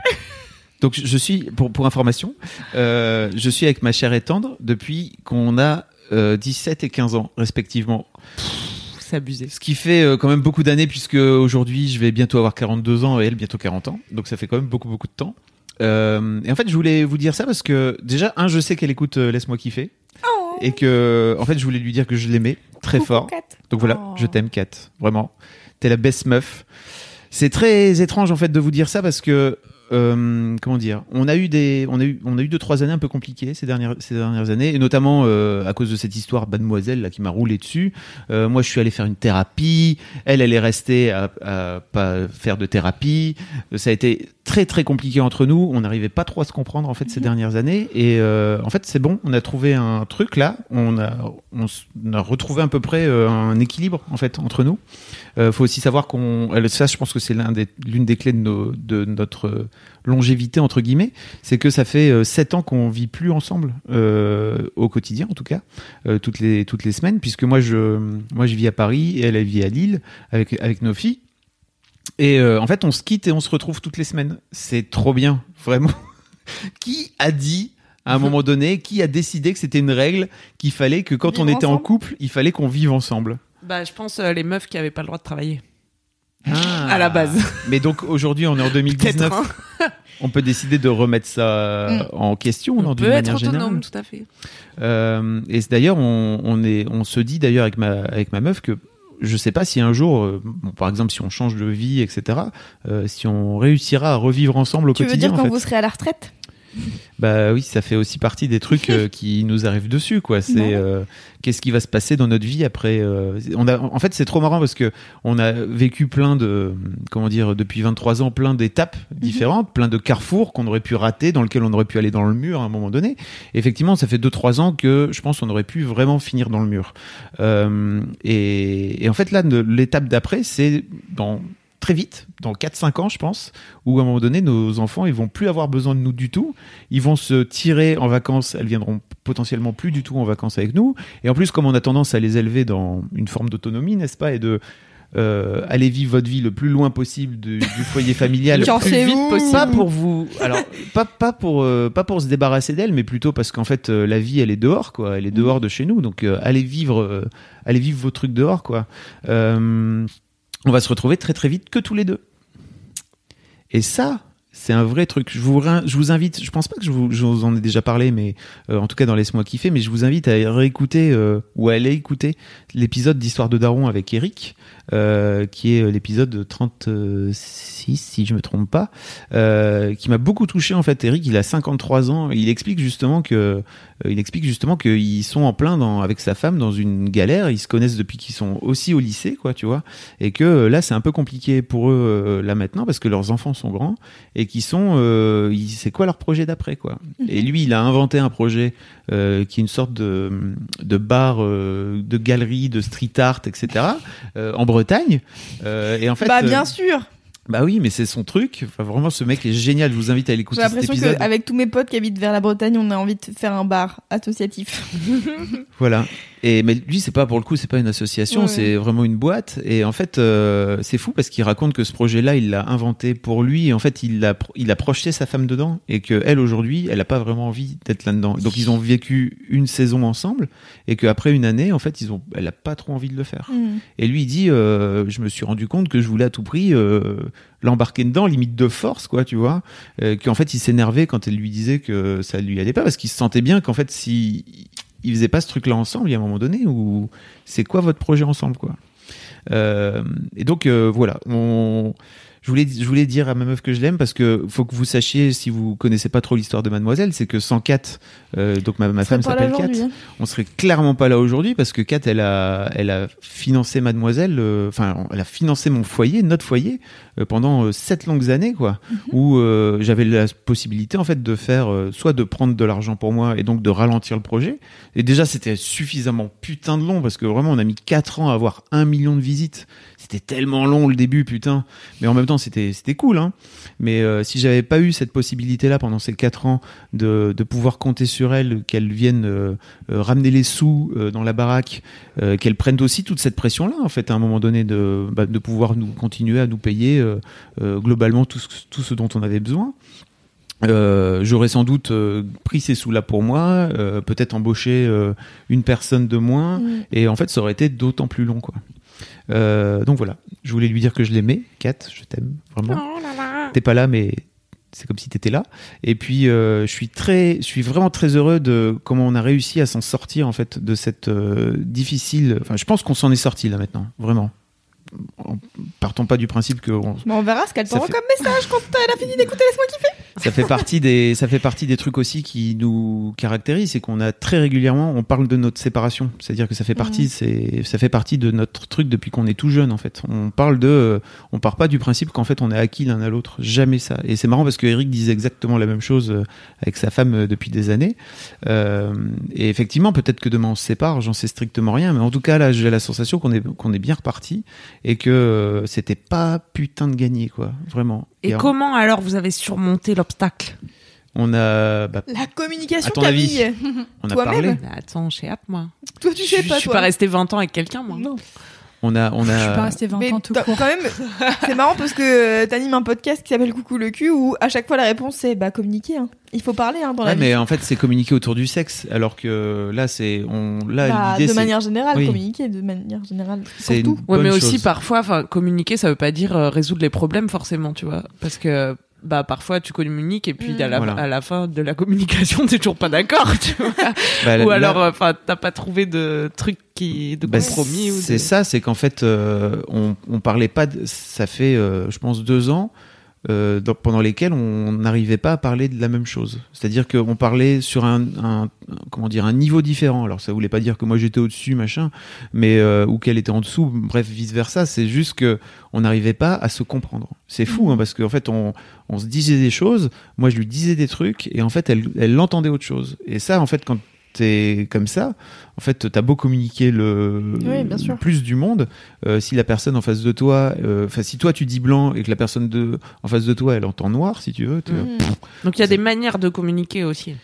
Speaker 3: Donc je suis, pour, pour information, euh, je suis avec ma chère et tendre depuis qu'on a euh, 17 et 15 ans respectivement.
Speaker 2: C'est abusé.
Speaker 3: Ce qui fait euh, quand même beaucoup d'années puisque aujourd'hui je vais bientôt avoir 42 ans et elle bientôt 40 ans. Donc ça fait quand même beaucoup beaucoup de temps. Euh, et en fait je voulais vous dire ça parce que déjà, un, je sais qu'elle écoute euh, Laisse-moi kiffer. Et que, en fait, je voulais lui dire que je l'aimais très fort. Donc voilà,
Speaker 4: Oh.
Speaker 3: je t'aime Kat, vraiment. T'es la best meuf. C'est très étrange en fait de vous dire ça parce que euh, comment dire, on a eu des, on a eu, on a eu deux trois années un peu compliquées ces dernières ces dernières années et notamment euh, à cause de cette histoire mademoiselle là qui m'a roulé dessus. Euh, moi, je suis allé faire une thérapie. Elle, elle est restée à, à pas faire de thérapie. Euh, Ça a été très très compliqué entre nous. On n'arrivait pas trop à se comprendre en fait ces dernières années. Et euh, en fait, c'est bon. On a trouvé un truc là. On a on, s- on a retrouvé à peu près euh, un équilibre en fait entre nous. Euh, faut aussi savoir qu'on elle, ça, je pense que c'est l'un des- l'une des clés de, nos- de notre euh, longévité entre guillemets. C'est que ça fait euh, sept ans qu'on vit plus ensemble euh, au quotidien en tout cas euh, toutes les toutes les semaines puisque moi je moi je vis à Paris et elle elle vit à Lille avec avec nos filles et euh, en fait on se quitte et on se retrouve toutes les semaines c'est trop bien vraiment qui a dit à un moment donné qui a décidé que c'était une règle qu'il fallait que quand on
Speaker 1: Vivre
Speaker 3: était en
Speaker 1: ensemble.
Speaker 3: couple il fallait qu'on vive ensemble
Speaker 2: Bah, je pense euh, les meufs qui avaient pas le droit de travailler. À la base.
Speaker 3: Ah. mais donc aujourd'hui on est en
Speaker 2: Peut-être,
Speaker 3: 2019
Speaker 2: hein.
Speaker 3: on peut décider de remettre ça
Speaker 1: Mm.
Speaker 3: en question non,
Speaker 2: On
Speaker 3: d'une
Speaker 2: peut être
Speaker 3: manière
Speaker 2: autonome,
Speaker 3: générale
Speaker 2: tout à fait.
Speaker 3: Euh, et c'est d'ailleurs, on, on est, on se dit d'ailleurs avec ma, avec ma meuf que je sais pas si un jour, euh, bon, par exemple, si on change de vie, etc., euh, si on réussira à revivre ensemble au
Speaker 1: Tu veux
Speaker 3: quotidien.
Speaker 1: dire
Speaker 3: en
Speaker 1: quand
Speaker 3: fait.
Speaker 1: vous serez à la retraite
Speaker 3: Bah oui, ça fait aussi partie des trucs euh, qui nous arrivent dessus, quoi.
Speaker 1: Bah ouais.
Speaker 3: C'est euh, qu'est-ce qui va se passer dans notre vie après euh, On a, en fait, c'est trop marrant parce que on a vécu plein de, comment dire, depuis 23 ans, plein d'étapes différentes, plein de carrefours qu'on aurait pu rater, dans lequel on aurait pu aller dans le mur à un moment donné. Effectivement, ça fait 2-3 ans que je pense qu'on aurait pu vraiment finir dans le mur. Euh, et, et en fait, là, ne- l'étape d'après, c'est dans très vite, dans 4-5 ans, je pense, où à un moment donné, nos enfants, ils vont plus avoir besoin de nous du tout ils vont se tirer en vacances, elles viendront potentiellement plus du tout en vacances avec nous. Et en plus, comme on a tendance à les élever dans une forme d'autonomie, n'est-ce pas, et de euh, aller vivre votre vie le plus loin possible du, du foyer familial,
Speaker 1: Genre
Speaker 3: le plus
Speaker 1: chez
Speaker 3: vite
Speaker 1: vous.
Speaker 3: possible. Pas pour vous, alors pas pas pour euh, pas pour se débarrasser d'elle, mais plutôt parce qu'en fait euh, la vie elle est dehors, quoi. Elle est dehors de chez nous, donc euh, allez vivre, euh, allez vivre vos trucs dehors, quoi. Euh, on va se retrouver très très vite que tous les deux. Et ça, c'est un vrai truc. Je vous, rein- je vous invite, je pense pas que je vous, je vous en ai déjà parlé, mais euh, en tout cas dans Laisse-moi kiffer, mais je vous invite à réécouter euh, ou à aller écouter l'épisode d'Histoire de Daron avec Eric, euh, qui est euh, l'épisode 36, si je me trompe pas, euh, qui m'a beaucoup touché en fait. Eric, il a 53 ans, il explique justement que euh, il explique justement qu'ils sont en plein dans, avec sa femme dans une galère, ils se connaissent depuis qu'ils sont aussi au lycée, quoi, tu vois et que euh, là c'est un peu compliqué pour eux euh, là maintenant parce que leurs enfants sont grands et qui sont euh, ils- c'est quoi leur projet d'après quoi
Speaker 1: Mhm.
Speaker 3: et lui il a inventé un projet euh, qui est une sorte de, de bar euh, de galerie de street art etc euh, en Bretagne Euh, et en fait
Speaker 1: Bah
Speaker 3: euh,
Speaker 1: bien sûr.
Speaker 3: bah oui mais c'est son truc Enfin, vraiment ce mec est génial je vous invite à
Speaker 1: J'ai
Speaker 3: l'écouter cet
Speaker 1: l'impression
Speaker 3: épisode
Speaker 1: qu'avec tous mes potes qui habitent vers la Bretagne, on a envie de faire un bar associatif.
Speaker 3: Voilà. Et mais lui, c'est pas pour le coup, c'est pas une association,
Speaker 1: Ouais.
Speaker 3: c'est vraiment une boîte. Et en fait, euh, c'est fou parce qu'il raconte que ce projet-là, il l'a inventé pour lui. Et en fait, il a, il a projeté sa femme dedans et que elle aujourd'hui, elle a pas vraiment envie d'être là-dedans. Donc ils ont vécu une saison ensemble et qu'après une année, en fait, ils ont, elle a pas trop envie de le faire.
Speaker 1: Hmm.
Speaker 3: Et lui, il dit, euh, je me suis rendu compte que je voulais à tout prix euh, l'embarquer dedans, limite de force, quoi, tu vois. Euh, Qu'en fait, il s'énervait quand elle lui disait que ça lui allait pas, parce qu'il se sentait bien qu'en fait, si il faisait pas ce truc-là ensemble, il y a un moment donné où c'est quoi votre projet ensemble, quoi. Euh, et donc euh, voilà, on, je voulais, je voulais dire à ma meuf que je l'aime parce que faut que vous sachiez si vous connaissez pas trop l'histoire de Mademoiselle, c'est que sans Kat, euh, donc ma, ma femme s'appelle Kat,
Speaker 1: hein.
Speaker 3: on serait clairement pas là aujourd'hui parce que Kat, elle a, elle a financé Mademoiselle, euh, enfin, elle a financé mon foyer, notre foyer, euh, pendant euh, sept longues années, quoi, où euh, j'avais la possibilité, en fait, de faire, euh, soit de prendre de l'argent pour moi et donc de ralentir le projet. Et déjà, c'était suffisamment putain de long parce que vraiment, on a mis quatre ans à avoir un million de visites. C'était tellement long le début, putain. Mais en même temps, c'était, c'était cool, hein. Mais euh, si j'avais pas eu cette possibilité-là pendant ces quatre ans de, de pouvoir compter sur elle, qu'elle vienne, euh, euh, ramener les sous euh, dans la baraque, euh, qu'elles prennent aussi toute cette pression-là, en fait, à un moment donné, de, bah, de pouvoir nous continuer à nous payer euh, euh, globalement tout ce, tout ce dont on avait besoin. Euh, J'aurais sans doute euh, pris ces sous-là pour moi, euh, peut-être embauché euh, une personne de moins, et en fait, ça aurait été d'autant plus long, quoi. Euh, donc voilà, je voulais lui dire que je l'aimais, Kat, je t'aime vraiment.
Speaker 2: Oh
Speaker 3: T'es pas là, mais c'est comme si t'étais là. Et puis, euh, je suis très, je suis vraiment très heureux de comment on a réussi à s'en sortir en fait de cette euh, difficile. Enfin, je pense qu'on s'en est sorti là maintenant, vraiment. En- Partons pas du principe que on-
Speaker 1: Mais Bah, on verra ce qu'elle
Speaker 3: Ça
Speaker 1: t'envoie
Speaker 3: fait-
Speaker 1: comme message quand elle a fini d'écouter Laisse-moi kiffer.
Speaker 3: ça fait partie des, ça fait partie des trucs aussi qui nous caractérisent, c'est qu'on a très régulièrement, on parle de notre séparation. C'est-à-dire que ça fait
Speaker 1: Mhm.
Speaker 3: partie, c'est, ça fait partie de notre truc depuis qu'on est tout jeune en fait. On parle de, euh, on part pas du principe qu'en fait on est acquis l'un à l'autre, jamais ça. Et c'est marrant parce que Eric disait exactement la même chose euh, avec sa femme euh, depuis des années. Euh, et effectivement, peut-être que demain on se sépare, j'en sais strictement rien, mais en tout cas là, j'ai la sensation qu'on est, qu'on est bien reparti et que euh, c'était pas putain de gagné quoi, vraiment.
Speaker 2: Et
Speaker 3: on-
Speaker 2: comment alors vous avez surmonté l'obstacle
Speaker 3: on a, bah,
Speaker 1: La communication,
Speaker 3: À ton
Speaker 1: Camille.
Speaker 3: on a
Speaker 1: Toi-même.
Speaker 3: parlé.
Speaker 2: Bah, Attends, je sais pas moi.
Speaker 1: Toi, tu sais
Speaker 2: je,
Speaker 1: pas,
Speaker 2: je suis
Speaker 1: toi.
Speaker 2: pas resté 20 ans avec quelqu'un moi.
Speaker 3: On a, on
Speaker 4: Je suis pas
Speaker 3: a.
Speaker 4: restée 20
Speaker 1: Mais
Speaker 4: ans tout
Speaker 1: t'as-
Speaker 4: court.
Speaker 1: quand même, c'est marrant parce que euh, t'animes un podcast qui s'appelle Coucou le cul où à chaque fois la réponse c'est bah communiquer. hein. Il faut parler hein, dans
Speaker 3: Ouais,
Speaker 1: la vie.
Speaker 3: mais en fait, c'est communiquer autour du sexe, alors que là, c'est on là
Speaker 1: Bah,
Speaker 3: l'idée
Speaker 1: de
Speaker 3: c'est-
Speaker 1: manière générale,
Speaker 3: oui.
Speaker 1: communiquer de manière générale.
Speaker 3: c'est
Speaker 1: pour tout.
Speaker 3: une
Speaker 2: Ouais,
Speaker 3: bonne
Speaker 2: mais aussi
Speaker 3: chose.
Speaker 2: parfois, enfin, communiquer, ça veut pas dire euh, résoudre les problèmes forcément, tu vois, parce que bah parfois tu communiques et puis
Speaker 1: Mm.
Speaker 2: à, la,
Speaker 3: Voilà.
Speaker 2: à la fin de la communication t'es toujours pas d'accord tu vois
Speaker 3: Bah,
Speaker 2: ou
Speaker 3: là-
Speaker 2: alors enfin t'as pas trouvé de truc qui de
Speaker 3: Bah,
Speaker 2: compromis ou de-
Speaker 3: C'est ça, c'est qu'en fait, euh, on, on parlait pas. de- ça fait, euh, je pense, deux ans euh, dans- pendant lesquels on n'arrivait pas à parler de la même chose. C'est-à-dire qu'on parlait sur un, un- comment dire un niveau différent. Alors ça voulait pas dire que moi j'étais au-dessus, machin, mais euh, ou qu'elle était en dessous. Bref, vice versa. C'est juste que on n'arrivait pas à se comprendre. C'est fou
Speaker 1: Mm.
Speaker 3: hein, parce qu'en fait on, on se disait des choses. Moi je lui disais des trucs et en fait elle elle entendait autre chose. Et ça en fait quand t'es comme ça, en fait, t'as beau communiquer le
Speaker 1: Oui, bien sûr.
Speaker 3: le plus du monde, euh, si la personne en face de toi, euh, enfin si toi tu dis blanc et que la personne de en face de toi elle entend noir, si tu veux, t'es-
Speaker 2: Mm.
Speaker 1: Hmm.
Speaker 2: donc il y a des manières de communiquer aussi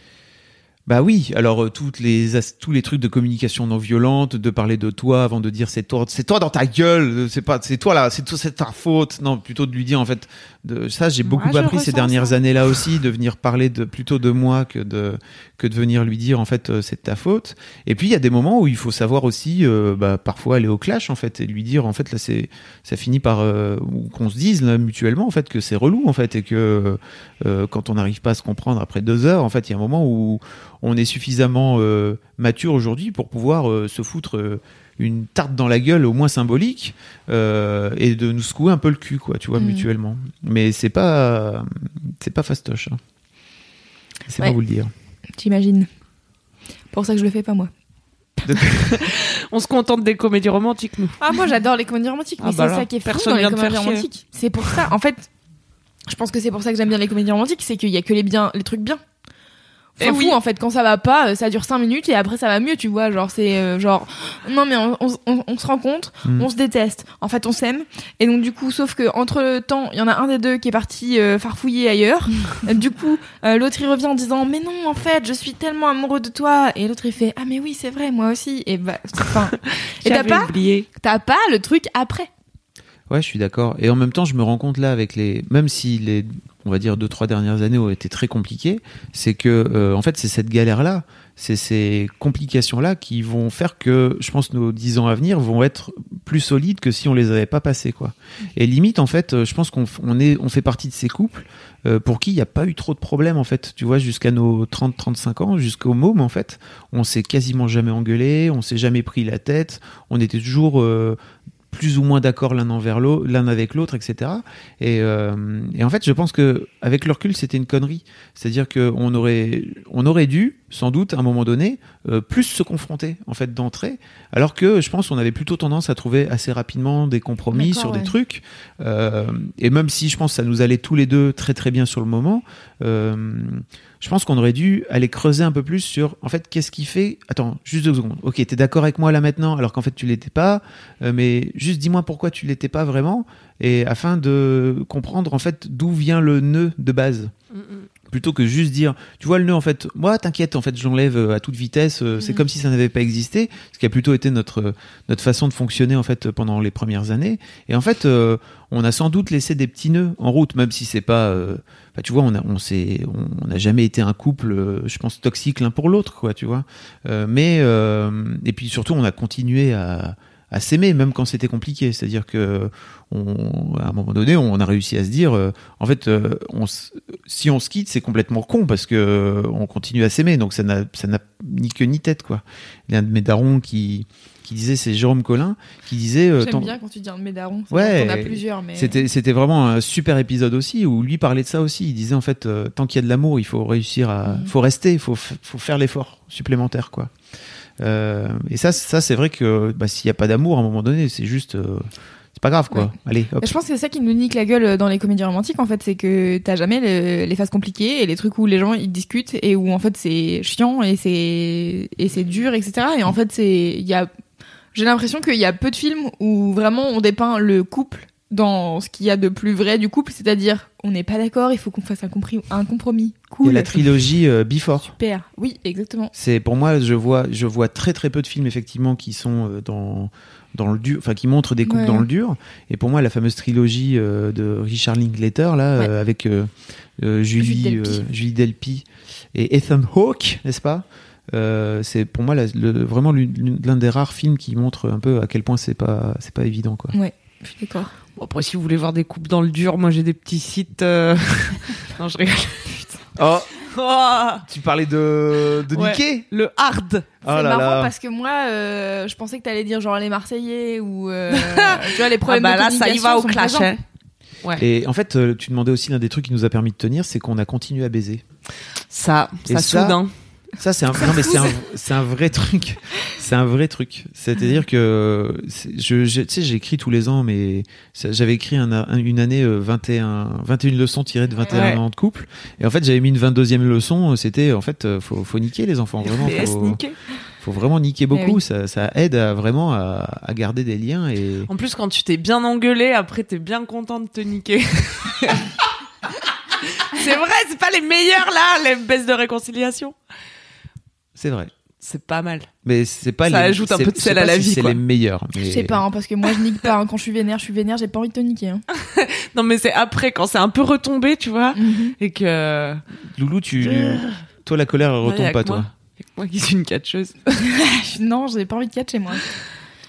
Speaker 3: bah oui. Alors euh, toutes les as- tous les trucs de communication non violente, de parler de toi avant de dire c'est toi, c'est toi dans ta gueule, euh, c'est pas c'est toi là, c'est toi- c'est ta faute. Non, plutôt de lui dire en fait de, ça j'ai beaucoup
Speaker 2: je
Speaker 3: appris ces
Speaker 2: ressens
Speaker 3: dernières
Speaker 2: ça.
Speaker 3: années là aussi de venir parler de plutôt de moi que de que de venir lui dire en fait euh, c'est de ta faute. Et puis il y a des moments où il faut savoir aussi euh, bah, parfois aller au clash en fait et lui dire en fait là c'est ça finit par euh, ou qu'on se dise là, mutuellement en fait que c'est relou en fait et que euh, quand on n'arrive pas à se comprendre après deux heures en fait il y a un moment où on est suffisamment euh, mature aujourd'hui pour pouvoir euh, se foutre euh, une tarte dans la gueule au moins symbolique euh, et de nous secouer un peu le cul quoi tu vois
Speaker 1: Mhm.
Speaker 3: mutuellement mais c'est pas c'est pas fastoche hein. c'est
Speaker 1: Ouais.
Speaker 3: pas vous le dire
Speaker 1: J'imagine. Pour ça que je le fais pas moi.
Speaker 2: on se contente des comédies romantiques nous
Speaker 1: Ah moi j'adore les comédies romantiques, mais
Speaker 2: Ah, bah
Speaker 1: c'est
Speaker 2: là,
Speaker 1: ça qui est fou
Speaker 2: personne
Speaker 1: dans les
Speaker 2: vient de
Speaker 1: comédies
Speaker 2: faire chier.
Speaker 1: romantiques. C'est pour ça, en fait, je pense que c'est pour ça que j'aime bien les comédies romantiques, c'est qu'il y a que les bien, les trucs bien. C'est
Speaker 2: Eh
Speaker 1: fou
Speaker 2: oui.
Speaker 1: en fait quand ça va pas, euh, ça dure 5 minutes et après ça va mieux, tu vois, genre c'est euh, genre non mais on, on- on- on se rencontre,
Speaker 3: Mm.
Speaker 2: Hmm.
Speaker 1: on se déteste, en fait on s'aime et donc du coup sauf que entre le temps, il y en a un des deux qui est parti euh, farfouiller ailleurs. Euh, du coup, euh, l'autre il revient en disant mais non en fait, je suis tellement amoureux de toi et l'autre il fait ah mais oui, c'est vrai, moi aussi et bah enfin et t'as
Speaker 2: J'avais
Speaker 1: pas
Speaker 2: oublié
Speaker 1: t'as pas le truc après.
Speaker 3: Ouais, je suis d'accord. Et en même temps, je me rends compte là avec les, même si les, on va dire deux trois dernières années ont été très compliquées, c'est que euh, en fait c'est cette galère là, c'est ces complications là qui vont faire que je pense nos dix ans à venir vont être plus solides que si on les avait pas passés quoi. Et limite en fait, euh, je pense qu'on f- on est, on fait partie de ces couples euh, pour qui il n'y a pas eu trop de problèmes en fait. Tu vois, jusqu'à nos 30 35 ans, jusqu'au môme en fait, on s'est quasiment jamais engueulé, on s'est jamais pris la tête, on était toujours euh, plus ou moins d'accord l'un envers l'au- l'un avec l'autre, etc. Et, euh, et en fait, je pense que avec le recul, c'était une connerie. C'est-à-dire qu'on aurait, on aurait dû, sans doute, à un moment donné, euh, plus se confronter en fait d'entrée, alors que je pense qu'on avait plutôt tendance à trouver assez rapidement des compromis
Speaker 1: D'accord,
Speaker 3: sur
Speaker 1: ouais.
Speaker 3: des trucs. Euh, et même si je pense que ça nous allait tous les deux très très bien sur le moment, euh, je pense qu'on aurait dû aller creuser un peu plus sur, en fait, qu'est-ce qui fait. Attends, juste deux secondes. Ok, t'es d'accord avec moi là maintenant, alors qu'en fait tu l'étais pas. Euh, mais juste dis-moi pourquoi tu l'étais pas vraiment et afin de comprendre en fait d'où vient le nœud de base
Speaker 2: Mm,
Speaker 3: plutôt que juste dire tu vois le nœud en fait moi t'inquiète en fait je l'enlève euh, à toute vitesse euh, c'est comme si ça n'avait pas existé ce qui a plutôt été notre euh, notre façon de fonctionner en fait euh, pendant les premières années et en fait euh, on a sans doute laissé des petits nœuds en route même si c'est pas euh, bah, tu vois on a on s'est on n'a jamais été un couple euh, je pense toxique l'un pour l'autre quoi tu vois Euh, mais euh, et puis surtout on a continué à à s'aimer même quand c'était compliqué c'est-à-dire que on, à un moment donné on a réussi à se dire euh, en fait euh, on s- si on se quitte, c'est complètement con parce que euh, on continue à s'aimer, donc ça n'a ça n'a ni queue ni tête quoi. Il y a un de mes darons qui qui disait, c'est Jérôme Collin, qui disait. euh, tant-
Speaker 1: J'aime bien quand tu dis un de mes darons. c'est
Speaker 3: Ouais,
Speaker 1: vrai qu'on a plusieurs, mais.
Speaker 3: c'était c'était vraiment un super épisode aussi où lui parlait de ça aussi. Il disait en fait, euh, tant qu'il y a de l'amour, il faut réussir à,
Speaker 1: Mhm.
Speaker 3: faut rester, faut f- faut faire l'effort supplémentaire quoi. Euh, et ça ça c'est vrai que bah, s'il n'y a pas d'amour à un moment donné, c'est juste euh, c'est pas grave quoi.
Speaker 1: Ouais. Bah,
Speaker 3: Allez hop.
Speaker 1: Mais Je pense que c'est ça qui nous nique la gueule euh, dans les comédies romantiques, en fait, c'est que t'as jamais le- les phases compliquées et les trucs où les gens ils discutent et où en fait c'est chiant et c'est et c'est dur, etc. Et en fait c'est il y a j'ai l'impression qu'il y a peu de films où vraiment on dépeint le couple dans ce qu'il y a de plus vrai du couple, c'est-à-dire on n'est pas d'accord, il faut qu'on fasse un, compris, un compromis.
Speaker 3: Il y a
Speaker 1: Cool.
Speaker 3: la trilogie euh, Before.
Speaker 1: Super. Oui, exactement.
Speaker 3: C'est pour moi, je vois, je vois très très peu de films effectivement qui sont euh, dans dans le dur, enfin qui montrent des couples
Speaker 1: Ouais.
Speaker 3: dans le dur. Et pour moi, la fameuse trilogie euh, de Richard Linklater là,
Speaker 1: Ouais.
Speaker 3: euh, avec euh, euh, Julie
Speaker 1: Julie
Speaker 3: euh,
Speaker 1: Delpy.
Speaker 3: Julie Delpy et Ethan Hawke, n'est-ce pas Euh, C'est pour moi la- le- vraiment l'une- l'un des rares films qui montre un peu à quel point c'est pas c'est pas évident quoi.
Speaker 1: Ouais.
Speaker 8: Je suis d'accord.
Speaker 2: Bon, après, si vous voulez voir des coupes dans le dur, moi j'ai des petits sites. euh, non, je rigole.
Speaker 3: Oh,
Speaker 2: Oh,
Speaker 3: tu parlais de, de
Speaker 2: Ouais.
Speaker 3: Nikkei
Speaker 2: le hard.
Speaker 3: Oh
Speaker 8: c'est
Speaker 3: là
Speaker 8: marrant
Speaker 3: là.
Speaker 8: parce que moi, euh, je pensais que t'allais dire genre les Marseillais ou euh, tu vois les
Speaker 2: Ah
Speaker 8: problèmes
Speaker 2: bah
Speaker 8: de
Speaker 2: là, ça y
Speaker 8: communication
Speaker 2: va au
Speaker 8: sont
Speaker 2: clash.
Speaker 8: présents.
Speaker 2: hein.
Speaker 3: Et en fait, euh, tu demandais aussi l'un des trucs qui nous a permis de tenir, c'est qu'on a continué à baiser.
Speaker 2: Ça,
Speaker 3: Et
Speaker 2: ça
Speaker 3: ça,
Speaker 2: soudain.
Speaker 3: Ça, c'est un, non, mais c'est un, c'est un vrai truc. C'est un vrai truc. C'est-à-dire que, c'est- je, je- tu sais, j'écris tous les ans, mais ça- j'avais écrit un- un- une année euh, 21, 21 leçons tirées de 21
Speaker 2: Ouais.
Speaker 3: ans de couple. Et en fait, j'avais mis une 22e leçon. C'était, en fait, euh, faut, faut niquer les enfants. Vraiment,
Speaker 2: Et
Speaker 3: faut,
Speaker 2: sneaker.
Speaker 3: faut vraiment niquer
Speaker 8: Eh
Speaker 3: beaucoup. Ça, ça aide à, vraiment à, à garder des liens et.
Speaker 2: En plus, quand tu t'es bien engueulé, après t'es bien content de te niquer. c'est vrai, c'est pas les meilleurs là, les baisses de réconciliation.
Speaker 3: C'est vrai.
Speaker 2: C'est pas mal.
Speaker 3: Mais c'est pas
Speaker 2: Ça
Speaker 3: les-
Speaker 2: ajoute un
Speaker 3: c'est-
Speaker 2: peu de
Speaker 3: je sais
Speaker 2: sel
Speaker 3: pas
Speaker 2: à la
Speaker 3: si
Speaker 2: vie,
Speaker 3: C'est
Speaker 2: quoi.
Speaker 3: les meilleurs.
Speaker 8: Je
Speaker 3: mais-
Speaker 8: sais pas, hein, parce que moi je nique pas. hein. Quand je suis vénère, je suis vénère, j'ai pas envie de te niquer. hein.
Speaker 2: Non, mais c'est après, quand c'est un peu retombé, tu vois,
Speaker 8: Mhm.
Speaker 2: et que. euh,
Speaker 3: Loulou, tu.
Speaker 8: Ah.
Speaker 3: Toi, la colère, elle
Speaker 2: y a
Speaker 3: retombe
Speaker 2: que
Speaker 3: pas, toi.
Speaker 2: moi. et que Moi qui suis une catcheuse.
Speaker 8: non, j'ai pas envie de catch chez moi.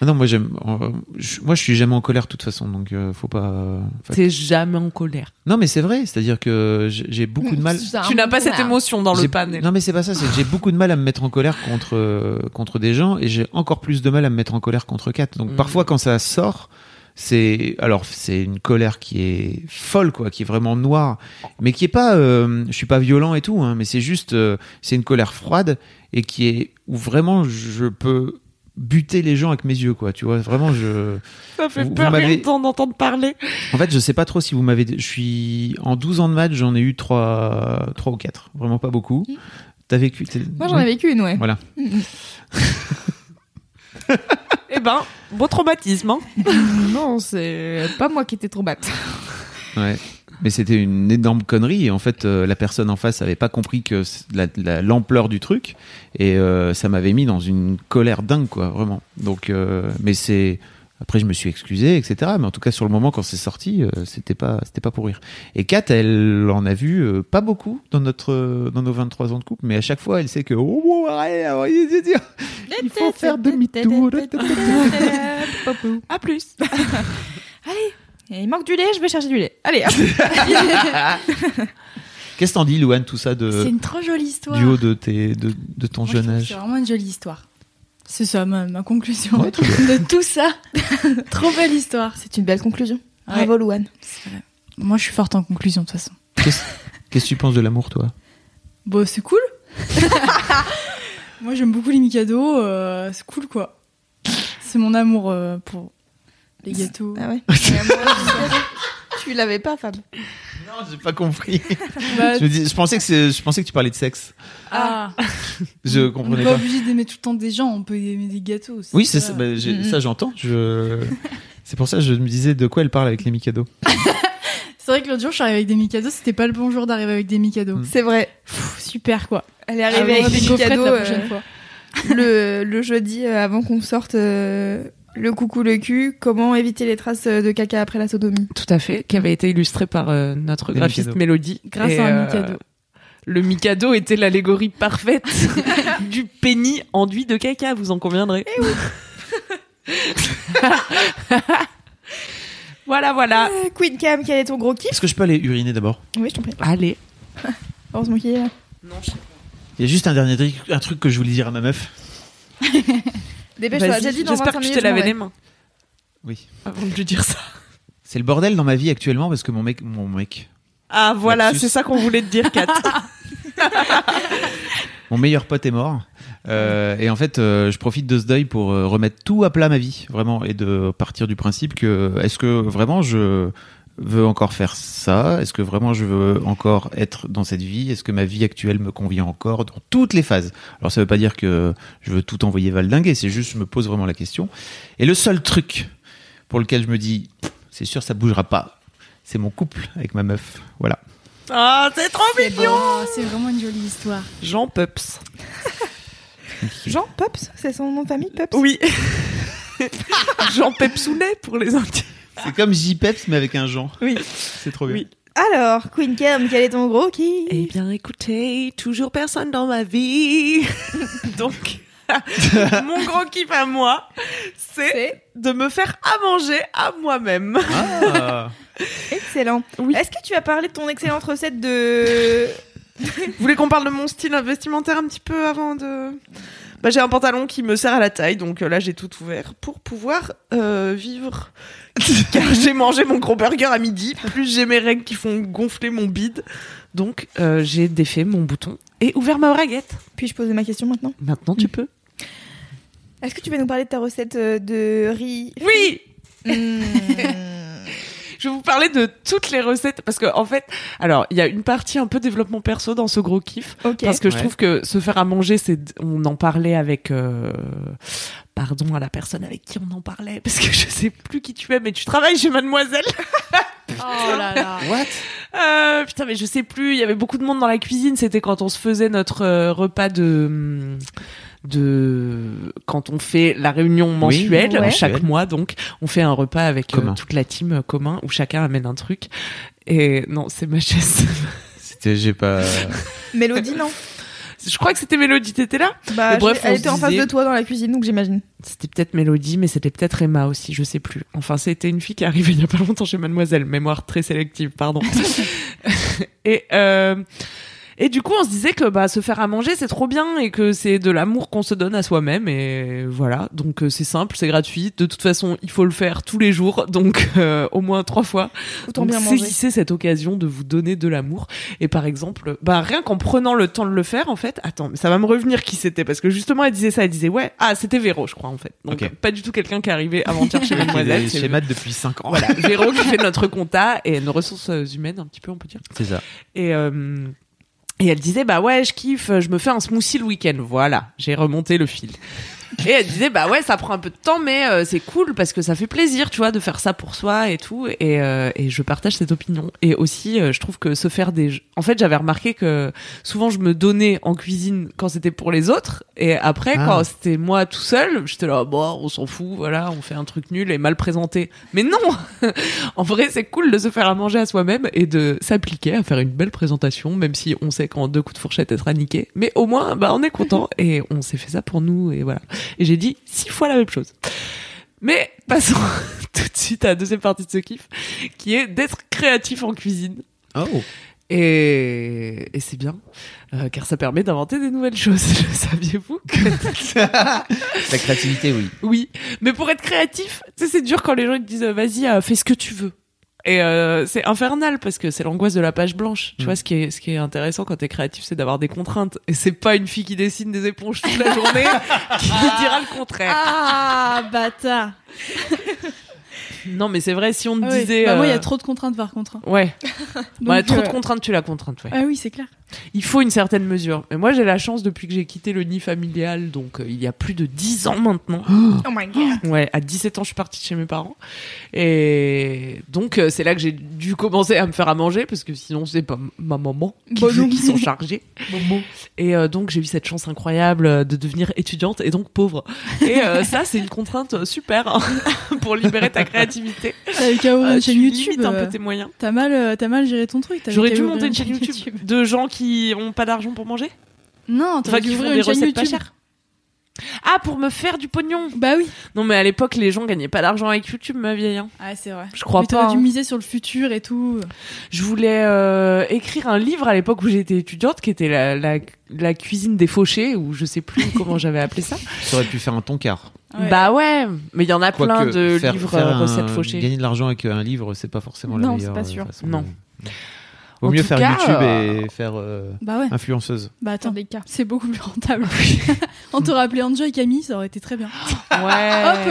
Speaker 3: Ah non, moi, j'aime. euh, je- Moi, je suis jamais en colère, de toute façon, donc euh, faut pas. euh, faut-
Speaker 2: T'es jamais en colère.
Speaker 3: Non, mais c'est vrai, c'est-à-dire que j'ai j'ai beaucoup de mal.
Speaker 8: Ça,
Speaker 2: Tu
Speaker 8: un
Speaker 2: n'as
Speaker 8: bon
Speaker 2: pas cette
Speaker 8: connard.
Speaker 2: émotion Mmh, dans le
Speaker 3: j'ai-
Speaker 2: panel.
Speaker 3: Non, mais c'est pas ça, c'est que j'ai beaucoup de mal à me mettre en colère contre, euh, contre des gens et j'ai encore plus de mal à me mettre en colère contre Kat. Donc
Speaker 2: Mm.
Speaker 3: parfois, quand ça sort. C'est alors c'est une colère qui est folle quoi, qui est vraiment noire, mais qui est pas. euh, je suis pas violent et tout, hein, mais c'est juste euh, c'est une colère froide et qui est où vraiment je peux buter les gens avec mes yeux quoi. Tu vois vraiment je.
Speaker 2: Ça fait
Speaker 3: Vous- vous
Speaker 2: peur
Speaker 3: m'avez-
Speaker 2: rien que d'en entendre parler.
Speaker 3: En fait, je sais pas trop si vous m'avez. Je suis en 12 ans de match, j'en ai eu 3, trois ou 4. Vraiment pas beaucoup. T'as vécu. t'es-
Speaker 8: Moi j'en ai vécu une, ouais.
Speaker 3: Voilà.
Speaker 2: Eh ben, beau traumatisme. hein.
Speaker 8: non, c'est pas moi qui étais trop batte.
Speaker 3: Ouais. Mais c'était une énorme connerie. Et en fait, euh, la personne en face avait pas compris que c- la- la- l'ampleur du truc. Et euh, ça m'avait mis dans une colère dingue, quoi, vraiment. Donc, euh, mais c'est. Après, je me suis excusé, etc. Mais en tout cas, sur le moment, quand c'est sorti, euh, c'était pas, c'était pas pour rire. Et Kat, elle en a vu euh, pas beaucoup dans notre, euh, dans nos 23 ans de couple, mais à chaque fois, elle sait que oh, oh, arrête, oh, il faut faire demi-tour.
Speaker 2: À plus.
Speaker 8: Et il manque du lait, je vais chercher du lait. Allez, hop.
Speaker 3: Qu'est-ce que t'en dis, Louane, tout ça
Speaker 4: C'est
Speaker 3: de,
Speaker 4: une trop jolie histoire.
Speaker 3: du haut Euh, de tes, de, de ton
Speaker 4: Moi, je
Speaker 3: jeune
Speaker 4: trouve que
Speaker 3: âge?
Speaker 4: C'est vraiment une jolie histoire. C'est ça ma, ma conclusion
Speaker 3: Ouais, très
Speaker 4: de tout ça. trop belle histoire.
Speaker 8: c'est une belle conclusion.
Speaker 4: Ouais.
Speaker 8: Bravo Louane.
Speaker 4: C'est vrai. Moi, je suis forte en conclusion de toute façon.
Speaker 3: Qu'est-ce qu'est-ce que tu penses de l'amour, toi?
Speaker 4: Bon, c'est cool. Moi, j'aime beaucoup les Mikado. euh, c'est cool, quoi. C'est mon amour euh, pour les gâteaux.
Speaker 8: Ah ouais. Ouais, moi, tu l'avais pas, Fab.
Speaker 3: Non, j'ai pas compris.
Speaker 4: Bah,
Speaker 3: je, me dis- je pensais que c'est- je pensais que tu parlais de sexe.
Speaker 4: ah,
Speaker 3: Je
Speaker 4: on n'est
Speaker 3: comprenais
Speaker 4: pas
Speaker 3: pas.
Speaker 4: obligé d'aimer tout le temps des gens. On peut aimer des gâteaux aussi. Euh,
Speaker 3: Oui, c'est
Speaker 4: tu
Speaker 3: ça,
Speaker 4: vois.
Speaker 3: bah, j'ai-
Speaker 8: Mhm.
Speaker 3: ça j'entends. Je... C'est pour ça que je me disais de quoi elle parle avec les Mikado.
Speaker 4: C'est vrai que l'autre jour, je suis arrivée avec des Mikado. C'était pas le bon jour d'arriver avec des Mikado.
Speaker 2: Hmm.
Speaker 3: Mm.
Speaker 8: C'est vrai.
Speaker 4: Pff, super, quoi.
Speaker 8: Elle
Speaker 1: Ah
Speaker 8: est arrivée
Speaker 4: Avoir
Speaker 8: avec des
Speaker 4: gaufrettes
Speaker 8: cadeaux
Speaker 4: la
Speaker 8: euh,
Speaker 4: prochaine fois.
Speaker 8: le, le jeudi euh, avant qu'on sorte euh, le coucou le cul. Comment éviter les traces euh, de caca après la sodomie
Speaker 2: Tout à fait, qui avait été illustré par euh, notre
Speaker 3: Les
Speaker 2: graphiste
Speaker 3: Mikado.
Speaker 2: Mélodie.
Speaker 4: Grâce
Speaker 2: Et,
Speaker 4: à un
Speaker 2: euh,
Speaker 4: Mikado.
Speaker 2: le Mikado était l'allégorie parfaite du penny enduit de caca, vous en conviendrez. voilà, voilà.
Speaker 8: Euh,
Speaker 1: Ah,
Speaker 8: Queen Cam, quel est ton gros kiff
Speaker 3: Est-ce que je peux aller uriner d'abord
Speaker 8: Oui, je t'en prie.
Speaker 2: Allez.
Speaker 8: Heureusement qu'il est là.
Speaker 3: Il y a juste un dernier truc, un truc que je voulais dire à ma meuf.
Speaker 8: Dépêche-toi,
Speaker 2: vas-y.
Speaker 8: j'ai dit dans 25
Speaker 2: J'espère que
Speaker 8: minutes.
Speaker 2: tu t'es
Speaker 8: je m'en
Speaker 2: lavé
Speaker 8: vais.
Speaker 2: les mains
Speaker 3: Oui.
Speaker 2: avant de lui dire ça.
Speaker 3: C'est le bordel dans ma vie actuellement parce que mon mec, mon mec,
Speaker 2: Ah voilà,
Speaker 3: Lapsus.
Speaker 2: c'est ça qu'on voulait te dire, Kat.
Speaker 3: mon meilleur pote est mort. Euh, et en fait, euh, je profite de ce deuil pour euh, remettre tout à plat ma vie, vraiment, et de partir du principe que est-ce que vraiment je veux encore faire ça Est-ce que vraiment je veux encore être dans cette vie Est-ce que ma vie actuelle me convient encore dans toutes les phases Alors ça veut pas dire que je veux tout envoyer valdinguer, c'est juste je me pose vraiment la question. Et le seul truc pour lequel je me dis c'est sûr ça bougera pas, c'est mon couple avec ma meuf. Voilà.
Speaker 2: Ah, c'est trop
Speaker 4: C'est
Speaker 2: mignon.
Speaker 4: beau, Oh, C'est vraiment une jolie histoire.
Speaker 2: Jean Pups.
Speaker 8: Jean Pops, c'est son nom de famille Pops.
Speaker 2: Oui. Jean Pepsounet pour les Indiens.
Speaker 3: C'est comme JPEPS mais avec un Jean.
Speaker 2: Oui.
Speaker 3: C'est trop bien.
Speaker 2: Oui.
Speaker 8: Alors, Queen Cam, quel est ton gros kiff
Speaker 2: Eh bien, écoutez, toujours personne dans ma vie. Donc, Mon grand kiff à moi, c'est
Speaker 8: C'est
Speaker 2: de me faire à manger à moi-même.
Speaker 3: Ah.
Speaker 1: Excellent.
Speaker 2: Oui.
Speaker 1: Est-ce que tu as parlé de ton excellente recette de.
Speaker 2: Vous voulez qu'on parle de mon style vestimentaire un petit peu avant de... Bah, j'ai un pantalon qui me sert à la taille, donc euh, là j'ai tout ouvert pour pouvoir euh, vivre. Car j'ai mangé mon gros burger à midi, plus j'ai mes règles qui font gonfler mon bide. Donc euh, j'ai défait mon bouton et ouvert ma braguette.
Speaker 1: Puis-je poser ma question maintenant
Speaker 2: Maintenant tu peux.
Speaker 1: Est-ce que tu vas nous parler de ta recette euh, de riz Hmm.
Speaker 2: Oui
Speaker 1: Mmh.
Speaker 2: Je vais vous parler de toutes les recettes parce que en fait, alors il y a une partie un peu développement perso dans ce gros kiff
Speaker 1: Ok.
Speaker 2: parce que je
Speaker 3: Ouais.
Speaker 2: trouve que se faire à manger, c'est on en parlait avec euh, pardon à la personne avec qui on en parlait parce que je sais plus qui tu es mais tu travailles chez Mademoiselle.
Speaker 4: Oh là là.
Speaker 3: What
Speaker 2: Euh, putain mais je sais plus, il y avait beaucoup de monde dans la cuisine, c'était quand on se faisait notre euh, repas de hum, de quand on fait la réunion
Speaker 3: Oui,
Speaker 2: mensuelle
Speaker 3: ouais.
Speaker 2: chaque
Speaker 3: mensuelle.
Speaker 2: mois donc on fait un repas avec euh,
Speaker 3: Commun.
Speaker 2: toute la team euh, commun où chacun amène un truc et non c'est ma chaise
Speaker 3: C'était, j'ai pas.
Speaker 1: Mélodie, non
Speaker 2: je crois que c'était Mélodie t'étais là
Speaker 1: Bah,
Speaker 2: Mais bref,
Speaker 1: j'ai- elle
Speaker 2: on
Speaker 1: était en
Speaker 2: se
Speaker 1: face
Speaker 2: disait-
Speaker 1: de toi dans la cuisine, donc j'imagine.
Speaker 2: c'était peut-être Mélodie mais c'était peut-être Emma aussi je sais plus enfin c'était une fille qui est arrivée il y a pas longtemps chez Mademoiselle mémoire très sélective pardon et euh, et du coup, on se disait que bah, se faire à manger, c'est trop bien et que c'est de l'amour qu'on se donne à soi-même. Et voilà, donc euh, c'est simple, c'est gratuit. De toute façon, il faut le faire tous les jours, donc euh, au moins trois fois.
Speaker 1: Autant
Speaker 2: Donc,
Speaker 1: bien manger.
Speaker 2: saisissez cette occasion de vous donner de l'amour. Et par exemple, bah, rien qu'en prenant le temps de le faire, en fait, attends, mais ça va me revenir qui c'était, parce que justement, elle disait ça, elle disait, ouais, ah, c'était Véro, je crois, en fait. Donc,
Speaker 3: Ok.
Speaker 2: pas du tout quelqu'un qui est arrivé avant-hier chez
Speaker 3: J'ai
Speaker 2: Mademoiselle.
Speaker 3: des
Speaker 2: c'est-
Speaker 3: schémas depuis 5 ans.
Speaker 2: Voilà, Véro qui fait notre compta et nos ressources euh, humaines, un petit peu, on peut dire.
Speaker 3: C'est ça.
Speaker 2: Et, euh, et elle disait, bah ouais, je kiffe, je me fais un smoothie le week-end. Voilà, j'ai remonté le fil. Et elle disait, bah ouais, ça prend un peu de temps, mais euh, c'est cool parce que ça fait plaisir, tu vois, de faire ça pour soi et tout. Et, euh, et je partage cette opinion. Et aussi, euh, je trouve que se faire des... En fait, j'avais remarqué que souvent, je me donnais en cuisine quand c'était pour les autres. Et après,
Speaker 3: Ah.
Speaker 2: quand c'était moi tout seul, j'étais là, bon, on s'en fout, voilà, on fait un truc nul et mal présenté. Mais non en vrai, c'est cool de se faire à manger à soi-même et de s'appliquer à faire une belle présentation, même si on sait qu'en deux coups de fourchette, elle sera niquée. Mais au moins, bah, on est content et on s'est fait ça pour nous et voilà. Et j'ai dit six fois la même chose. Mais passons tout de suite à la deuxième partie de ce kiff, qui est d'être créatif en cuisine.
Speaker 3: Oh.
Speaker 2: Et, et c'est bien, euh, car ça permet d'inventer des nouvelles choses. Le saviez-vous
Speaker 3: La créativité, oui.
Speaker 2: Oui, mais pour être créatif, tu sais, c'est dur quand les gens ils te disent euh, vas-y, euh, fais ce que tu veux. Et euh, c'est infernal parce que c'est l'angoisse de la page blanche. Tu
Speaker 3: Mm.
Speaker 2: vois, ce qui est, ce qui est intéressant quand t'es créatif, c'est d'avoir des contraintes. Et c'est pas une fille qui dessine des éponges toute la journée qui te dira le contraire.
Speaker 4: Ah, bâtard.
Speaker 2: Non, mais c'est vrai, si on te
Speaker 4: Ah ouais.
Speaker 2: disait.
Speaker 4: Bah, Moi, il y a
Speaker 2: euh,
Speaker 4: trop de contraintes par contre. hein.
Speaker 2: Ouais,
Speaker 4: Donc,
Speaker 2: Ouais, trop de
Speaker 4: euh,
Speaker 2: contraintes, tu la contrainte, ouais.
Speaker 4: Ah oui, c'est clair.
Speaker 2: Il faut une certaine mesure. Mais moi, j'ai la chance depuis que j'ai quitté le nid familial, donc euh, il y a plus de 10 ans maintenant.
Speaker 1: Oh my god.
Speaker 2: Ouais, à 17 ans, je suis partie de chez mes parents. Et donc, euh, c'est là que j'ai dû commencer à me faire à manger, parce que sinon, c'est pas m- ma maman qui,
Speaker 4: Bon,
Speaker 2: veut
Speaker 4: Bah non.
Speaker 2: qu'ils sont chargés. Et euh, donc, j'ai eu cette chance incroyable euh, de devenir étudiante et donc pauvre. Et euh, ça, c'est une contrainte euh, super hein, pour libérer ta créativité.
Speaker 4: T'as eu KO
Speaker 2: Euh,
Speaker 4: une
Speaker 2: tu
Speaker 4: chaîne YouTube.
Speaker 2: limites un
Speaker 4: euh,
Speaker 2: peu tes moyens.
Speaker 4: T'as mal, euh, t'as mal géré ton truc. t'as eu
Speaker 2: J'aurais dû
Speaker 4: KO
Speaker 2: monter une
Speaker 4: de-
Speaker 2: chaîne YouTube de gens qui ont pas d'argent pour manger.
Speaker 4: Non, t'aurais
Speaker 2: Enfin,
Speaker 4: dû
Speaker 2: qui font
Speaker 4: ouvrir
Speaker 2: des
Speaker 4: une chaîne
Speaker 2: recettes
Speaker 4: YouTube.
Speaker 2: pas chères. Ah, pour me faire du pognon.
Speaker 4: Bah oui.
Speaker 2: Non, mais à l'époque, les gens gagnaient pas d'argent avec YouTube, ma vieille. hein.
Speaker 4: Ah, c'est vrai.
Speaker 2: Je crois
Speaker 4: Mais
Speaker 2: pas.
Speaker 4: t'aurais dû
Speaker 2: hein.
Speaker 4: miser sur le futur et tout.
Speaker 2: Je voulais euh, écrire un livre à l'époque où j'étais étudiante, qui était la, la, la cuisine des fauchés, ou je sais plus comment j'avais appelé ça.
Speaker 3: J'aurais pu faire un toncard.
Speaker 4: Ouais.
Speaker 2: Bah ouais, mais il y en a plein
Speaker 3: Quoique,
Speaker 2: de
Speaker 3: faire-
Speaker 2: livres
Speaker 3: faire
Speaker 2: euh,
Speaker 3: un-
Speaker 2: recettes fauchées.
Speaker 3: Gagner de l'argent avec un livre, c'est pas forcément la
Speaker 4: Non, c'est
Speaker 3: meilleure
Speaker 4: pas
Speaker 3: euh,
Speaker 4: sûr.
Speaker 3: façon.
Speaker 2: Non.
Speaker 3: de- Vaut
Speaker 2: En
Speaker 3: mieux
Speaker 2: tout
Speaker 3: faire
Speaker 2: cas,
Speaker 3: YouTube
Speaker 2: euh,
Speaker 3: et faire euh,
Speaker 4: Bah ouais.
Speaker 3: influenceuse.
Speaker 4: Bah attends,
Speaker 8: Dans des cas.
Speaker 4: c'est beaucoup plus rentable. On t'aurait appelé Anjo et Camille, ça aurait été très bien.
Speaker 2: Ouais.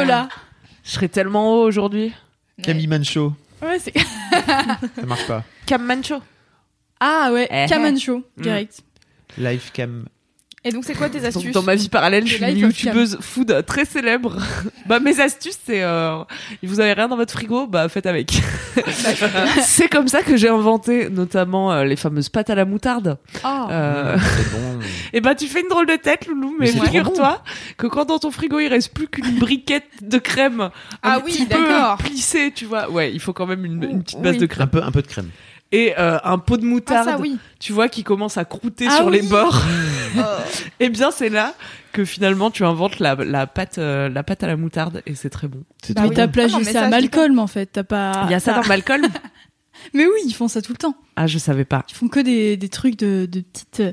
Speaker 4: Hop là.
Speaker 2: Je serais tellement haut aujourd'hui.
Speaker 3: Camille Mancho,
Speaker 4: Ouais, c'est.
Speaker 3: ça marche pas.
Speaker 2: Cam Mancho.
Speaker 4: Ah ouais.
Speaker 2: Eh.
Speaker 4: Camancho,
Speaker 2: Mm.
Speaker 4: direct.
Speaker 3: Live cam.
Speaker 8: Et donc, c'est quoi tes
Speaker 2: Donc,
Speaker 8: astuces
Speaker 2: dans ma vie parallèle, je
Speaker 4: The
Speaker 2: suis
Speaker 4: life
Speaker 2: une
Speaker 4: of Cam.
Speaker 2: youtubeuse food très célèbre. bah mes astuces, c'est euh, vous avez rien dans votre frigo, bah faites avec. c'est comme ça que j'ai inventé notamment euh, les fameuses pâtes à la moutarde.
Speaker 4: Ah.
Speaker 2: Euh,
Speaker 3: Mmh, c'est bon.
Speaker 2: Eh ben, tu fais une drôle de tête, Loulou, mais,
Speaker 3: Mais c'est trop
Speaker 2: figure-toi que quand dans ton frigo il reste plus qu'une briquette de crème, un
Speaker 8: Ah oui,
Speaker 2: petit peu
Speaker 8: d'accord. Oh,
Speaker 2: plissée, tu vois. Ouais, il faut quand même une, une petite base
Speaker 8: oui.
Speaker 2: de
Speaker 3: Un
Speaker 2: crème
Speaker 3: peu, un peu de crème.
Speaker 2: et euh, un pot de
Speaker 8: Ah,
Speaker 2: moutarde.
Speaker 8: ça oui.
Speaker 2: Tu vois qui commence à croûter
Speaker 4: Ah
Speaker 8: Oh.
Speaker 2: sur les
Speaker 4: oui.
Speaker 2: bords. Eh bien, c'est là que finalement tu inventes la, la pâte euh, la pâte à la moutarde et c'est très bon.
Speaker 3: C'est
Speaker 4: Mais
Speaker 3: trop
Speaker 4: t'as
Speaker 3: bon.
Speaker 4: plagié
Speaker 1: Ah non, mais
Speaker 4: ça
Speaker 1: ça,
Speaker 4: à
Speaker 1: je dis
Speaker 4: Malcolm en fait. T'as
Speaker 8: Ah,
Speaker 4: pas.
Speaker 2: Il y a ça
Speaker 4: t'as-
Speaker 2: dans Malcolm
Speaker 4: Mais oui, ils font ça tout le temps.
Speaker 2: Ah, je savais pas.
Speaker 4: Ils font que des, des trucs de, de petites, euh,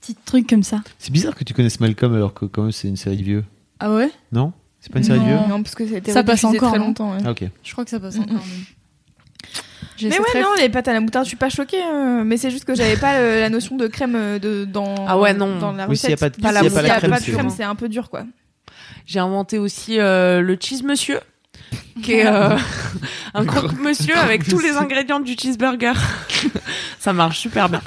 Speaker 4: petites trucs comme ça.
Speaker 3: C'est bizarre que tu connaisses Malcolm alors que quand même c'est une série de vieux.
Speaker 4: Ah ouais
Speaker 3: Non C'est pas une série de vieux
Speaker 4: Non.
Speaker 8: Non, parce que ça a été
Speaker 4: Ça passe
Speaker 8: rediffusé
Speaker 4: encore,
Speaker 8: très
Speaker 4: non
Speaker 8: longtemps. ouais.
Speaker 3: Ah ok.
Speaker 4: Je crois que ça passe
Speaker 8: Mm,
Speaker 4: encore.
Speaker 8: Mais ouais, non, les pâtes à la moutarde, je suis pas choquée. euh, mais c'est juste que j'avais pas euh, la notion de crème euh, de, dans,
Speaker 2: Ah ouais, non.
Speaker 8: dans la
Speaker 3: Oui, s'il y a
Speaker 8: recette.
Speaker 3: pas de-
Speaker 2: Pas la
Speaker 8: S'il y a
Speaker 2: moutarde,
Speaker 8: pas de
Speaker 2: c'est
Speaker 8: crème,
Speaker 2: bon.
Speaker 8: c'est un peu dur, quoi.
Speaker 2: J'ai inventé aussi euh, le cheese monsieur qui est euh, un croque monsieur avec tous les ingrédients du cheeseburger. ça marche super bien.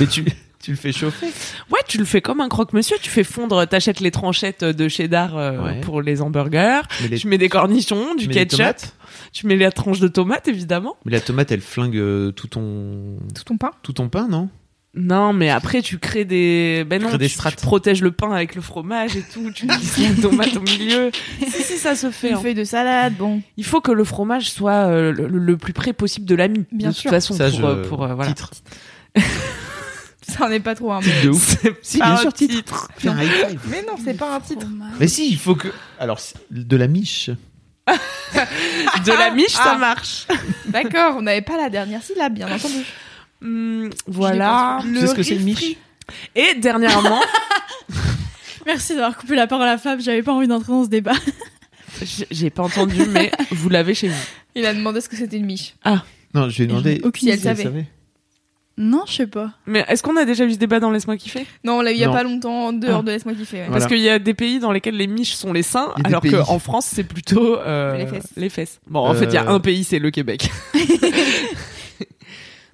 Speaker 3: Mais tu, tu le fais chauffer
Speaker 2: Ouais, tu le fais comme un croque-monsieur, tu fais fondre, t'achètes les tranchettes de cheddar euh,
Speaker 3: Ouais.
Speaker 2: pour les hamburgers,
Speaker 3: mais, les-
Speaker 2: tu mets des cornichons,
Speaker 3: tu
Speaker 2: du
Speaker 3: mets des
Speaker 2: ketchup,
Speaker 3: tomates
Speaker 2: tu mets la tranche de tomate évidemment.
Speaker 3: Mais la tomate elle flingue euh, tout ton
Speaker 8: Tout ton pain.
Speaker 3: tout ton pain, non
Speaker 2: Non, mais après tu crées des ben non,
Speaker 3: crées des
Speaker 2: tu,
Speaker 3: strates.
Speaker 2: tu protèges le pain avec le fromage et tout, tu glisses la tomate au milieu. Si si ça se fait.
Speaker 8: Une
Speaker 2: hein.
Speaker 8: feuille de salade, Ah, bon.
Speaker 2: Il faut que le fromage soit euh, le, le plus près possible de l'ami.
Speaker 8: Bien
Speaker 2: de
Speaker 8: sûr.
Speaker 2: toute façon
Speaker 3: Ça,
Speaker 2: pour
Speaker 3: je-
Speaker 2: euh, pour euh, voilà.
Speaker 3: Titre.
Speaker 8: Ça en est pas trop un.
Speaker 3: Titre de ouf.
Speaker 2: C'est
Speaker 3: Si,
Speaker 2: pas
Speaker 3: bien
Speaker 2: un
Speaker 3: sûr, titre. Faire un high five.
Speaker 8: Mais non, c'est pas un
Speaker 1: Oh
Speaker 8: titre.
Speaker 3: Mais si, il faut que. Alors, c'est- de la miche.
Speaker 2: De la miche, ça
Speaker 8: Ah.
Speaker 2: marche.
Speaker 8: D'accord, on n'avait pas la dernière syllabe, bien entendu.
Speaker 2: Hum, voilà.
Speaker 3: Tu sais ce que c'est une miche
Speaker 2: Et dernièrement,
Speaker 4: Merci d'avoir coupé la parole à Fab. J'avais pas envie d'entrer dans ce débat.
Speaker 2: J- J'ai pas entendu, mais vous l'avez chez vous.
Speaker 8: Il a demandé ce que c'était une miche.
Speaker 3: Non, je vais demander.
Speaker 4: aucune
Speaker 3: si
Speaker 8: idée. Elle savait.
Speaker 4: Non, je sais pas.
Speaker 2: Mais est-ce qu'on a déjà eu ce débat dans Laisse-moi kiffer
Speaker 8: Non, on l'a eu il y a
Speaker 3: Non.
Speaker 8: pas longtemps, en dehors
Speaker 2: Ah.
Speaker 8: de Laisse-moi kiffer. ouais.
Speaker 2: Parce
Speaker 3: Voilà.
Speaker 2: qu'il y a des pays dans lesquels les miches sont les seins,
Speaker 3: Il y a des
Speaker 2: alors
Speaker 3: pays.
Speaker 2: qu'en France, c'est plutôt euh,
Speaker 8: Les fesses.
Speaker 2: Bon, en fait, il y a
Speaker 3: Euh.
Speaker 2: un pays, c'est le Québec.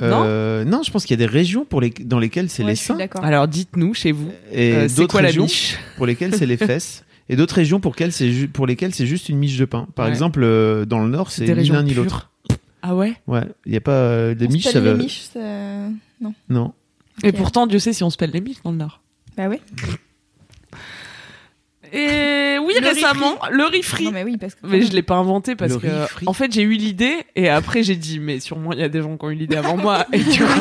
Speaker 3: Euh, non, je pense qu'il y a des régions pour les... dans lesquelles c'est
Speaker 8: Ouais,
Speaker 3: les
Speaker 8: je suis
Speaker 3: seins
Speaker 8: d'accord.
Speaker 2: Alors dites-nous chez vous,
Speaker 3: et
Speaker 2: euh, c'est
Speaker 3: d'autres
Speaker 2: quoi la
Speaker 3: régions
Speaker 2: miche
Speaker 3: pour lesquelles c'est les fesses et d'autres régions pour, lesquelles c'est ju- pour lesquelles c'est juste une miche de pain. Par
Speaker 2: Ouais.
Speaker 3: exemple, euh, dans le Nord, c'est
Speaker 2: Des
Speaker 3: ni
Speaker 2: régions
Speaker 3: l'un ni
Speaker 2: pures.
Speaker 3: l'autre.
Speaker 2: Ah ouais
Speaker 3: Ouais, il y a pas euh, les
Speaker 8: On
Speaker 3: miches.
Speaker 8: s'appelle
Speaker 3: Ça
Speaker 8: les
Speaker 3: veut...
Speaker 8: miches, ça- Non.
Speaker 3: Non.
Speaker 2: Et pourtant, Dieu sait si on se pèle les miches dans le Nord.
Speaker 8: Bah oui.
Speaker 2: Et oui,
Speaker 8: Le
Speaker 2: récemment, le riz frit.
Speaker 8: Non, mais oui, parce que.
Speaker 2: Mais je l'ai pas inventé parce
Speaker 3: Le riz
Speaker 2: que,
Speaker 3: frit.
Speaker 2: en fait, j'ai eu l'idée et après j'ai dit, mais sûrement il y a des gens qui ont eu l'idée avant moi. Et du coup.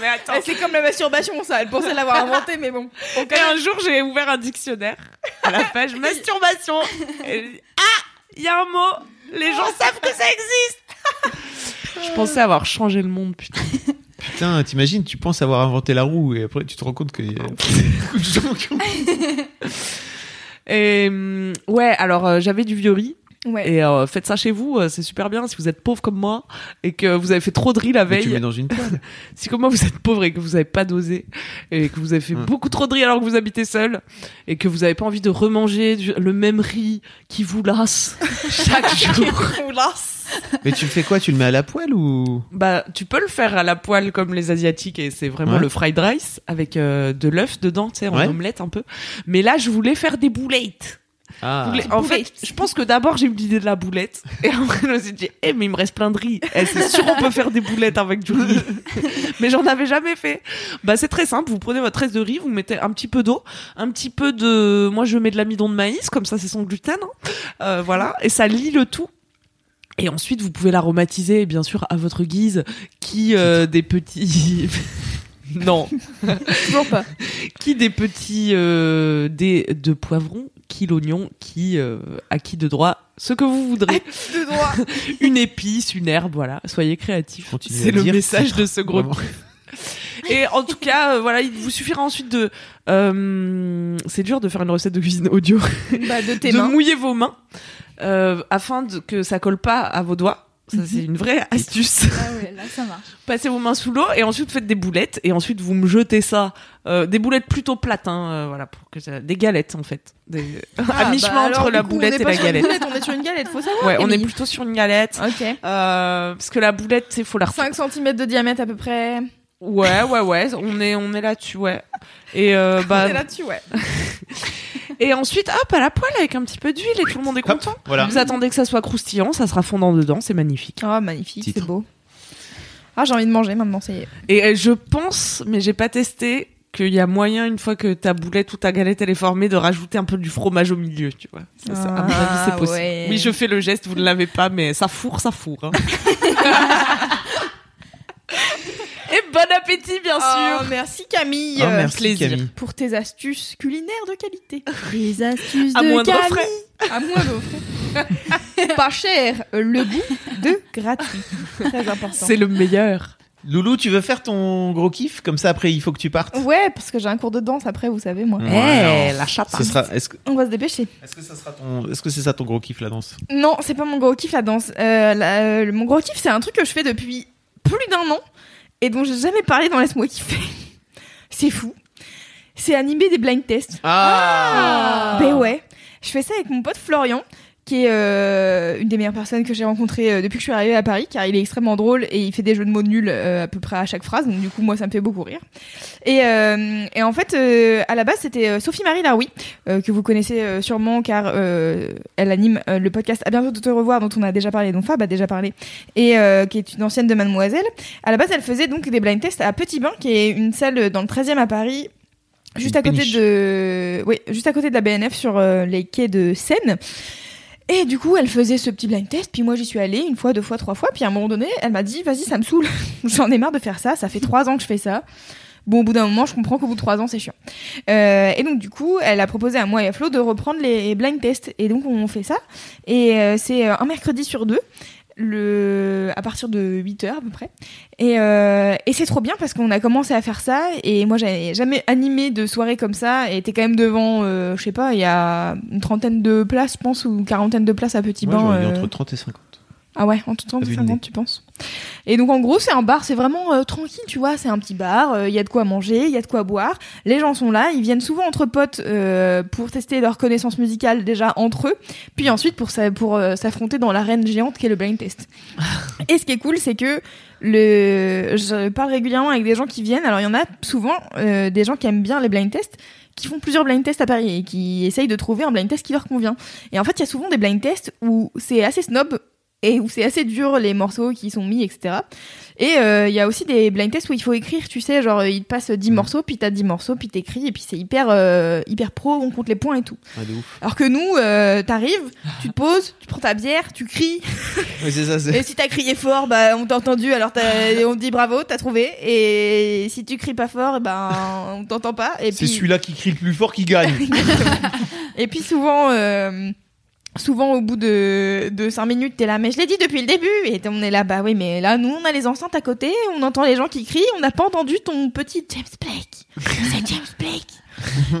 Speaker 2: mais attends.
Speaker 8: Eh, C'est comme la masturbation, ça. Elle pensait l'avoir inventé, mais bon. On
Speaker 2: Et
Speaker 8: connaît-
Speaker 2: un jour, j'ai ouvert un dictionnaire à la page masturbation. Et j'ai dit, ah, il y a un mot. Les gens savent que ça existe. Je pensais avoir changé le monde, putain.
Speaker 3: Putain, t'imagines, tu penses avoir inventé la roue et après tu te rends compte qu'il y a beaucoup de gens qui ont-
Speaker 2: Et hum, ouais, alors euh, j'avais du vieux riz.
Speaker 8: Ouais.
Speaker 2: Et euh, faites ça chez vous, euh, c'est super bien si vous êtes pauvre comme moi et que vous avez fait trop de riz la
Speaker 3: Mais tu le
Speaker 2: Ah, veille.
Speaker 3: mets dans une poêle.
Speaker 2: Si comme moi vous êtes pauvre et que vous avez pas dosé et que vous avez fait
Speaker 3: Mm.
Speaker 2: beaucoup trop de riz alors que vous habitez seul et que vous avez pas envie de remanger du- le même riz qui vous lasse chaque jour.
Speaker 3: Mais tu le fais quoi Tu le mets à la poêle ou
Speaker 2: Bah, tu peux le faire à la poêle comme les asiatiques et c'est vraiment
Speaker 3: Ouais.
Speaker 2: le fried rice avec euh, de l'œuf dedans, tu sais, en
Speaker 3: Ouais.
Speaker 2: omelette un peu. Mais là, je voulais faire des boulettes. Je
Speaker 3: Ah.
Speaker 2: voulais- En fait, je pense que d'abord j'ai eu l'idée de la boulette et après je me suis dit, eh mais il me reste plein de riz. Eh, c'est sûr on peut faire des boulettes avec du riz. mais j'en avais jamais fait. Bah c'est très simple. Vous prenez votre reste de riz, vous mettez un petit peu d'eau, un petit peu de, moi je mets de l'amidon de maïs comme ça c'est son gluten. hein. Euh, voilà et ça lie le tout. Et ensuite, vous pouvez l'aromatiser, bien sûr, à votre guise, qui euh, des petits... non,
Speaker 8: Toujours pas.
Speaker 2: qui des petits euh, dés de poivrons, qui l'oignon, qui euh, à qui de droit, ce que vous voudrez,
Speaker 8: De droit.
Speaker 2: une épice, une herbe, voilà. Soyez créatifs.
Speaker 3: Continue à
Speaker 2: C'est le
Speaker 3: dire,
Speaker 2: message de ce gros.
Speaker 3: Vraiment.
Speaker 2: Et en tout cas, euh, voilà, il vous suffira ensuite de. euh, C'est dur de faire une recette de cuisine audio.
Speaker 8: Bah, de tes
Speaker 2: de
Speaker 8: mains.
Speaker 2: mouiller vos mains euh, afin de, que ça colle pas à vos doigts. Ça,
Speaker 8: Mhm.
Speaker 2: c'est une vraie astuce.
Speaker 4: Ah ouais, là ça marche.
Speaker 2: Passez vos mains sous l'eau et ensuite faites des boulettes et ensuite vous me jetez ça. Euh, des boulettes plutôt plates, hein, euh, voilà, pour que ça- des galettes en fait. Des-
Speaker 8: Ah,
Speaker 2: à
Speaker 8: bah,
Speaker 2: mi-chemin entre la boulette et la galette.
Speaker 8: On est sur une galette, faut savoir.
Speaker 2: Ouais, on est
Speaker 8: Émilie.
Speaker 2: plutôt sur une galette.
Speaker 8: Ok.
Speaker 2: Euh, parce que la boulette, c'est faut la refaire.
Speaker 8: 5 cm de diamètre à peu près.
Speaker 2: Ouais, ouais, ouais, on est, on est là-dessus, ouais. Et, euh, bah,
Speaker 8: On est là-dessus, ouais.
Speaker 2: et ensuite, hop, à la poêle avec un petit peu d'huile et tout le monde est
Speaker 3: Hop,
Speaker 2: content.
Speaker 3: voilà.
Speaker 2: Vous attendez que ça soit croustillant, ça sera fondant dedans, c'est magnifique.
Speaker 8: Oh, magnifique,
Speaker 3: Titre.
Speaker 8: c'est beau. Ah, j'ai envie de manger maintenant, ça y est.
Speaker 2: Et euh, je pense, mais j'ai pas testé, qu'il y a moyen, une fois que ta boulette ou ta galette elle est formée, de rajouter un peu du fromage au milieu, tu vois. Ça, ça, à mon
Speaker 8: Ah,
Speaker 2: avis, c'est possible.
Speaker 8: ouais.
Speaker 2: Oui, je fais le geste, vous ne l'avez pas, mais ça fourre, ça fourre. hein. Eh bon appétit, bien
Speaker 1: Oh,
Speaker 2: sûr.
Speaker 1: merci Camille
Speaker 3: Oh,
Speaker 1: euh,
Speaker 3: merci,
Speaker 2: plaisir.
Speaker 3: Camille.
Speaker 1: pour tes astuces culinaires de qualité.
Speaker 4: Les astuces
Speaker 2: À
Speaker 4: de
Speaker 2: moindre
Speaker 4: Camille.
Speaker 2: frais.
Speaker 1: À moindre frais. Pas cher, le goût de gratuit. Très important.
Speaker 2: C'est le meilleur.
Speaker 3: Loulou, tu veux faire ton gros kiff Comme ça, après, il faut que tu partes.
Speaker 1: Ouais, parce que j'ai un cours de danse après, vous savez, moi.
Speaker 3: Eh,
Speaker 2: la chatte.
Speaker 3: Ce sera. Est-ce que
Speaker 1: On va se dépêcher.
Speaker 3: est-ce que ça sera ton Est-ce que c'est ça ton gros kiff la danse
Speaker 1: Non, c'est pas mon gros kiff la danse. Euh, la- euh, mon gros kiff, c'est un truc que je fais depuis plus d'un an et dont j'ai jamais parlé dans Laisse-moi kiffer. c'est fou. C'est animer des blind tests.
Speaker 3: Ah.
Speaker 1: Ben ouais. Je fais ça avec mon pote Florian, qui est euh, une des meilleures personnes que j'ai rencontrées euh, depuis que je suis arrivée à Paris, car il est extrêmement drôle et il fait des jeux de mots nuls euh, à peu près à chaque phrase. Donc du coup, moi, ça me fait beaucoup rire. Et, euh, et en fait, euh, à la base, c'était euh, Sophie-Marie Laroui, euh, que vous connaissez euh, sûrement, car euh, elle anime euh, le podcast À bientôt de te revoir, dont on a déjà parlé, dont Fab a déjà parlé, et euh, qui est une ancienne de Mademoiselle. À la base, elle faisait donc des blind tests à Petit Bain, qui est une salle euh, dans le 13e à Paris, juste
Speaker 3: Une
Speaker 1: à côté
Speaker 3: péniche.
Speaker 1: de, oui, juste à côté de la BNF sur euh, les quais de Seine. Et du coup, elle faisait ce petit blind test, puis moi j'y suis allée une fois, deux fois, trois fois, puis à un moment donné, elle m'a dit, vas-y, ça me saoule, j'en ai marre de faire ça, ça fait trois ans que je fais ça. Bon, au bout d'un moment, je comprends qu'au bout de trois ans, c'est chiant. Euh, et donc, du coup, elle a proposé à moi et à Flo de reprendre les blind tests. Et donc, on fait ça. Et euh, c'est euh, un mercredi sur deux, le... à partir de 8 heures à peu près. Et, euh, et c'est trop bien parce qu'on a commencé à faire ça. Et moi, j'avais jamais animé de soirée comme ça. Et t'es quand même devant, euh, je sais pas, il y a une trentaine de places, je pense, ou une quarantaine de places à Petit
Speaker 3: Moi,
Speaker 1: Bain.
Speaker 3: j'aurais dit
Speaker 1: euh.
Speaker 3: entre 30 et 50.
Speaker 1: Ah ouais, en tout temps,
Speaker 3: T'as vu le
Speaker 1: 50,
Speaker 3: nez.
Speaker 1: tu penses. Et donc en gros, c'est un bar, c'est vraiment euh, tranquille, tu vois, c'est un petit bar, il y a de quoi manger, il y a de quoi boire. Les gens sont là, ils viennent souvent entre potes euh, pour tester leur connaissance musicale déjà entre eux, puis ensuite pour, s'a- pour euh, s'affronter dans l'arène géante qu'est le blind test. Et ce qui est cool, c'est que le... je parle régulièrement avec des gens qui viennent, alors il y en a souvent euh, des gens qui aiment bien les blind tests, qui font plusieurs blind tests à Paris et qui essayent de trouver un blind test qui leur convient. Et en fait, il y a souvent des blind tests où c'est assez snob et où c'est assez dur les morceaux qui sont mis, etc. Et euh, il y a aussi des blind tests où il faut écrire, tu sais, genre ils te passent 10 morceaux, puis t'as 10 morceaux, puis t'écris, et puis c'est hyper, euh, hyper pro, on compte les points et tout.
Speaker 3: Ah, de ouf.
Speaker 1: Alors que nous, euh, t'arrives, tu te poses, tu prends ta bière, tu cries,
Speaker 3: Oui, c'est ça. c'est-
Speaker 1: et si t'as crié fort, bah on t'a entendu, alors t'as- on te dit bravo, t'as trouvé, et si tu cries pas fort, eh ben on t'entend pas. et
Speaker 3: C'est
Speaker 1: puis
Speaker 3: celui-là qui crie le plus fort qui gagne.
Speaker 1: et puis souvent, euh, souvent au bout de, de 5 minutes, t'es là, mais je l'ai dit depuis le début. Et on est là, bah oui, mais là, nous, on a les enceintes à côté, on entend les gens qui crient, on n'a pas entendu ton petit James Blake. C'est James Blake.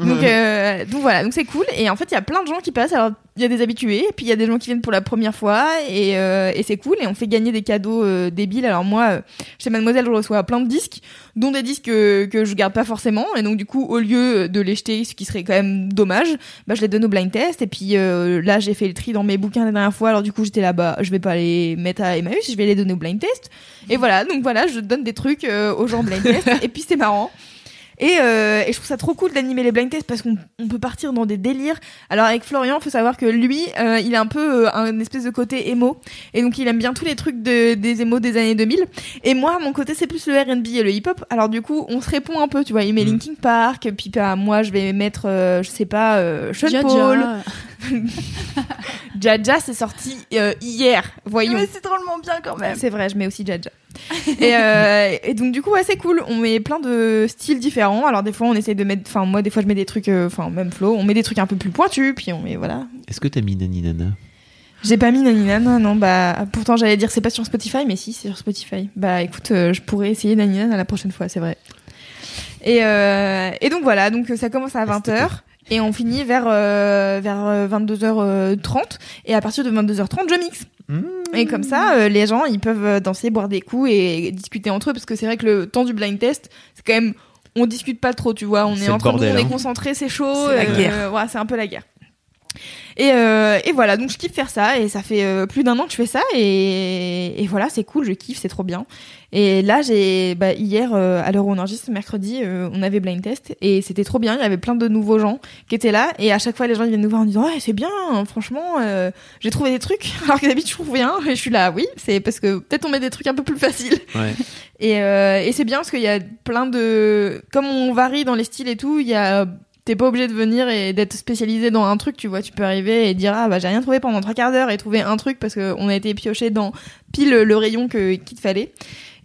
Speaker 1: donc, euh, donc voilà, donc c'est cool. Et en fait, il y a plein de gens qui passent. Alors, il y a des habitués, et puis il y a des gens qui viennent pour la première fois, et, euh, et c'est cool. Et on fait gagner des cadeaux euh, débiles. Alors moi, euh, chez Mademoiselle, je reçois plein de disques dont des disques que, que je garde pas forcément et donc du coup au lieu de les jeter ce qui serait quand même dommage bah je les donne au blind test et puis euh, là j'ai fait le tri dans mes bouquins la dernière fois alors du coup j'étais là bas je vais pas les mettre à Emmaüs je vais les donner au blind test et voilà donc voilà je donne des trucs euh, aux gens blind test et puis c'est marrant et, euh, et je trouve ça trop cool d'animer les blind tests parce qu'on on peut partir dans des délires. Alors avec Florian, faut savoir que lui, euh, il a un peu euh, un espèce de côté émo et donc il aime bien tous les trucs de, des émos des années 2000. Et moi, mon côté, c'est plus le R&B et le hip-hop. Alors du coup, on se répond un peu, tu vois. Il met
Speaker 3: Mm.
Speaker 1: Linkin Park, puis bah, moi, je vais mettre, euh, je sais pas, euh, Sean
Speaker 4: Jaja.
Speaker 1: Paul. Jaja, c'est sorti euh, hier, voyons.
Speaker 8: Mais c'est drôlement bien quand même.
Speaker 1: C'est vrai, je mets aussi Jaja. et, euh, et donc du coup, ouais, c'est cool. On met plein de styles différents. Alors des fois, on essaye de mettre, enfin moi, des fois, je mets des trucs, euh, enfin même flow. On met des trucs un peu plus pointus, puis on met voilà.
Speaker 3: Est-ce que t'as mis Nani Nana
Speaker 1: J'ai pas mis Nani Nana, non. Bah pourtant, j'allais dire c'est pas sur Spotify, mais si, c'est sur Spotify. Bah écoute, euh, je pourrais essayer Nani Nana la prochaine fois, c'est vrai. Et, euh, et donc voilà, donc ça commence à 20h. Et on finit vers, euh, vers euh, 22h30. Et à partir de 22h30, je mixe. Et comme ça, euh, les gens, ils peuvent euh, danser, boire des coups et discuter entre eux. Parce que c'est vrai que le temps du blind test, c'est quand même. On discute pas trop, tu vois. On est,
Speaker 3: C'est le
Speaker 1: entre
Speaker 3: bordel,
Speaker 1: nous, on
Speaker 3: hein.
Speaker 1: est concentré, c'est chaud.
Speaker 2: C'est la
Speaker 1: euh,
Speaker 2: guerre.
Speaker 1: ouais, c'est un peu la guerre. Et, euh, et voilà, donc je kiffe faire ça. Et ça fait euh, plus d'un an que je fais ça. Et, et voilà, c'est cool, je kiffe, c'est trop bien. Et là, j'ai bah, hier, euh, à l'heure où on enregistre, mercredi, euh, on avait blind test. Et c'était trop bien. Il y avait plein de nouveaux gens qui étaient là. Et à chaque fois, les gens ils viennent nous voir en disant Ouais, c'est bien, franchement. euh, j'ai trouvé des trucs alors que d'habitude je trouve rien et je suis là oui c'est parce que peut-être on met des trucs un peu plus faciles
Speaker 3: Ouais.
Speaker 1: et, euh, et c'est bien parce qu'il y a plein de comme on varie dans les styles et tout il y a T'es pas obligé de venir et d'être spécialisé dans un truc, tu vois. Tu peux arriver et dire ah bah j'ai rien trouvé pendant trois quarts d'heure et trouver un truc parce qu'on a été pioché dans pile le rayon que qu'il te fallait.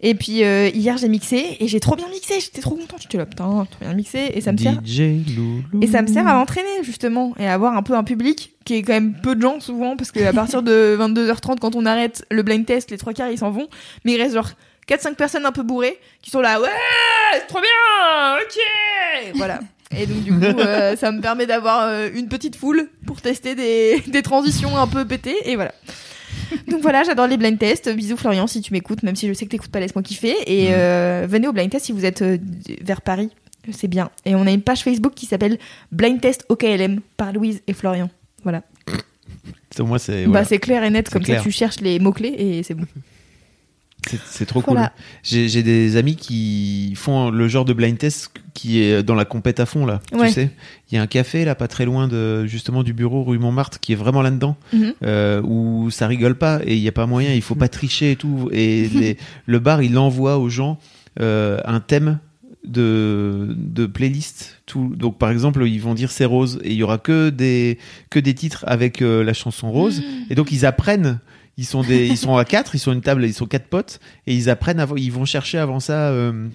Speaker 1: Et puis euh, hier j'ai mixé et j'ai trop bien mixé, j'étais trop contente. J'étais là putain, trop bien mixé et ça me sert
Speaker 3: DJ Loulou.
Speaker 1: et ça me sert à m'entraîner justement et à avoir un peu un public qui est quand même peu de gens souvent parce qu'à partir de 22h30 quand on arrête le blind test, les trois quarts ils s'en vont, mais il reste genre 4-5 personnes un peu bourrées qui sont là ouais c'est trop bien ok voilà et donc du coup euh, ça me permet d'avoir euh, une petite foule pour tester des, des transitions un peu pétées et voilà donc voilà j'adore les blind tests bisous Florian si tu m'écoutes même si je sais que t'écoutes pas laisse-moi kiffer et euh, venez au blind test si vous êtes euh, vers Paris c'est bien et on a une page Facebook qui s'appelle blind test OKLM par Louise et Florian voilà
Speaker 3: Au moins, c'est
Speaker 1: bah
Speaker 3: voilà.
Speaker 1: c'est clair et net comme
Speaker 3: clair.
Speaker 1: ça tu cherches les mots clés et c'est bon
Speaker 3: C'est- c'est trop
Speaker 1: Voilà.
Speaker 3: cool. J'ai j'ai des amis qui font le genre de blind test qui est dans la compète à fond là.
Speaker 1: Ouais.
Speaker 3: Tu sais, il y a un café là pas très loin de justement du bureau rue Montmartre qui est vraiment là dedans
Speaker 1: Mhm.
Speaker 3: euh, où ça rigole pas et il y a pas moyen, il faut pas tricher et tout. Et les- le bar il envoie aux gens euh, un thème de, de playlist. Tout. Donc par exemple ils vont dire c'est rose et il y aura que des que des titres avec euh, la chanson rose.
Speaker 1: Mhm.
Speaker 3: Et donc ils apprennent. Ils sont des, ils sont à quatre, ils sont une table, ils sont quatre potes et ils apprennent avant, ils vont chercher avant ça. euh,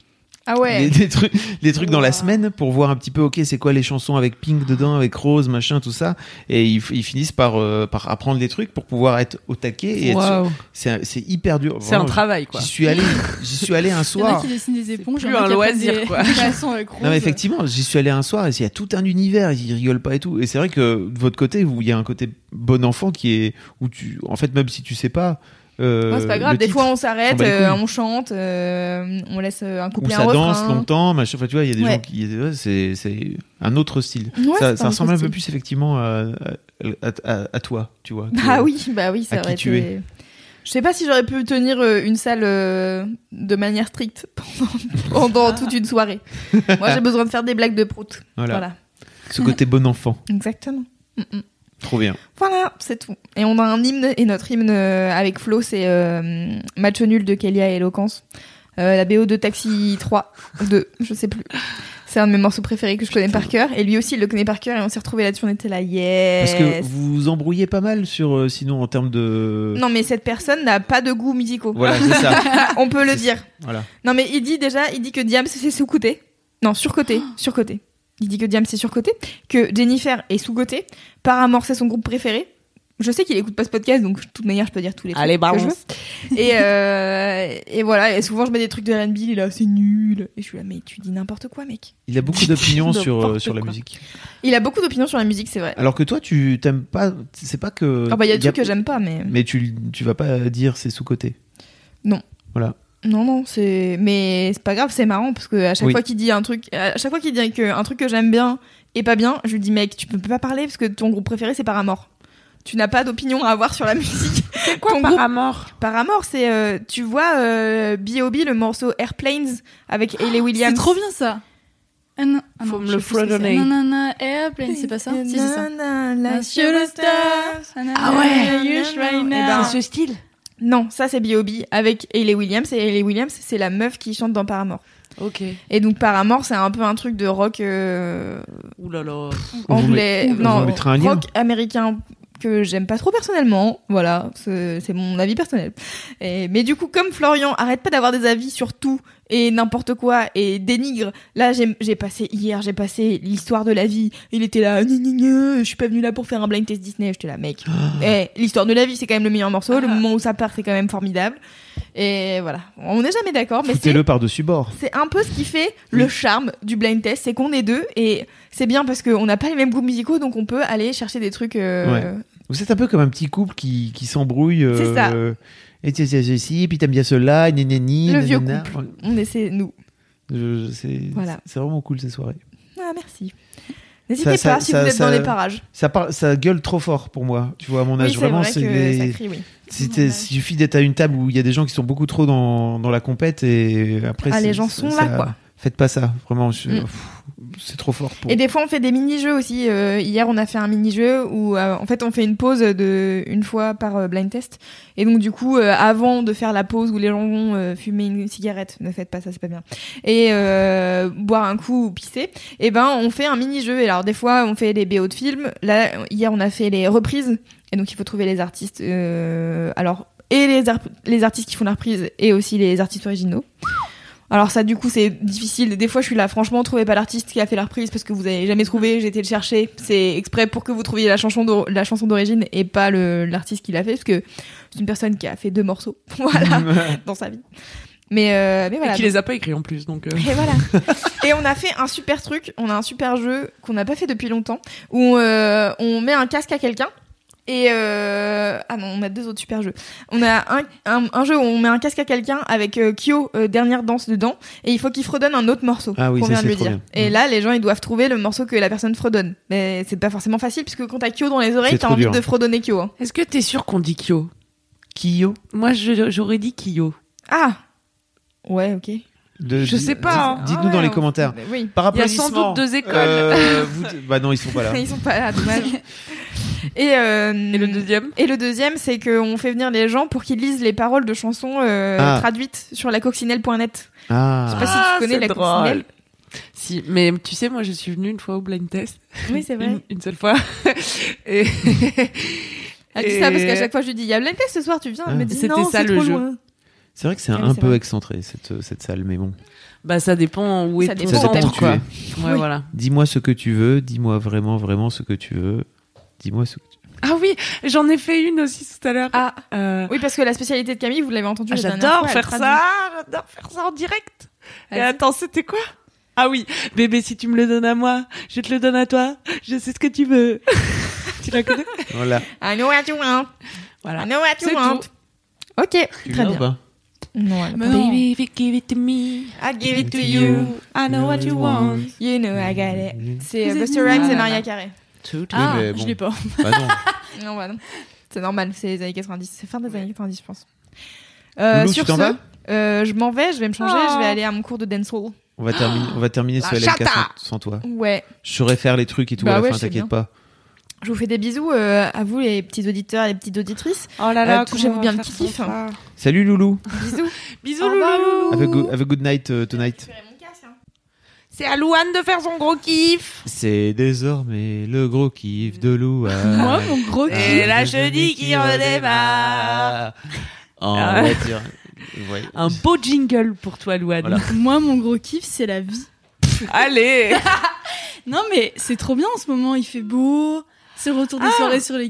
Speaker 1: ah
Speaker 3: des, des trucs, des trucs dans la semaine pour voir un petit peu, ok, c'est quoi les chansons avec Pink dedans, avec Rose, machin, tout ça. Et ils, ils finissent par, euh, par apprendre les trucs pour pouvoir être au taquet. Et être sûr.
Speaker 2: Waouh.
Speaker 3: c'est, un- c'est hyper dur.
Speaker 2: C'est un
Speaker 3: Vraiment,
Speaker 2: travail, quoi.
Speaker 3: J'y suis allé, j'y suis allé un
Speaker 4: Il y en a
Speaker 3: soir.
Speaker 4: qui dessinent des éponges,
Speaker 2: plus
Speaker 4: il y en a
Speaker 2: un
Speaker 4: qui apprennent
Speaker 2: loisir,
Speaker 4: des- euh,
Speaker 2: quoi.
Speaker 4: des chansons avec rose.
Speaker 3: Non mais effectivement, j'y suis allé un soir et il y a tout un univers, ils rigolent pas et tout. Et c'est vrai que de votre côté, vous- il y a un côté bon enfant qui est où tu, en fait, même si tu sais pas. euh,
Speaker 1: Ouais, c'est pas grave,
Speaker 3: le
Speaker 1: des
Speaker 3: titre,
Speaker 1: fois on s'arrête,
Speaker 3: s'en bat les
Speaker 1: euh,
Speaker 3: couilles.
Speaker 1: on chante, euh, on laisse euh, un
Speaker 3: Où
Speaker 1: couplet,
Speaker 3: ça
Speaker 1: un
Speaker 3: danse
Speaker 1: refrain.
Speaker 3: longtemps, machin. Enfin, tu vois, il y a des
Speaker 1: Ouais.
Speaker 3: gens qui. ouais, c'est, c'est un autre style.
Speaker 1: Ouais,
Speaker 3: ça
Speaker 1: c'est
Speaker 3: ça
Speaker 1: un
Speaker 3: ressemble un peu
Speaker 1: style.
Speaker 3: plus effectivement à, à, à- à toi, tu vois. que-
Speaker 1: Bah oui, bah oui, ça
Speaker 3: à qui
Speaker 1: aurait
Speaker 3: tu
Speaker 1: été. Je sais pas si j'aurais pu tenir euh, une salle euh, de manière stricte pendant, pendant toute une soirée. Moi, j'ai besoin de faire des blagues de prout.
Speaker 3: Voilà.
Speaker 1: Voilà,
Speaker 3: Ce côté bon enfant.
Speaker 1: exactement.
Speaker 3: Trop bien.
Speaker 1: Voilà, c'est tout. Et on a un hymne, et notre hymne euh, avec Flo, c'est euh, Match nul de Kélia et Eloquence. Euh, la BO de Taxi 3, 2, je sais plus. C'est un de mes morceaux préférés que je connais par cœur. Et lui aussi, il le connaît par cœur. Et on s'est retrouvés là-dessus, on était là, yes.
Speaker 3: Parce que vous euh, embrouillez pas mal sur, euh, sinon, en termes de.
Speaker 1: Non, mais cette personne n'a pas de goût musicaux.
Speaker 3: Voilà, c'est ça.
Speaker 1: On peut le
Speaker 3: C'est-
Speaker 1: dire.
Speaker 3: voilà.
Speaker 1: Non, mais il dit déjà, il dit que Diams, c'est sous-côté. Non, surcoté, surcoté. Il dit que Diams, c'est surcoté. Que Jennifer est sous-côté. Paramore, c'est son groupe préféré. Je sais qu'il écoute pas ce podcast, donc de toute manière, je peux dire tous les trucs
Speaker 2: Allez,
Speaker 1: que je veux.
Speaker 2: balance.
Speaker 1: Et, euh, et voilà, et souvent je mets des trucs de R&B, il est là, c'est nul. Et je suis là, mais tu dis n'importe quoi, mec.
Speaker 3: Il a beaucoup d'opinions sur, euh,
Speaker 2: N'importe
Speaker 3: sur la
Speaker 2: quoi.
Speaker 3: musique.
Speaker 1: Il a beaucoup d'opinions sur la musique, c'est vrai.
Speaker 3: Alors que toi, tu t'aimes pas. C'est pas que.
Speaker 1: Ah bah, il y a des trucs que j'aime pas, mais.
Speaker 3: Mais tu, tu vas pas dire c'est sous-côté.
Speaker 1: Non, non, c'est. Mais c'est pas grave, c'est marrant, parce que à chaque
Speaker 3: Oui.
Speaker 1: fois qu'il dit un truc. À chaque fois qu'il dit que un truc que j'aime bien et pas bien, je lui dis, mec, tu peux pas parler, parce que ton groupe préféré, c'est Paramore. Tu n'as pas d'opinion à avoir sur la musique.
Speaker 2: C'est quoi
Speaker 1: Ton groupe-
Speaker 2: Paramore
Speaker 1: Paramore, c'est. euh, tu vois, euh, B.O.B., le morceau Airplanes avec Hayley
Speaker 4: Ah, C'est
Speaker 1: Williams.
Speaker 4: trop bien ça. Ah non, ah non,
Speaker 2: Faut me
Speaker 4: je
Speaker 2: le
Speaker 4: sais pas ce que c'est.
Speaker 2: fredonner.
Speaker 4: Non, non, non, airplane, c'est pas ça Si, c'est ça.
Speaker 1: La
Speaker 4: Ah ouais
Speaker 2: Eh Ah. ben,
Speaker 1: C'est ce style Non, ça c'est B.O.B. avec Hayley Williams. Et Hayley Williams, c'est la meuf qui chante dans Paramore.
Speaker 2: Ok.
Speaker 1: Et donc Paramore, c'est un peu un truc de rock euh,
Speaker 2: Ouh là là.
Speaker 3: On vous
Speaker 1: anglais.
Speaker 3: met- on
Speaker 1: non,
Speaker 3: vous mettra un lien.
Speaker 1: rock américain que j'aime pas trop personnellement. Voilà, c'est c'est mon avis personnel. Et- mais du coup, comme Florian arrête pas d'avoir des avis sur tout et n'importe quoi et dénigre, là j'ai j'ai passé hier, j'ai passé l'histoire de la vie. Il était là, gna, gna, gna, je suis pas venu là pour faire un blind test Disney. J'étais là, mec.
Speaker 3: Ah.
Speaker 1: Eh, l'histoire de la vie, c'est quand même le meilleur morceau. Le moment où ça part, c'est quand même formidable. Et voilà, on n'est jamais d'accord, mais c'est
Speaker 3: Foutez-le par-dessus bord.
Speaker 1: c'est un peu ce qui fait le charme du blind test, c'est qu'on est deux et c'est bien parce qu'on n'a pas les mêmes goûts musicaux, donc on peut aller chercher des trucs. euh,
Speaker 3: Vous êtes un peu comme un petit couple qui, qui s'embrouille.
Speaker 1: C'est ça.
Speaker 3: euh, Et tu sais ceci, puis t'aimes bien cela, ni ni ni.
Speaker 1: Le vieux
Speaker 3: nanana.
Speaker 1: On essaie nous.
Speaker 3: Je- je- c'est
Speaker 1: Voilà.
Speaker 3: c'est vraiment cool ces soirées.
Speaker 1: Ah merci. N'hésitez
Speaker 3: ça-
Speaker 1: pas si
Speaker 3: ça-
Speaker 1: vous êtes
Speaker 3: ça-
Speaker 1: dans les parages.
Speaker 3: Ça, par- ça gueule trop fort pour moi. Tu vois, à mon
Speaker 1: Oui,
Speaker 3: âge,
Speaker 1: c'est
Speaker 3: vraiment,
Speaker 1: vrai que
Speaker 3: c'est des-
Speaker 1: ça crie, oui.
Speaker 3: c'était-
Speaker 4: Ouais.
Speaker 3: il
Speaker 1: hein.
Speaker 3: suffit d'être à une table où il y a des gens qui sont beaucoup trop dans, dans la compète et après.
Speaker 1: Ah,
Speaker 3: c'est-
Speaker 1: les gens
Speaker 3: c'est-
Speaker 1: sont
Speaker 3: ça-
Speaker 1: là, quoi.
Speaker 3: Faites pas ça, vraiment. je-
Speaker 1: Mm.
Speaker 3: pff, c'est trop fort pour.
Speaker 1: Et des fois, on fait des mini-jeux aussi. Euh, hier, on a fait un mini-jeu où, euh, en fait, on fait une pause de une fois par euh, blind test. Et donc, du coup, euh, avant de faire la pause où les gens vont euh, fumer une cigarette, ne faites pas ça, c'est pas bien. Et euh, boire un coup ou pisser, et ben, on fait un mini-jeu. Et alors, des fois, on fait des BO de films. Là, hier, on a fait les reprises. Et donc, il faut trouver les artistes. euh, alors, et les, ar- les artistes qui font la reprise, et aussi les artistes originaux. Alors ça, du coup, c'est difficile. Des fois, je suis là, franchement, trouvez pas l'artiste qui a fait la reprise parce que vous avez jamais trouvé. J'ai été le chercher. C'est exprès pour que vous trouviez la chanson d'or- la chanson d'origine et pas le- l'artiste qui l'a fait parce que c'est une personne qui a fait deux morceaux, voilà, dans sa vie. Mais euh, mais voilà.
Speaker 2: Et qui les a pas écrits en plus, donc. euh,
Speaker 1: Et voilà. Et on a fait un super truc, on a un super jeu qu'on n'a pas fait depuis longtemps, où euh, on met un casque à quelqu'un. Et euh, ah non, on a deux autres super jeux. On a un, un, un jeu où on met un casque à quelqu'un avec euh, Kyo euh, dernière danse dedans, et il faut qu'il fredonne un autre morceau
Speaker 3: Ah oui,
Speaker 1: qu'on
Speaker 3: ça,
Speaker 1: vient de
Speaker 3: c'est
Speaker 1: lui
Speaker 3: trop
Speaker 1: dire.
Speaker 3: bien.
Speaker 1: Et là, les gens ils doivent trouver le morceau que la personne fredonne. Mais c'est pas forcément facile puisque quand t'as Kyo dans les
Speaker 3: C'est
Speaker 1: oreilles, t'as
Speaker 3: trop
Speaker 1: envie
Speaker 3: dur.
Speaker 1: de fredonner Kyo. hein.
Speaker 2: Est-ce que t'es sûr qu'on dit Kyo
Speaker 3: Kyo.
Speaker 2: Moi, je- j'aurais dit Kyo.
Speaker 1: Ah ouais, ok. Ah,
Speaker 3: De-
Speaker 2: Je
Speaker 3: dis-
Speaker 2: sais pas,
Speaker 3: dis-
Speaker 2: hein.
Speaker 3: Dites-nous dans les commentaires.
Speaker 1: Oui.
Speaker 3: Par
Speaker 2: Il y a sans
Speaker 3: applaudissement,
Speaker 2: doute deux écoles.
Speaker 3: euh, vous- Bah non, ils sont pas là.
Speaker 1: Ils sont pas là, dommage. et, euh,
Speaker 2: Et le deuxième
Speaker 1: Et le deuxième, c'est qu'on fait venir les gens pour qu'ils lisent les paroles de chansons euh,
Speaker 3: Ah.
Speaker 1: traduites sur la coccinelle.net.
Speaker 3: Ah.
Speaker 1: sais pas si tu connais la
Speaker 2: c'est
Speaker 1: coccinelle.
Speaker 2: drôle. Si, mais tu sais, moi, je suis venue une fois au blind test,
Speaker 1: Oui, c'est
Speaker 2: une, une seule fois. et
Speaker 1: Elle dit ça parce qu'à chaque fois, je lui Ah, dis, il y a blind test ce soir, tu viens. Elle me
Speaker 3: Ah.
Speaker 1: dit,
Speaker 2: C'était
Speaker 1: non,
Speaker 2: ça,
Speaker 1: c'est
Speaker 2: le
Speaker 1: trop
Speaker 2: jeu.
Speaker 1: loin.
Speaker 3: C'est vrai que c'est
Speaker 1: Ah oui,
Speaker 3: un
Speaker 1: c'est
Speaker 3: peu
Speaker 1: vrai.
Speaker 3: excentré cette, euh, cette salle, mais bon.
Speaker 2: bah ça dépend où est
Speaker 1: Ça
Speaker 2: ton
Speaker 1: dépend
Speaker 3: Ça
Speaker 1: Bon,
Speaker 3: dépend où
Speaker 2: centre,
Speaker 3: tu
Speaker 2: quoi.
Speaker 3: es.
Speaker 2: Ouais,
Speaker 1: Oui.
Speaker 2: voilà.
Speaker 3: Dis-moi ce que tu veux, dis-moi vraiment, vraiment ce que tu veux. Dis-moi ce que tu
Speaker 2: Ah oui, j'en ai fait une aussi tout à l'heure.
Speaker 1: Ah.
Speaker 2: Euh,
Speaker 1: Oui, parce que la spécialité de Camille, vous l'avez entendu.
Speaker 2: ah,
Speaker 1: la dernière
Speaker 2: j'adore
Speaker 1: fois, elle
Speaker 2: faire
Speaker 1: traduit.
Speaker 2: ça, j'adore faire ça en direct. Et
Speaker 1: Vas-y.
Speaker 2: attends, c'était quoi Ah oui, bébé, si tu me le donnes à moi, je te le donne à toi. Je sais ce que tu veux. tu la connais
Speaker 3: veux. Voilà.
Speaker 1: I know what you want. I
Speaker 2: Voilà.
Speaker 1: know what
Speaker 2: C'est
Speaker 1: you want.
Speaker 2: tout.
Speaker 1: Ok,
Speaker 3: Tu
Speaker 1: très
Speaker 3: viens
Speaker 1: bien.
Speaker 3: ou pas
Speaker 1: Non, elle-
Speaker 2: Bah
Speaker 4: Mais non.
Speaker 2: Baby, if you give it to me,
Speaker 1: I give it to you.
Speaker 3: You
Speaker 2: I know what you want.
Speaker 1: You know I got it. C'est
Speaker 4: Vous
Speaker 1: euh,
Speaker 4: êtes
Speaker 1: Buster
Speaker 4: nul.
Speaker 1: Rhymes
Speaker 4: Ah
Speaker 1: et
Speaker 4: là
Speaker 1: Maria
Speaker 4: là.
Speaker 1: Carey.
Speaker 3: Tout
Speaker 4: Ah, je l'ai pas.
Speaker 3: Bah non.
Speaker 1: Non, bah non. C'est normal, c'est les années 90. C'est fin des années 90, je pense. Euh,
Speaker 3: Loulou,
Speaker 1: sur
Speaker 3: tu t'en
Speaker 1: ce,
Speaker 3: vas
Speaker 1: euh, je m'en vais, je vais me changer,
Speaker 2: Oh.
Speaker 1: je vais aller à mon cours de dancehall.
Speaker 3: On va terminer, on va terminer
Speaker 2: La
Speaker 3: ce LMK
Speaker 2: chata.
Speaker 3: sans, sans toi.
Speaker 1: Ouais,
Speaker 3: Je saurais faire les trucs et tout
Speaker 1: Ah, Bah
Speaker 3: à la
Speaker 1: ouais,
Speaker 3: fin,
Speaker 1: je sais
Speaker 3: t'inquiète
Speaker 1: bien.
Speaker 3: pas.
Speaker 1: je vous fais des bisous euh, à vous les petits auditeurs et les petites auditrices.
Speaker 2: Oh là
Speaker 1: Euh,
Speaker 2: là,
Speaker 1: touchez-vous
Speaker 2: comment on
Speaker 1: bien
Speaker 2: va
Speaker 1: le
Speaker 2: faire
Speaker 1: petit kiff, hein.
Speaker 2: sympa.
Speaker 3: Salut Loulou.
Speaker 1: Bisous.
Speaker 2: Bisous
Speaker 1: Au revoir,
Speaker 2: Loulou.
Speaker 3: Have a, good, have a good night euh, tonight.
Speaker 2: C'est à Louane de faire son gros kiff.
Speaker 3: C'est désormais le gros kiff de Lou. Ah,
Speaker 4: Moi, mon gros kiff.
Speaker 2: Et la chenille qui redémarre.
Speaker 3: En
Speaker 2: Ah.
Speaker 3: voiture. Ouais.
Speaker 2: Un beau jingle pour toi Louane.
Speaker 3: Voilà.
Speaker 4: Moi, mon gros kiff, c'est la vie.
Speaker 2: Allez.
Speaker 4: Non, mais c'est trop bien en ce moment. Il fait beau. C'est le retour des soirées sur les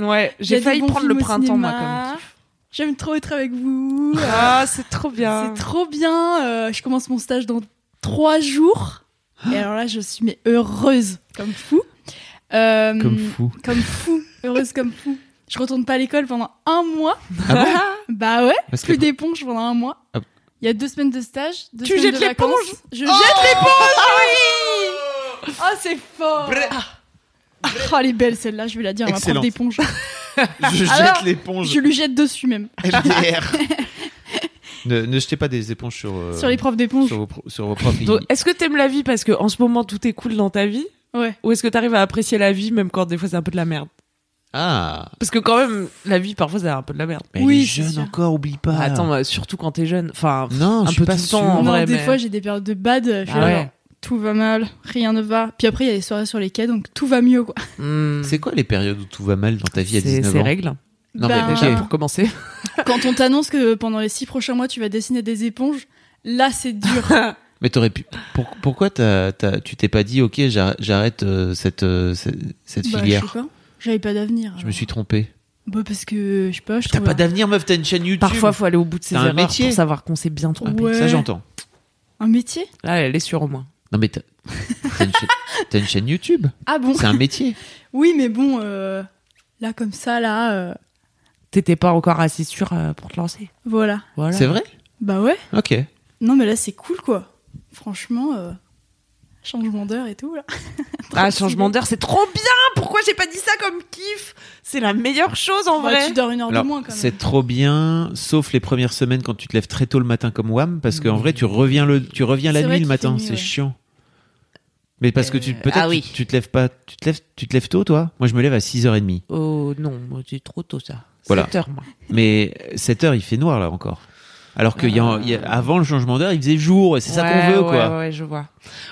Speaker 2: Ouais,
Speaker 4: Il y a
Speaker 2: Ah. j'ai
Speaker 4: des
Speaker 2: failli
Speaker 4: bons
Speaker 2: prendre le
Speaker 4: films au
Speaker 2: printemps moi
Speaker 4: cinéma.
Speaker 2: comme kiff.
Speaker 4: J'aime trop être avec vous.
Speaker 2: Ah, c'est trop bien.
Speaker 4: C'est trop bien. euh, je commence mon stage dans trois jours.
Speaker 2: Ah.
Speaker 4: Et alors là, je suis mais heureuse comme fou. Euh,
Speaker 3: Comme fou.
Speaker 4: Comme fou. Heureuse comme fou. Je retourne pas à l'école pendant un mois.
Speaker 3: Ah bon
Speaker 4: bah ouais.
Speaker 3: Parce que-
Speaker 4: plus d'éponge pendant un mois.
Speaker 3: Ah.
Speaker 4: Il y a deux semaines de stage. Deux
Speaker 2: Tu
Speaker 4: semaines
Speaker 2: jettes
Speaker 4: de
Speaker 2: l'éponge Oh Ah
Speaker 4: vacances. Je jette l'éponge. Oui. Oh, c'est fort. Oh, elle est belle celle-là. Je vais la dire à ma prof
Speaker 3: Excellente.
Speaker 4: d'éponge.
Speaker 3: Je
Speaker 4: Alors,
Speaker 3: jette l'éponge.
Speaker 4: Je lui jette dessus même.
Speaker 3: MDR. ne, ne jetez pas des éponges sur, euh,
Speaker 4: Sur les profs d'éponge.
Speaker 3: sur vos, pro- sur vos profs. Ils-
Speaker 2: Donc, Est-ce que t'aimes la vie parce que en ce moment tout est cool dans ta vie
Speaker 4: Ouais.
Speaker 2: ou est-ce que t'arrives à apprécier la vie même quand des fois c'est un peu de la merde
Speaker 3: Ah,
Speaker 2: Parce que quand même la vie parfois c'est un peu de la merde.
Speaker 3: mais elle
Speaker 4: Oui,
Speaker 3: est
Speaker 4: c'est
Speaker 3: jeune
Speaker 4: sûr.
Speaker 3: encore, oublie pas.
Speaker 2: Attends, bah, surtout quand t'es jeune. Enfin,
Speaker 3: Ah. non,
Speaker 2: un
Speaker 3: je suis
Speaker 2: peu
Speaker 3: pas
Speaker 2: tout le
Speaker 3: sûr.
Speaker 2: temps. en
Speaker 4: non,
Speaker 2: vrai,
Speaker 4: des
Speaker 2: mais-
Speaker 4: fois j'ai des périodes de bad. Je suis
Speaker 2: ah
Speaker 4: là,
Speaker 2: ouais.
Speaker 4: tout va mal, rien ne va. Puis après, il y a les soirées sur les quais, donc tout va mieux, quoi.
Speaker 2: Hmm.
Speaker 3: C'est quoi les périodes où tout va mal dans ta vie à
Speaker 2: C'est-
Speaker 3: 19
Speaker 2: C'est
Speaker 3: ans
Speaker 2: règle.
Speaker 3: Non,
Speaker 4: Ben,
Speaker 3: mais
Speaker 2: Déjà
Speaker 3: ok.
Speaker 2: bah, pour commencer.
Speaker 4: Quand on t'annonce que pendant les six prochains mois, tu vas dessiner des éponges, là, c'est dur.
Speaker 3: Mais t'aurais pu. pour- pourquoi t'as- t'as- tu t'es pas dit, ok, j'arr- j'arrête euh, cette, euh, cette, cette
Speaker 4: Bah, je
Speaker 3: filière
Speaker 4: sais pas. J'avais pas d'avenir.
Speaker 3: Je
Speaker 4: alors.
Speaker 3: me suis trompé.
Speaker 4: Bah, parce que, je sais pas, je
Speaker 3: T'as
Speaker 4: trouve...
Speaker 3: pas d'avenir, meuf, t'as une chaîne YouTube.
Speaker 2: Parfois, faut aller au bout de ses
Speaker 3: T'as un
Speaker 2: erreurs
Speaker 3: métier.
Speaker 2: pour savoir qu'on s'est bien trompé.
Speaker 4: Ouais.
Speaker 3: Ça, j'entends.
Speaker 4: Un métier
Speaker 2: Là, elle est sûre au moins.
Speaker 3: Non, mais t'as t'as une, cha- t'as une chaîne YouTube.
Speaker 4: Ah bon
Speaker 3: C'est un métier.
Speaker 4: Oui, mais bon, euh, là, comme ça, là, euh,
Speaker 2: T'étais pas encore assez sûre euh, pour te lancer.
Speaker 4: voilà.
Speaker 2: Voilà.
Speaker 3: C'est vrai
Speaker 4: Bah ouais.
Speaker 3: Ok.
Speaker 4: Non, mais là, c'est cool, quoi. Franchement, euh, changement d'heure et tout, là.
Speaker 2: Ah, changement d'heure, c'est trop bien Pourquoi j'ai pas dit ça comme kiff C'est la meilleure chose en
Speaker 4: Bah,
Speaker 2: vrai.
Speaker 4: tu dors une heure
Speaker 3: Alors,
Speaker 4: de moins, quand même.
Speaker 3: c'est trop bien, sauf les premières semaines quand tu te lèves très tôt le matin comme Wam, parce qu'en vrai, tu reviens, le, tu reviens la
Speaker 4: C'est vrai
Speaker 3: nuit le
Speaker 4: qu'il fait
Speaker 3: matin,
Speaker 4: nuit,
Speaker 3: c'est
Speaker 4: ouais.
Speaker 3: chiant. Mais parce que tu
Speaker 2: Euh,
Speaker 3: peut-être
Speaker 2: ah
Speaker 3: tu-
Speaker 2: oui.
Speaker 3: tu, te lèves pas tu te lèves tu te lèves tôt toi Moi je me lève à 6h30.
Speaker 2: Oh non, moi, c'est trop tôt ça.
Speaker 3: Voilà.
Speaker 2: 7 heures, moi.
Speaker 3: Mais 7h il fait noir là encore. Alors que il y a- il y a- avant le changement d'heure, il faisait jour, et c'est ça qu'on
Speaker 2: Ah. Ouais,
Speaker 3: veut
Speaker 2: ouais,
Speaker 3: quoi.
Speaker 2: Ouais, je vois.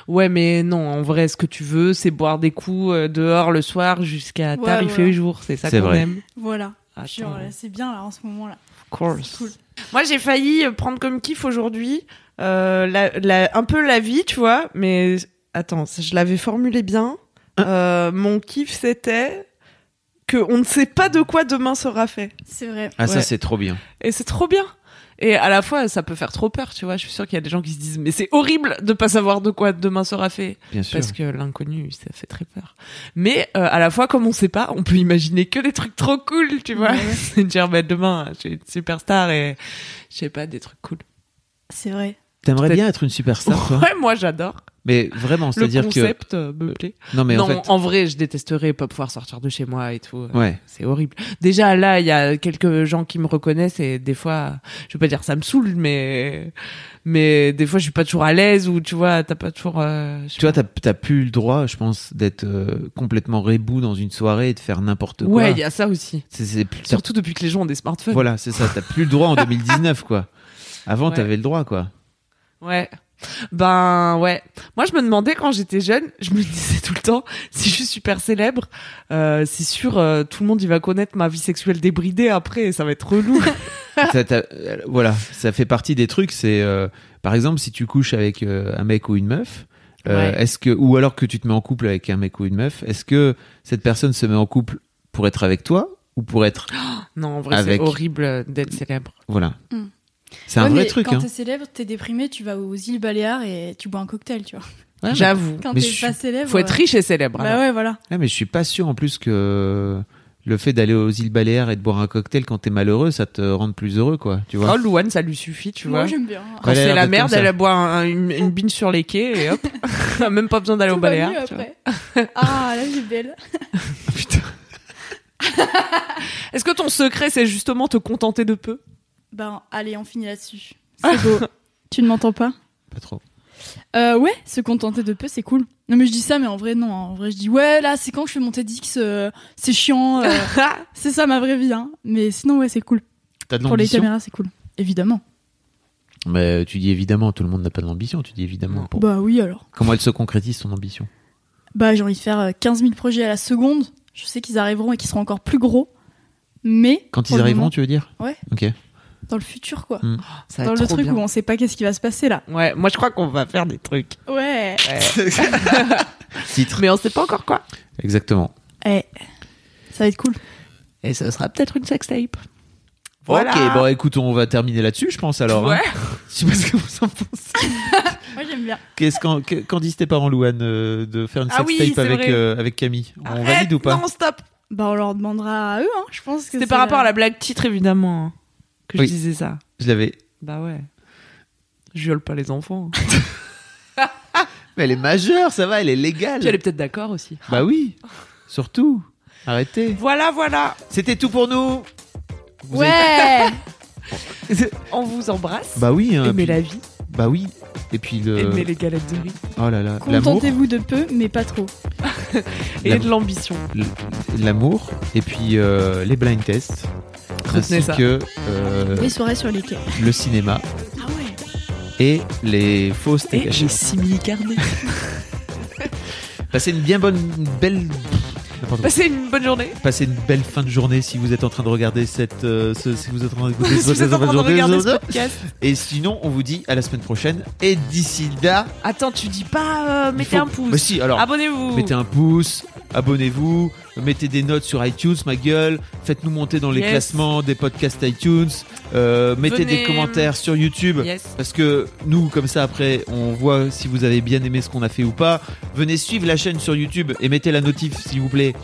Speaker 2: Ouais, mais non, en vrai, ce que tu veux, c'est boire des coups euh, dehors le soir jusqu'à
Speaker 4: Ouais,
Speaker 2: tard, il
Speaker 4: voilà.
Speaker 2: fait jour. C'est ça
Speaker 3: C'est
Speaker 2: qu'on
Speaker 3: vrai.
Speaker 2: aime.
Speaker 4: Voilà. Puis,
Speaker 2: Attends.
Speaker 4: euh, c'est bien là en ce moment là. C'est cool.
Speaker 2: Moi, j'ai failli euh, prendre comme kiff aujourd'hui euh, la- la- un peu la vie, tu vois. Mais attends, ça, je l'avais formulé bien. Euh, mon kiff, c'était que on ne sait pas de quoi demain sera fait.
Speaker 4: C'est vrai.
Speaker 3: Ah ça
Speaker 2: Ouais.
Speaker 3: c'est trop bien.
Speaker 2: Et c'est trop bien. Et à la fois, ça peut faire trop peur, tu vois. Je suis sûre qu'il y a des gens qui se disent, mais c'est horrible de pas savoir de quoi demain sera fait.
Speaker 3: Bien sûr.
Speaker 2: Parce que l'inconnu, ça fait très peur. Mais euh, à la fois, comme on sait pas, on peut imaginer que des trucs trop cool, tu vois.
Speaker 4: Ouais, ouais.
Speaker 2: C'est dire, bah, demain, je suis une superstar et je sais pas, des trucs cool.
Speaker 4: C'est vrai.
Speaker 3: T'aimerais
Speaker 2: peut-être-
Speaker 3: bien être une superstar toi
Speaker 2: Ouais, moi, j'adore.
Speaker 3: Mais vraiment,
Speaker 2: Le
Speaker 3: Oh. c'est-à-dire que
Speaker 2: concept euh, me plaît.
Speaker 3: non mais
Speaker 2: non,
Speaker 3: en fait
Speaker 2: vrai, je détesterais pas pouvoir sortir de chez moi et tout. euh,
Speaker 3: ouais.
Speaker 2: C'est horrible. Déjà, là, il y a quelques gens qui me reconnaissent et des fois, je vais pas dire ça me saoule, mais, mais des fois, je suis pas toujours à l'aise ou tu vois, t'as pas toujours, euh, je sais
Speaker 3: Tu vois, t'as t'as plus le droit, je pense, d'être euh, complètement rebou dans une soirée et de faire n'importe
Speaker 2: pas.
Speaker 3: quoi.
Speaker 2: Ouais, il y a ça aussi.
Speaker 3: C'est- c'est plus-
Speaker 2: Surtout depuis que les gens ont des smartphones.
Speaker 3: Voilà, c'est ça. T'as plus le droit en 2019, quoi. Avant,
Speaker 2: Ouais.
Speaker 3: t'avais le droit, quoi.
Speaker 2: Ouais. Ben ouais. Moi je me demandais quand j'étais jeune, je me disais tout le temps, si je suis super célèbre, euh, c'est sûr euh, tout le monde il va connaître ma vie sexuelle débridée après, et ça va être relou.
Speaker 3: Ça, t'as- euh, voilà, ça fait partie des trucs. C'est, euh, par exemple, si tu couches avec euh, un mec ou une meuf, euh,
Speaker 2: Ouais.
Speaker 3: est-ce que, ou alors que tu te mets en couple avec un mec ou une meuf, est-ce que cette personne se met en couple pour être avec toi ou pour être,
Speaker 2: Ah. non, en vrai
Speaker 3: Avec-
Speaker 2: c'est horrible euh, d'être célèbre.
Speaker 3: voilà.
Speaker 2: Hmm.
Speaker 4: Mm.
Speaker 3: C'est un
Speaker 4: Ouais,
Speaker 3: vrai
Speaker 4: mais
Speaker 3: truc,
Speaker 4: Quand
Speaker 3: hein.
Speaker 4: t'es célèbre, t'es déprimé, tu vas aux îles Baléares et tu bois un cocktail, tu vois.
Speaker 3: Ouais, mais,
Speaker 2: J'avoue.
Speaker 4: Quand
Speaker 3: Mais
Speaker 4: t'es
Speaker 3: je
Speaker 4: pas
Speaker 3: suis-
Speaker 4: célèbre.
Speaker 2: Faut être
Speaker 4: euh,
Speaker 2: riche et célèbre.
Speaker 4: Bah
Speaker 2: alors.
Speaker 4: ouais, voilà.
Speaker 3: Ouais, Ah, mais je suis pas sûr en plus que le fait d'aller aux îles Baléares et de boire un cocktail quand t'es malheureux, ça te rende plus heureux, quoi. Tu vois.
Speaker 2: Oh Louane, ça lui suffit, tu
Speaker 4: Moi
Speaker 2: vois.
Speaker 4: j'aime bien.
Speaker 2: Quand
Speaker 3: Baléares
Speaker 2: c'est la
Speaker 3: d'être
Speaker 2: merde,
Speaker 3: comme ça.
Speaker 2: elle boit un- une, une bine sur les quais et hop, même pas besoin d'aller
Speaker 4: Tout
Speaker 2: au
Speaker 4: va
Speaker 2: Baléares.
Speaker 4: mieux
Speaker 2: tu vois.
Speaker 4: après. ah, la vie est belle.
Speaker 3: Putain.
Speaker 2: Est-ce que ton secret c'est justement te contenter de peu
Speaker 4: Ben, allez, on finit là-dessus. C'est beau. tu ne m'entends pas
Speaker 3: Pas trop.
Speaker 4: Euh, ouais, se contenter de peu, c'est cool. Non, mais je dis ça, mais en vrai, non. hein. En vrai, je dis, ouais, là, c'est quand que je fais mon TEDx, euh, c'est chiant. euh,
Speaker 2: Ah,
Speaker 4: c'est ça ma vraie vie. Hein. Mais sinon, ouais, c'est cool.
Speaker 3: T'as de
Speaker 4: Pour les
Speaker 3: l'ambition.
Speaker 4: caméras, c'est cool. Évidemment.
Speaker 3: Mais tu dis évidemment, tout le monde n'a pas de l'ambition. Tu dis évidemment.
Speaker 2: Non.
Speaker 3: Pour-
Speaker 4: Bah oui, alors.
Speaker 3: Comment elle se concrétise son ambition
Speaker 4: Bah, j'ai envie de faire euh, 15 000 projets à la seconde. Je sais qu'ils arriveront et qu'ils seront encore plus gros. Mais.
Speaker 3: Quand
Speaker 4: pour
Speaker 3: ils
Speaker 4: le
Speaker 3: arriveront,
Speaker 4: moment,
Speaker 3: tu veux dire
Speaker 4: Ouais.
Speaker 3: Ok.
Speaker 4: Dans le futur, quoi.
Speaker 3: Mm.
Speaker 2: Ça va
Speaker 4: Dans
Speaker 2: être
Speaker 4: le
Speaker 2: trop
Speaker 4: truc
Speaker 2: bien.
Speaker 4: où on sait pas qu'est-ce qui va se passer, là.
Speaker 2: Ouais, moi je crois qu'on va faire des trucs.
Speaker 4: Ouais.
Speaker 3: Titre.
Speaker 2: Mais on sait pas encore quoi.
Speaker 3: Exactement.
Speaker 4: Eh, Ça va être cool.
Speaker 2: Et ce sera peut-être une sextape.
Speaker 3: Ok, bon, écoute, on va terminer là-dessus, je pense alors. hein.
Speaker 2: Ouais.
Speaker 3: Je sais pas ce que vous en pensez.
Speaker 4: Moi, j'aime bien.
Speaker 3: Qu'est-ce qu'en- que- qu'en disent tes parents, Louane, euh, de faire une
Speaker 2: Ah oui,
Speaker 3: sextape
Speaker 2: c'est
Speaker 3: avec,
Speaker 2: vrai.
Speaker 3: euh, avec Camille On valide ou pas
Speaker 2: Non, stop.
Speaker 4: Bah, on leur demandera à eux, hein. Je pense que
Speaker 2: C'était par
Speaker 4: c'est-
Speaker 2: rapport à la blague titre évidemment hein, que
Speaker 3: Oui.
Speaker 2: je disais ça.
Speaker 3: Je l'avais.
Speaker 2: Bah ouais. Je viole pas les enfants. hein.
Speaker 3: Mais elle est majeure, ça va, elle est légale.
Speaker 2: Puis elle est peut-être d'accord aussi.
Speaker 3: Bah oui, surtout. Arrêtez.
Speaker 2: Voilà, voilà.
Speaker 3: C'était tout pour nous. Vous
Speaker 4: Ouais.
Speaker 3: avez-
Speaker 2: On vous embrasse.
Speaker 3: Bah oui. hein,
Speaker 2: Aimez
Speaker 3: puis- euh,
Speaker 2: la vie,
Speaker 3: Bah oui. Et puis le.
Speaker 2: aimez les galettes de riz
Speaker 3: Oh là là. L'amour.
Speaker 4: Contentez-vous de peu, mais pas trop.
Speaker 2: et
Speaker 3: L'amour.
Speaker 2: de l'ambition.
Speaker 3: l'amour et puis euh, les blind tests
Speaker 2: Retenez
Speaker 3: ainsi
Speaker 2: ça.
Speaker 3: que euh,
Speaker 4: Les soirées sur les quais.
Speaker 3: le cinéma
Speaker 4: Ah ouais.
Speaker 3: et les fausses
Speaker 2: Et
Speaker 3: cachées.
Speaker 2: les simili-carnés.
Speaker 3: Passez une bien bonne, une belle. n'importe quoi.
Speaker 2: Passez Bah, une bonne journée.
Speaker 3: Passez une belle fin de journée si vous êtes en train de regarder cette. euh, ce- si vous êtes en train d'écouter
Speaker 2: Si
Speaker 3: ce
Speaker 2: vous êtes en train de
Speaker 3: podcast,
Speaker 2: regarder ce
Speaker 3: blablabla.
Speaker 2: podcast.
Speaker 3: Et sinon, on vous dit à la semaine prochaine. Et d'ici là,
Speaker 2: Attends, tu dis pas euh,
Speaker 3: il
Speaker 2: mettez
Speaker 3: faut-
Speaker 2: un pouce.
Speaker 3: Bah si, alors.
Speaker 2: Abonnez-vous.
Speaker 3: Mettez un pouce, abonnez-vous, mettez des notes sur iTunes, ma gueule. Faites-nous monter dans les
Speaker 2: Yes.
Speaker 3: classements des podcasts iTunes. Euh, mettez
Speaker 2: Venez.
Speaker 3: des commentaires sur YouTube.
Speaker 2: Yes.
Speaker 3: Parce que nous, comme ça, après, on voit si vous avez bien aimé ce qu'on a fait ou pas. Venez suivre la chaîne sur YouTube et mettez la notif, s'il vous plaît.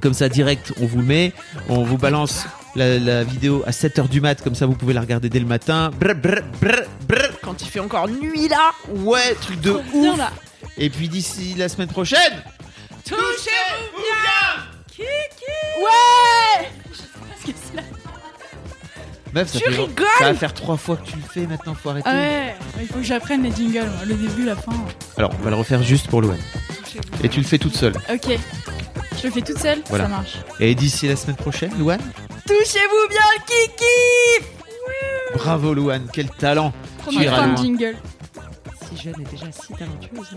Speaker 3: Comme ça, direct, on vous le met. On vous balance la, la vidéo à 7h du mat. Comme ça, vous pouvez la regarder dès le matin. Brr, brr, brr, brr.
Speaker 2: Quand il fait encore nuit là,
Speaker 3: Ouais, truc de ouf.
Speaker 4: Viens là.
Speaker 3: Et puis d'ici la semaine prochaine.
Speaker 2: touchez-vous bien.
Speaker 4: Parce que c'est là.
Speaker 3: Meuf, ça,
Speaker 2: Tu
Speaker 3: fait-
Speaker 2: rigoles Ah
Speaker 3: ça va faire trois fois que tu le fais maintenant. Faut arrêter.
Speaker 4: Ah ouais. Il faut que j'apprenne les jingles, moi. le début, la fin.
Speaker 3: Alors, on va le refaire juste pour Loan. et tu le fais toute seule.
Speaker 4: Ok. Je le fais toute seule,
Speaker 3: Voilà.
Speaker 4: ça marche.
Speaker 3: Et d'ici la semaine prochaine, Louane
Speaker 1: Touchez-vous bien le kiki
Speaker 3: Bravo Louane, quel talent
Speaker 4: Prends
Speaker 3: Tu iras
Speaker 4: un
Speaker 3: loin.
Speaker 4: jingle.
Speaker 2: Si jeune est déjà si talentueuse.